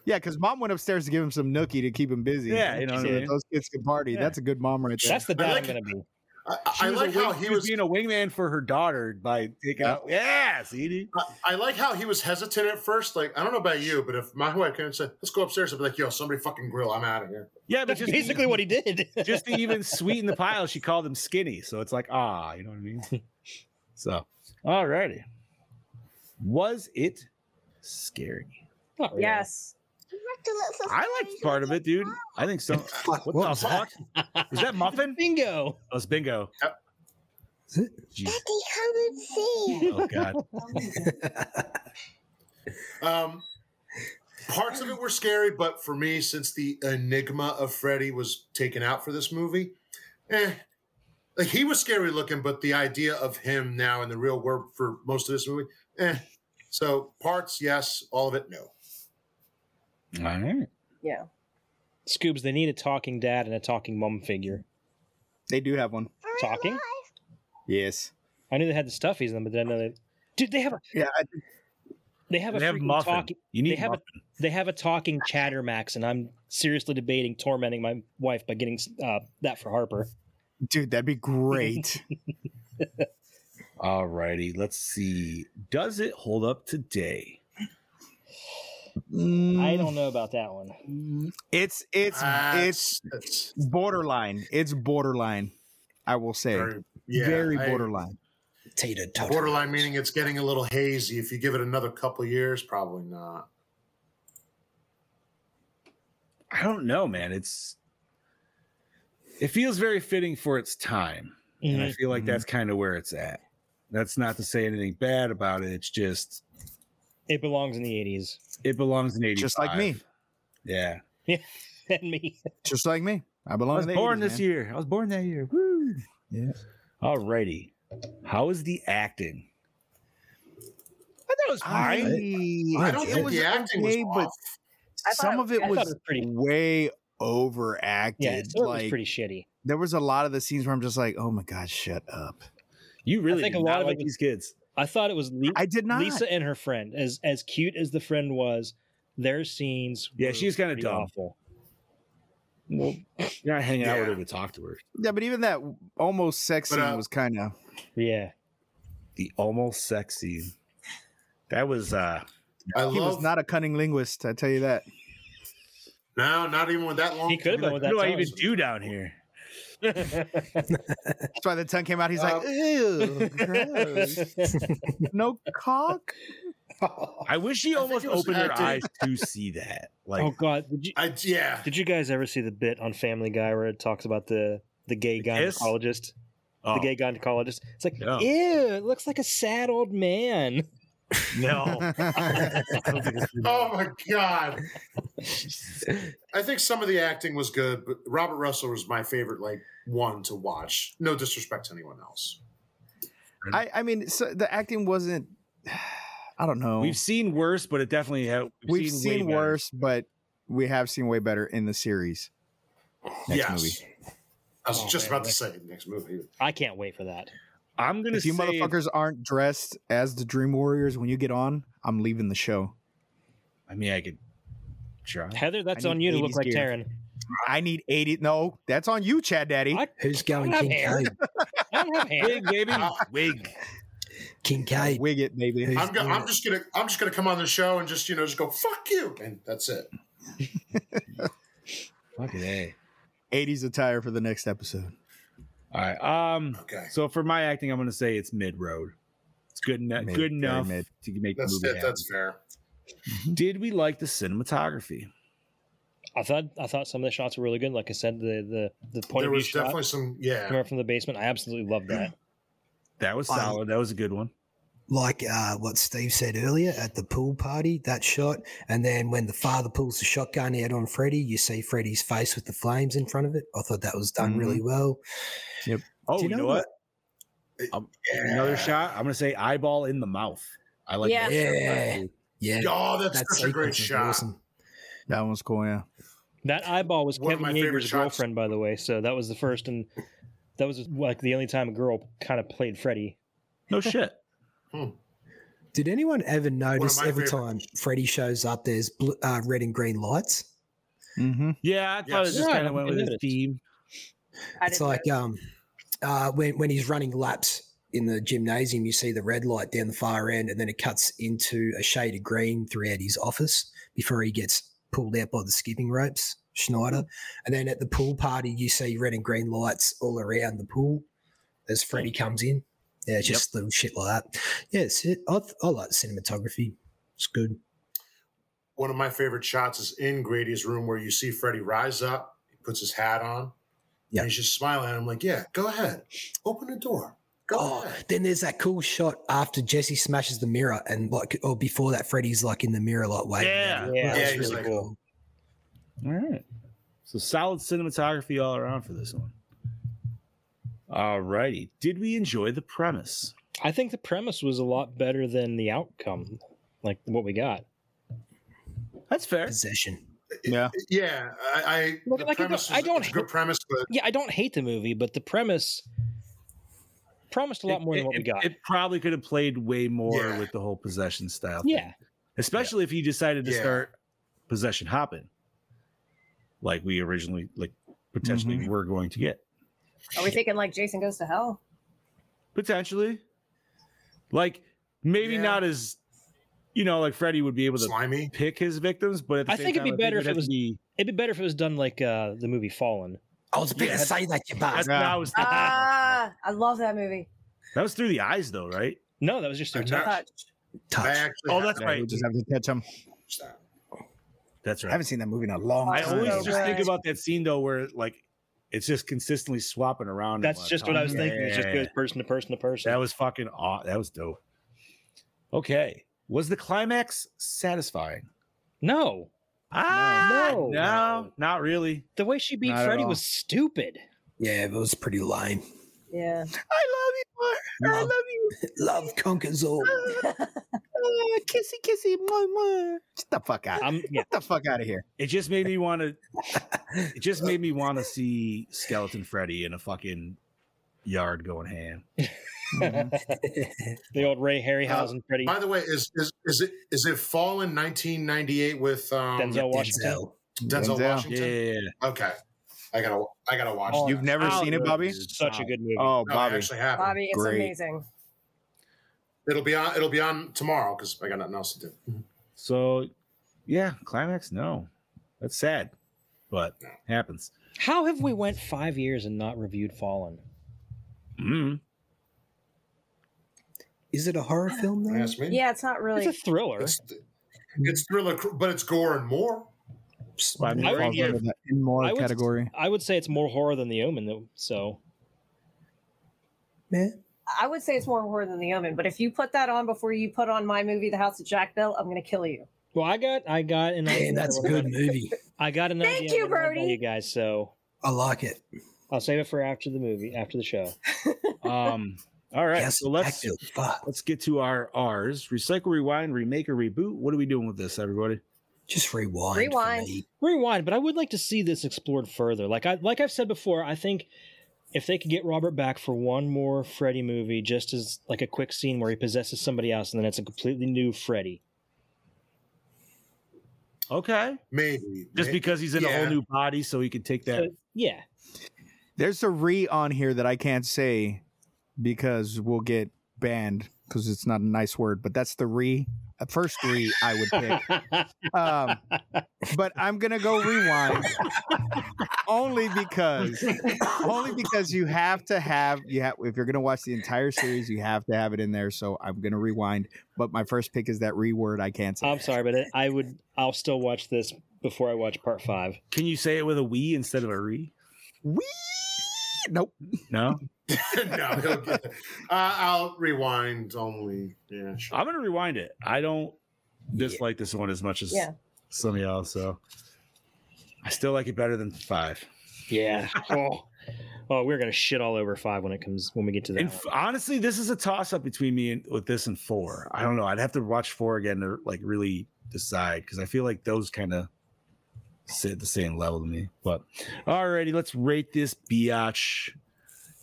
Yeah, because mom went upstairs to give him some nookie to keep him busy. Yeah, you know so what I that mean? those kids could party. Yeah. That's a good mom right there. That's the dad like I'm going to be. I, I- I was a like how wing- he was. being a wingman for her daughter by taking out. Yeah, CD. I, I like how he was hesitant at first. Like I don't know about you, but if my wife came and said, "Let's go upstairs," I'd be like, "Yo, somebody fucking grill. I'm out of here." Yeah, but That's just basically what he did. just to even sweeten the pile, she called him skinny. So it's like, ah, you know what I mean? So, alrighty. Was it scary? Not Oh, really. Yes. I liked part of it, dude. I think so. Fuck, What, what the was that? fuck? Is that Muffin? Bingo. Oh, it's Bingo. Yep. Is it? Jeez. Oh, God. Um, parts of it were scary, but for me, since the enigma of Freddy was taken out for this movie, eh. Like he was scary looking, but the idea of him now in the real world for most of this movie, eh. So parts, yes, all of it, no. All right. Yeah. Scoobs, they need a talking dad and a talking mom figure. they do have one. Talking? Yes. I knew they had the stuffies in them, but then I know they. Dude, they have a Yeah. I, they have a They have freaking Muffin. talking You need They have a- Muffin. they have a talking chattermax, and I'm seriously debating tormenting my wife by getting uh, that for Harper. dude, that'd be great. All righty. Let's see. Does it hold up today? I Mm, don't know about that one. It's it's Ah, it's it's borderline. It's borderline. I will say. very, yeah, very I- borderline. Tita Tot. Borderline meaning it's getting a little hazy. If you give it another couple years, probably not. I don't know, man. It's it feels very fitting for its time. And I Mhm. feel like Mhm. that's kind of where it's at. That's not to say anything bad about it. It's just It belongs in the '80s. it belongs in 85. Just like me. Yeah. And me, Just like me. I I belong was to the born 80s, this man. year. I was born that year. Woo. Yeah. All righty. How is the acting? I thought it was I, fine. I don't it think was the acting okay, was but off. I thought some of it I I was thought it was pretty. way overacted. Yeah, so it was like pretty shitty. there was a lot of the scenes where I'm just like, oh my god, shut up. you really think did a lot not of it like was- these kids. I thought it was Le- I did not. Lisa and her friend. As as cute as the friend was, their scenes. Yeah, were she's kinda pretty dumb. Awful. Well, you're not hanging out with Yeah. her to talk to her. Yeah, but even that almost sex But, scene uh, was kind of Yeah, The almost sex scene. That was uh I he love was not a cunning linguist, I tell you that. no, not even with that long. he could have been what with that. do I tongue. even do down here? That's why the tongue came out. He's Uh, like, ew, gross. no cock. Oh, I wish she I think almost it was opened her acting. eyes to see that. Like oh God, did you I yeah. did you guys ever see the bit on Family Guy where it talks about the the gay kiss? gynecologist? oh, The gay gynecologist. It's like, No. ew, it looks like a sad old man. no. Oh my god. I think some of the acting was good, but Robert Russell was my favorite, like one to watch. No disrespect to anyone else. I, I mean, so the acting wasn't I don't know. We've seen worse, but it definitely have. We've seen, way better. worse, but we have seen way better in the series. Next yes. movie. I was Oh, just man, about to that- say next movie. I can't wait for that. I'm gonna If you say motherfuckers aren't dressed as the Dream Warriors when you get on, I'm leaving the show. I mean, I could try. Heather, that's need on you to look 80s like gear. Taryn. I need 80. No, that's on you, Chad Daddy. I- Who's going Not King hair. Cade? I don't have hair. Wig, baby, wig. King Cade. Wig it, baby. Who's I'm, go- doing I'm it? just gonna I'm just gonna come on the show and just you know just go fuck you and that's it. Fucking a. 80s attire for the next episode. All right. Um. Okay, So for my acting, I'm gonna say it's mid road. It's good enough. Mid, Good very enough mid. to make that's the movie. it, happen. that's fair. Did we like the cinematography? I thought I thought some of the shots were really good. Like I said, the the the point there of view was shot definitely some yeah. coming from the basement. I absolutely loved that. That was Um, solid. That was a good one. Like uh, what Steve said earlier at the pool party, that shot, and then when the father pulls the shotgun out on Freddy, you see Freddy's face with the flames in front of it. I thought that was done really well. Oh, Do you know, what? yeah. Another shot. I'm gonna say eyeball in the mouth. I like Yeah. that. Yeah, yeah, Oh, that's, that such a great sequence was shot. awesome. That one's cool, yeah. That eyeball was One of Kevin my favorite Yeager's shots. girlfriend, by the way. So that was the first, and that was like the only time a girl kind of played Freddy. No shit. Did anyone ever notice my every favorite- time Freddy shows up, there's bl- uh, red and green lights? Mm-hmm. Yeah, I thought Yes. it just Yeah, kind of went I with the noticed. theme. I It's didn't like um, uh, when when he's running laps in the gymnasium, you see the red light down the far end, and then it cuts into a shade of green throughout his office before he gets pulled out by the skipping ropes, Schneider. And then at the pool party, you see red and green lights all around the pool as Freddy comes in. Yeah, it's Yep. just little shit like that. Yeah, it's, it, I, th- I like the cinematography. It's good. One of my favorite shots is in Grady's room where you see Freddy rise up, he puts his hat on, Yeah. and he's just smiling. I'm like, yeah, go ahead, open the door. Go Oh, ahead. then there's that cool shot after Jesse smashes the mirror, and like, or before that, Freddy's like in the mirror, like waving. Yeah. at him. Yeah, That was he's like- All right. So solid cinematography all around for this one. All righty. Did we enjoy the premise? I think the premise was a lot better than the outcome, like what we got. That's fair. possession. Yeah. Yeah, I, I Look, the like, I don't- premise I is- don't it's a good premise, but Yeah, I don't hate the movie, but the premise promised a lot It- more than it- what we it- got. It probably could have played way more Yeah. with the whole possession style. thing. yeah, Especially if he decided to Yeah. start possession hopping. Like we originally like potentially Mhm. were going to get. Are we thinking like Jason goes to hell? Potentially. Like maybe Yeah. not as you know, like Freddy would be able to slimy. pick his victims, but at the I same think it'd be time, better I if it think was- be it'd be better if it was done like uh, the movie Fallen. I was about Yeah, to say that, you bastard. That's what Yeah. I was thinking. Ah, I love that movie. that was through the eyes, though, right? No, that was just through Attack. touch. Touch. I Touch. actually Oh, have that's to Yeah, right. You just have to catch them. watch that. That's I right. haven't seen that movie in a long I time. always so just think good. about that scene though, where like it's just consistently swapping around. and That's whatnot. just what I was Yeah. thinking. It just goes person to person to person. That was fucking aw- that was dope. Okay, was the climax satisfying? no, Ah, No. no, not really. the way she beat Not at Freddy all. was stupid. Yeah, it was pretty lame. Yeah. I love you, Love, you. love conquers all. kissy, kissy. Get the fuck out. I'm yeah, Get the fuck out of here. It just made me want to. It just made me want to see Skeleton Freddy in a fucking yard going ham. the old Ray Harryhausen Freddy By the way, is is is it is it Fallen 1998 with um, Denzel, Denzel Washington. Denzel. Denzel. Yeah, Washington? yeah, yeah. Okay, I gotta I gotta watch. Oh, that. You've never Oh, seen it, dude. Bobby? Such a good movie. Oh, No, I Bobby. actually haven't. Bobby, it's Great. amazing. It'll be on. It'll be on tomorrow because I got nothing else to do. Mm-hmm. So, yeah, climax. No, that's sad, but happens. How have we went five years and not reviewed Fallen? Mm. Is it a horror film though? You ask me. Yeah, it's not really. It's a thriller. it's it's thriller, cr- but it's gore and more. Well, I mean, I we're would here- give- the in more I would- category. I would say it's more horror than The Omen, though. So Man, I would say it's more horror than The Omen, but if you put that on before you put on my movie, The House of Jack Bell, I'm going to kill you. Well, I got I got an idea. man, that's a what good I'm- movie. I got an Thank idea. you, what I'm gonna Brody. tell You guys, so I like it. I'll save it for after the movie, after the show. um, All right. Yes, so let's backfield. Fuck. let's get to our R's. Recycle, rewind, remake, or reboot. What are we doing with this, everybody? Just rewind. for Rewind. me. rewind but i would like to see this explored further like i like i've said before i think if they could get robert back for one more freddy movie just as like a quick scene where he possesses somebody else and then it's a completely new freddy Okay. Maybe Just may- because he's in a whole Yeah. new body, so he can take that. So, yeah There's a re on here that I can't say because we'll get banned because it's not a nice word, but that's the re. uh, First re I would pick. Um, but I'm gonna go rewind only because only because you have to have you have if you're gonna watch the entire series, you have to have it in there. So I'm gonna rewind. But my first pick is that re word I can't say. i'm sorry but i would i'll still watch this before i watch part five Can you say it with a we instead of a re? Wee! Nope. No. no, he'll get it. Uh, I'll rewind only. Yeah, sure. I'm gonna rewind it. I don't dislike this one as much as Yeah. some of y'all, so I still like it better than five. yeah oh. oh we're gonna shit all over five when it comes when we get to that And one. f- honestly, this is a toss-up between me and with this and four. I don't know. I'd have to watch four again to like really decide because I feel like those kind of sit at the same level to me. But alrighty, let's rate this biatch.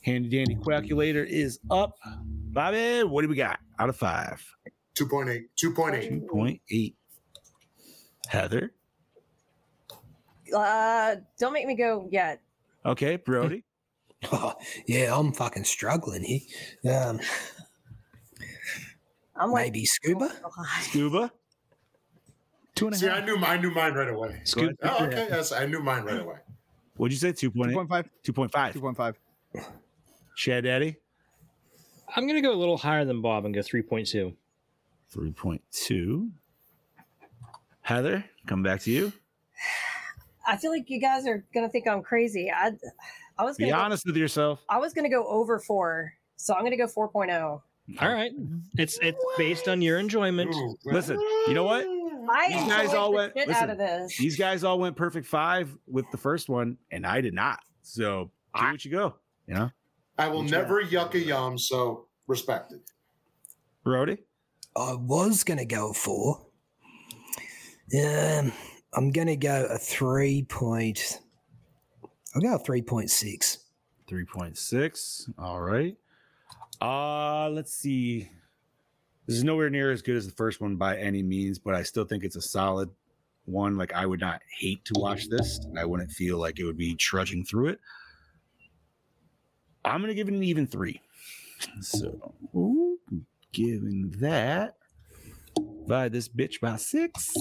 Handy dandy calculator is up. Bobby, what do we got out of five? 2.8. 2.8. Two point eight. Heather. Uh, don't make me go yet. Okay, Brody. yeah, I'm fucking struggling here. Um, I'm like, maybe scuba. Cuba. Two and a See, I half. knew, I knew mine right away. Scoop- Oh, okay. Yes, I knew mine right away. What'd you say? 2.8? 2.5. 2.5. 2.5. Shad Daddy? i'm gonna go a little higher than bob and go 3.2 3.2. Heather, come back to you. I feel like you guys are gonna think I'm crazy. I, I was gonna, Be go- honest with yourself. I was gonna go over four, oh. so I'm gonna go 4.0. all right it's it's based on your enjoyment Ooh, Listen, you know what? I You enjoyed guys all the went- shit listen. out of this. These guys all went perfect five with the first one, and I did not. So do what you go. You know? I will Good never yuck a yum, so respect it. Brody? I was going to go for. Um, I'm going to go a three point. I'll go a three point six. 3.6. All right. Uh let's see. This is nowhere near as good as the first one by any means, but I still think it's a solid one. Like I would not hate to watch this, and I wouldn't feel like it would be trudging through it. I'm gonna give it an even three. So ooh, giving that by this bitch by six.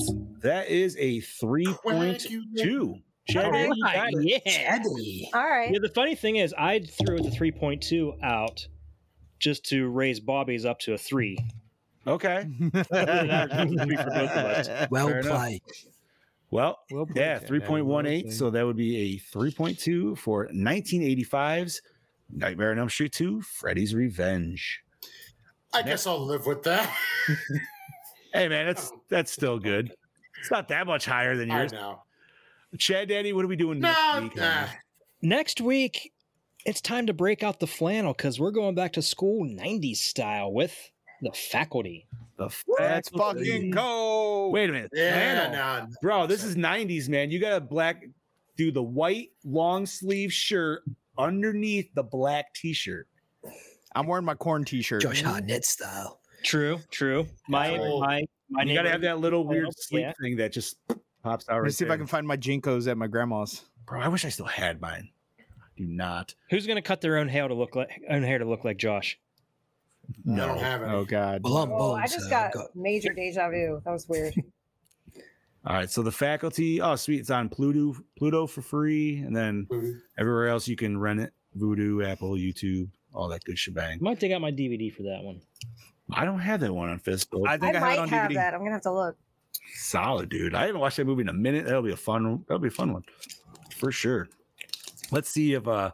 That is a three point two. Okay. yeah Daddy. All right. Yeah, the funny thing is, I threw the 3.2 out just to raise Bobby's up to a three. Okay. Well Fair enough. played. Well, Well played, yeah, Chad. three point one eight. Well So that would be a three point two for 1985's Nightmare on Elm Street Two: Freddy's Revenge. I guess I'll live with that. Hey man, that's that's still good. It's not that much higher than Oh, I yours. know. Chad, Daddy, what are we doing next No, week? nah. Next week, it's time to break out the flannel because we're going back to school 90s style with the faculty. The Let's faculty- fucking go. Wait a minute, Oh, yeah, nah. flannel. bro. This is '90s, man. You got to black do the white long sleeve shirt underneath the black T-shirt. I'm wearing my corn t-shirt. Josh Hartnett style. True, true. My, Cool. my, my you got to neighbor- have that little weird Yeah. sleep thing that just pops out. Right Let's see if I there. can find my Jinkos at my grandma's. Bro, I wish I still had mine. Do not. Who's going to cut their own hair to look like own hair to look like Josh? No. I don't have it. Oh God. Well, I'm Oh, bald. I just so got I've uh, got major deja vu. That was weird. All right. So the faculty. Oh, sweet. It's on Pluto. Pluto for free, and then everywhere else you can rent it. Voodoo, Apple, YouTube, all that good shebang. Might dig out my DVD for that one. I don't have that one on Fistful. I I, think I, might had it on have DVD. that. I'm gonna have to look. Solid, dude. I haven't watched that movie in a minute. That'll be a fun. That'll be a fun one, for sure. Let's see if uh,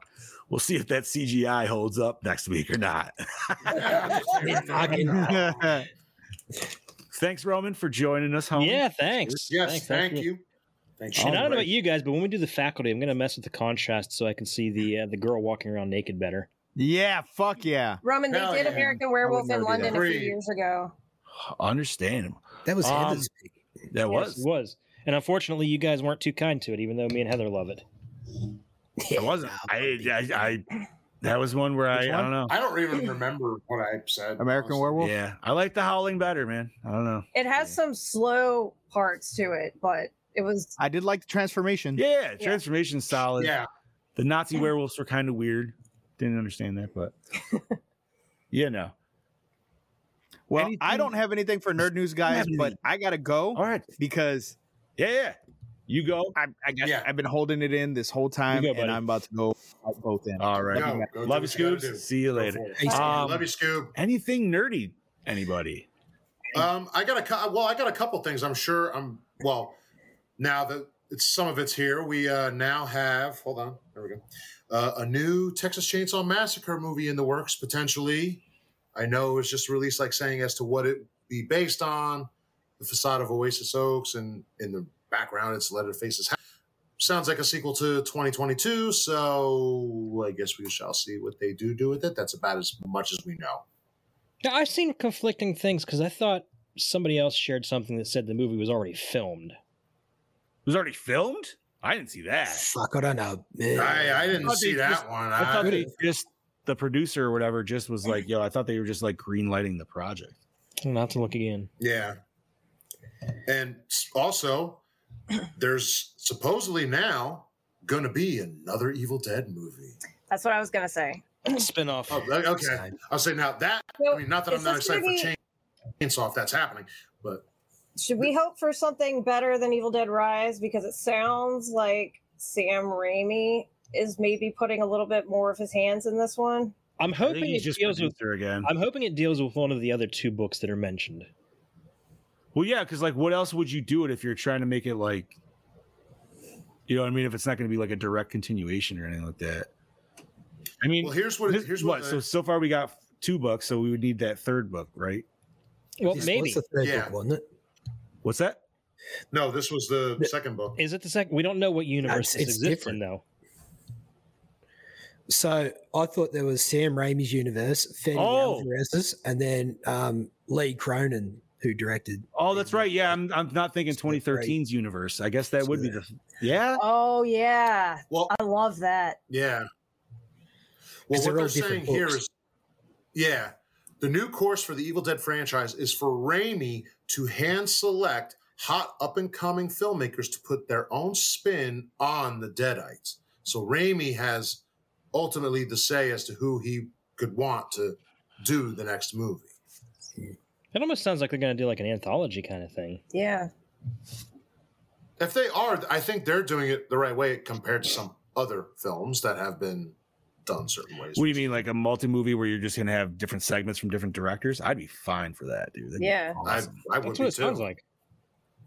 we'll see if that CGI holds up next week or not. fucking- Thanks, Roman, for joining us, home. Yeah, thanks. Yes, Thanks, thank thanks. you. Thank And I don't know Alright. about you guys, but when we do the faculty, I'm going to mess with the contrast so I can see the uh, the girl walking around naked better. Yeah, fuck yeah. Roman, they Hell did yeah. American Werewolf in never do London a few Free. years ago. Understandable. That was Um, Heather's pick. That Yes, was. it was. And unfortunately, you guys weren't too kind to it, even though me and Heather love it. That wasn't. I, I, I. That was one where I. Which I one? don't know. I don't even remember what I said. American honestly. Werewolf. Yeah, I like the howling better, man. I don't know. It has some slow parts to it, but it was I did like the transformation. Yeah, transformation's solid. Yeah, The Nazi werewolves were kind of weird. Didn't understand that, but yeah, no. Well, I Anything- don't have anything for nerd news, guys, but I gotta go All right. because Yeah, yeah. You go. I, I got, Yeah. I've been holding it in this whole time, go, buddy. and I'm about to go out both ends. All right. go, go do Love you, what gotta do. Scoobs. See you Go later. for it. Thanks, Um, Love you, Scoob. Anything nerdy? Anybody? Um, I got a cou- well, I got a couple things. I'm sure. I'm well. Now that it's some of it's here, we uh, now have. Hold on, there we go. Uh, a new Texas Chainsaw Massacre movie in the works potentially. I know it was just released, like saying as to what it be based on. The facade of Oasis Oaks, and in the background, it's Leatherface's house. Sounds like a sequel to 2022, so I guess we shall see what they do do with it. That's about as much as we know. Now, I've seen conflicting things because I thought somebody else shared something that said the movie was already filmed. It was already filmed? I didn't see that. Fuck, I don't know. I, I didn't thought see they that just- one. I thought I- they just the producer or whatever just was like, yo, I thought they were just like green lighting the project. I'm gonna have to look again. Yeah. And s- also, there's supposedly now going to be another Evil Dead movie. that's what I was gonna say. Spinoff. Oh, that- okay. I'll say now that, I So, mean, not that I'm Oh, is not this excited gonna for Chainsaw if that's happening, but Should we hope for something better than Evil Dead Rise? Because it sounds like Sam Raimi is maybe putting a little bit more of his hands in this one. I'm I think hoping he's it just deals with. producer again. I'm hoping it deals with one of the other two books that are mentioned. Well, yeah, because like, what else would you do it if you're trying to make it like, you know, what I mean, if it's not going to be like a direct continuation or anything like that. I mean, well, here's what this- here's what. what, so the- so far we got two books, so we would need that third book, right? Well, maybe the third Yeah. book, wasn't it? What's that? no, this was the second book. is it the second? We don't know what universe this it's exists in, different. though. So I thought there was Sam Raimi's universe, Fanny Oh. Alvarez's, and then um, Lee Cronin, who directed. Oh, that's right. Yeah, I'm I'm not thinking It's the right- 2013's universe. I guess that would be the yeah. Oh yeah, Well, I love that. Yeah. Well, what Because they're all they're saying different here books. is, yeah, the new course for the Evil Dead franchise is for Raimi to hand select hot up and coming filmmakers to put their own spin on the Deadites. So Raimi has ultimately the say as to who he could want to do the next movie. It almost sounds like they're going to do like an anthology kind of thing. Yeah, If they are, I think they're doing it the right way compared to some other films that have been done certain ways. What do you mean, like a multi movie where you're just gonna have different segments from different directors? I'd be fine for that, dude. That'd be Yeah. I, awesome. I would That's be what it too. sounds like.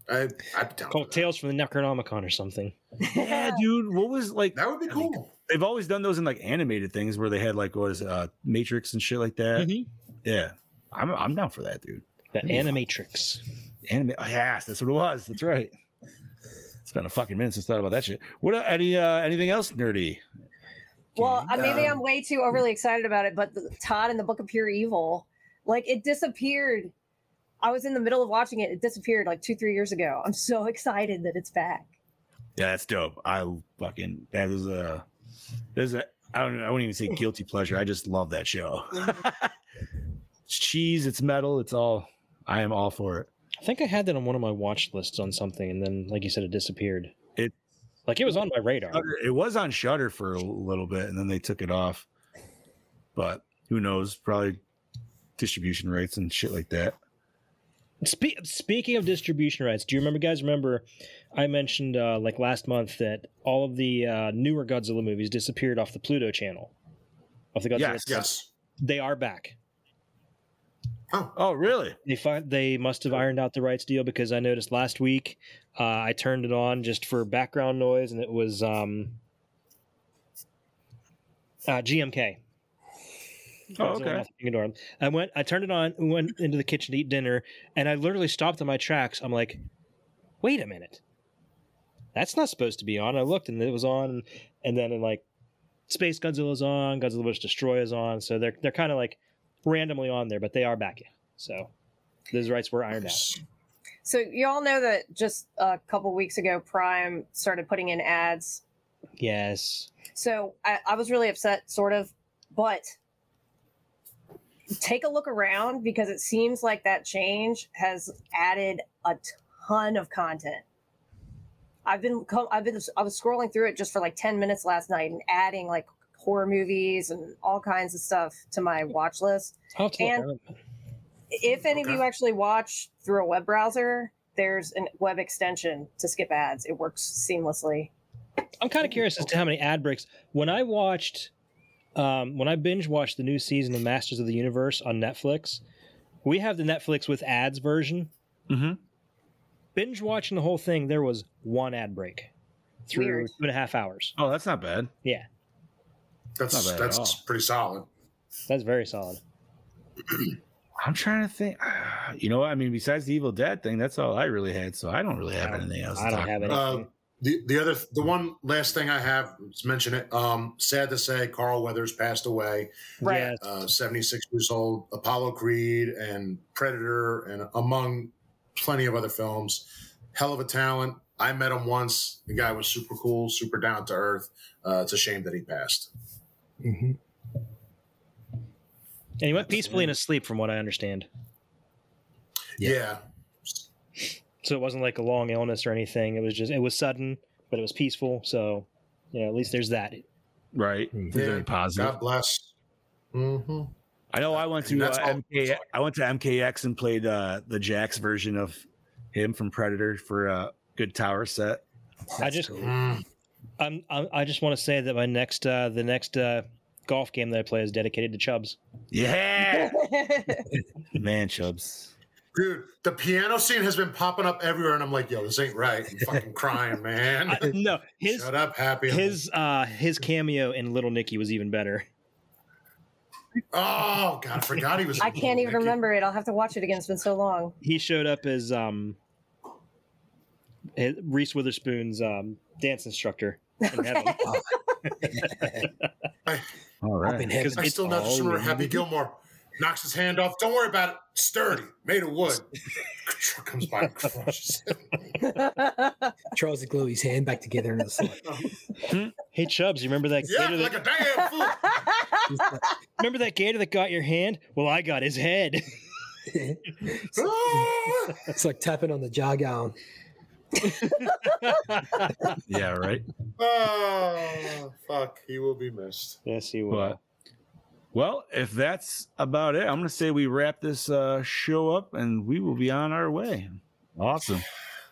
I, I'd be down Called for that. Tales from the Necronomicon or something. yeah, dude. What was like? that would be I mean, cool. They've always done those in like animated things where they had like what is it, uh Matrix and shit like that. Mhm. Yeah, I'm I'm down for that, dude. The That'd be fun. Animatrix. Anime. oh, Yes, that's what it was. That's right. It's been a fucking minute since I thought about that shit. What uh, any uh, anything else nerdy? Well, I maybe Um, I'm way too overly excited about it, but the, Todd in the Book of Pure Evil, like it disappeared. I was in the middle of watching it. It disappeared like two, three years ago. I'm so excited that it's back. Yeah, that's dope. I fucking that is a there's a I don't I wouldn't even say guilty pleasure. I just love that show. it's cheese. It's metal. It's all. I am all for it. I think I had that on one of my watch lists on something, and then, like you said, it disappered. It- like it was on my radar. Shudder- It was on Shutter for a little bit, and then they took it off. But who knows? Probably distribution rights and shit like that. Spe- speaking of distribution rights, do you remember, guys? Remember, I mentioned uh, like last month that all of the uh, newer Godzilla movies disappeared off the Pluto channel. Off the Godzilla, Yes, Yes. they are back. Oh, really? They find they must have ironed out the rights deal because I noticed last week uh, I turned it on just for background noise, and it was um, uh, GMK. Oh, Godzilla okay. Mothra King of Norm. I went, I turned it on, went into the kitchen to eat dinner, and I literally stopped in my tracks. I'm like, wait a minute. That's not supposed to be on. I looked and it was on. And then in like Space Godzilla's on, Godzilla vs. Destroyer's on, so they're they're kind of like randomly on there, but they are back in. So those rights were ironed out. So you all know that just a couple weeks ago, Prime started putting in ads Yes. So I, I was really upset, sort of, but take a look around because it seems like that change has added a ton of content. I've been, co- I've been, I was scrolling through it just for like ten minutes last night and adding like horror movies and all kinds of stuff to my watch list. I'll have to look And- at it. If any of you actually watch through a web browser, there's a web extension to skip ads. It works seamlessly. I'm kind of curious as to how many ad breaks. When I watched, um, when I binge watched the new season of Masters of the Universe on Netflix, we have the Netflix with ads version. Mm-hmm. Mhm. Binge watching the whole thing, there was one ad break through Weird. two and a half hours. Oh, that's not bad. That's Not bad at that's all. pretty solid. That's very solid. I'm trying to think. You know, what? I mean, besides the Evil Dead thing, that's all I really had. So I don't really have I don't- anything else. to I don't talk have about. any. Uh, the the other the one last thing I have to mention it. Um, sad to say, Carl Weathers passed away. Right. Yes. Uh, Seventy six years old. Apollo Creed and Predator and among plenty of other films. Hell of a talent. I met him once. The guy was super cool, super down to earth. Uh, it's a shame that he passed. hmm Mm-hmm. and he went peacefully in his sleep, from what I understand. Yeah. So it wasn't like a long illness or anything. It was just, it was sudden, but it was peaceful. So, you know, at least there's that. Right. Mm-hmm. Is there any positive? God bless. hmm I know I went to That's all- uh, MK, I went to MKX and played uh, the Jax version of him from Predator for a good tower set. I just, Mm. I'm, I'm, I just want to say that my next, uh, the next uh, golf game that I play is dedicated to Chubbs. Yeah, man, Chubbs. Dude, the piano scene has been popping up everywhere, and I'm like, yo, this ain't right. I'm fucking crying, man. I- no, his Shut up, happy. his uh his cameo in Little Nicky was even better. oh god, I forgot he was. I can't even Nicky. remember it. I'll have to watch it again. It's been so long. He showed up as um eh, Reese Witherspoon's um dance instructor. And had him- All I've been heavy. I still not just remember Happy Gilmore knocks his hand off. Don't worry about it. Sturdy, made of wood. Truck comes by and crushes. it. tries to glue his hand back together, and it's like, Hey Chubbs, you remember that yeah, gator like that, a damn fool. remember that gator that got your hand? Well, I got his head. Ah! it's like tapping on the jar, going, Yeah, right. oh fuck, he will be missed. yes, he was. But well, if that's about it, I'm gonna say we wrap this uh, show up and we will be on our way. Awesome.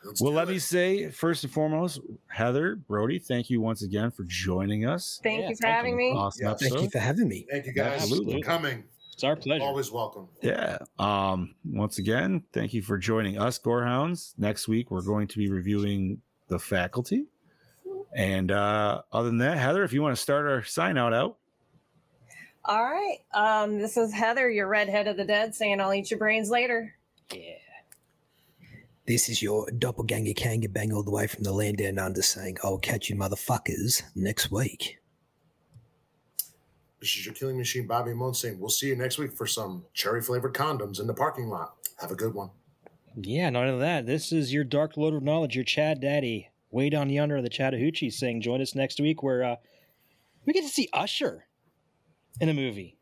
Let's Well, do let it. me say first and foremost, Heather Brody, thank you once again for joining us. Thank Yeah, you for thank having me. Awesome Yes. "Thank episode. you for having me." Thank you guys Absolutely. for coming. It's our pleasure. Always welcome. Yeah. Um, once again, thank you for joining us, Gorehounds. Next week we're going to be reviewing the faculty. And uh other than that, Heather, if you want to start our sign out out. All right. Um, this is Heather, your redhead of the dead, saying I'll eat your brains later. This is your doppelganger kanga bang all the way from the land down under, saying, "I'll catch you, motherfuckers, next week." This is your killing machine, Bobby Moan saying, We'll see you next week for some cherry flavored condoms in the parking lot. Have a good one. Yeah, not only that, this is your dark lord of knowledge, your Chad Daddy, way down yonder of the Chattahoochee, saying, "Join us next week where uh, we get to see Usher in a movie."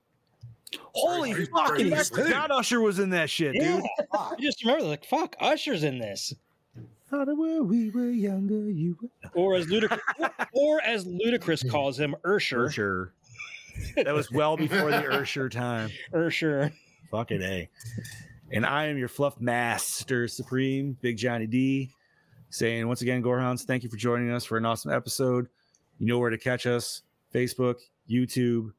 Holy Crazy, fucking crazy. God Usher was in that shit, dude. I just remember, like, fuck, Usher's in this, Thought it were we were younger, you were or as ludicrous, or as ludicrous calls him, Ursher, sure. That was well before the Ursher time. Ursher. Fucking A. And I am your fluff master supreme, Big Johnny D, saying once again, Gorehounds, thank you for joining us for an awesome episode. You know where to catch us Facebook, YouTube,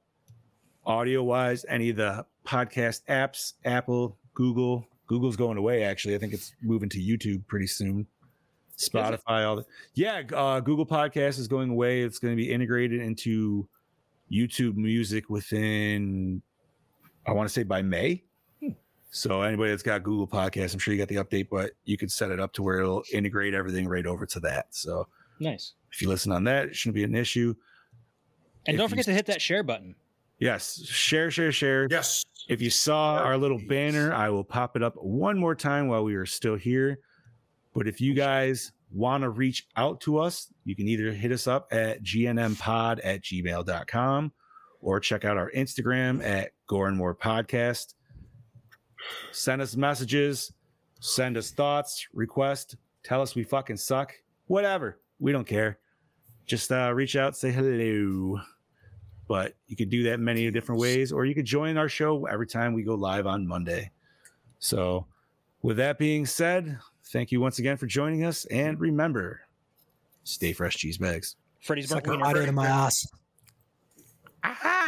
audio wise, any of the podcast apps, Apple, Google. Google's going away, actually. I think it's moving to YouTube pretty soon. Spotify, all that. Yeah, uh, Google Podcast is going away. It's going to be integrated into YouTube Music within, I want to say by May. So anybody that's got Google Podcasts, I'm sure you got the update, but you could set it up to where it'll integrate everything right over to that. So Nice. if you listen on that, it shouldn't be an issue. And If don't you- forget to hit that share button. Yes, share, share, share. Yes. If you saw our little Please. banner, I will pop it up one more time while we are still here. But if you guys want to reach out to us, you can either hit us up at gnmpod at gmail.com or check out our Instagram at Gore and More Podcast. Send us messages, send us thoughts, request, tell us we fucking suck, whatever. We don't care. Just uh, reach out, say hello but you could do that many different ways, or you could join our show every time we go live on Monday. So, with that being said, thank you once again for joining us, and remember, stay fresh, cheese bags. Freddy's Suck Burger. it right out of my ass. Aha!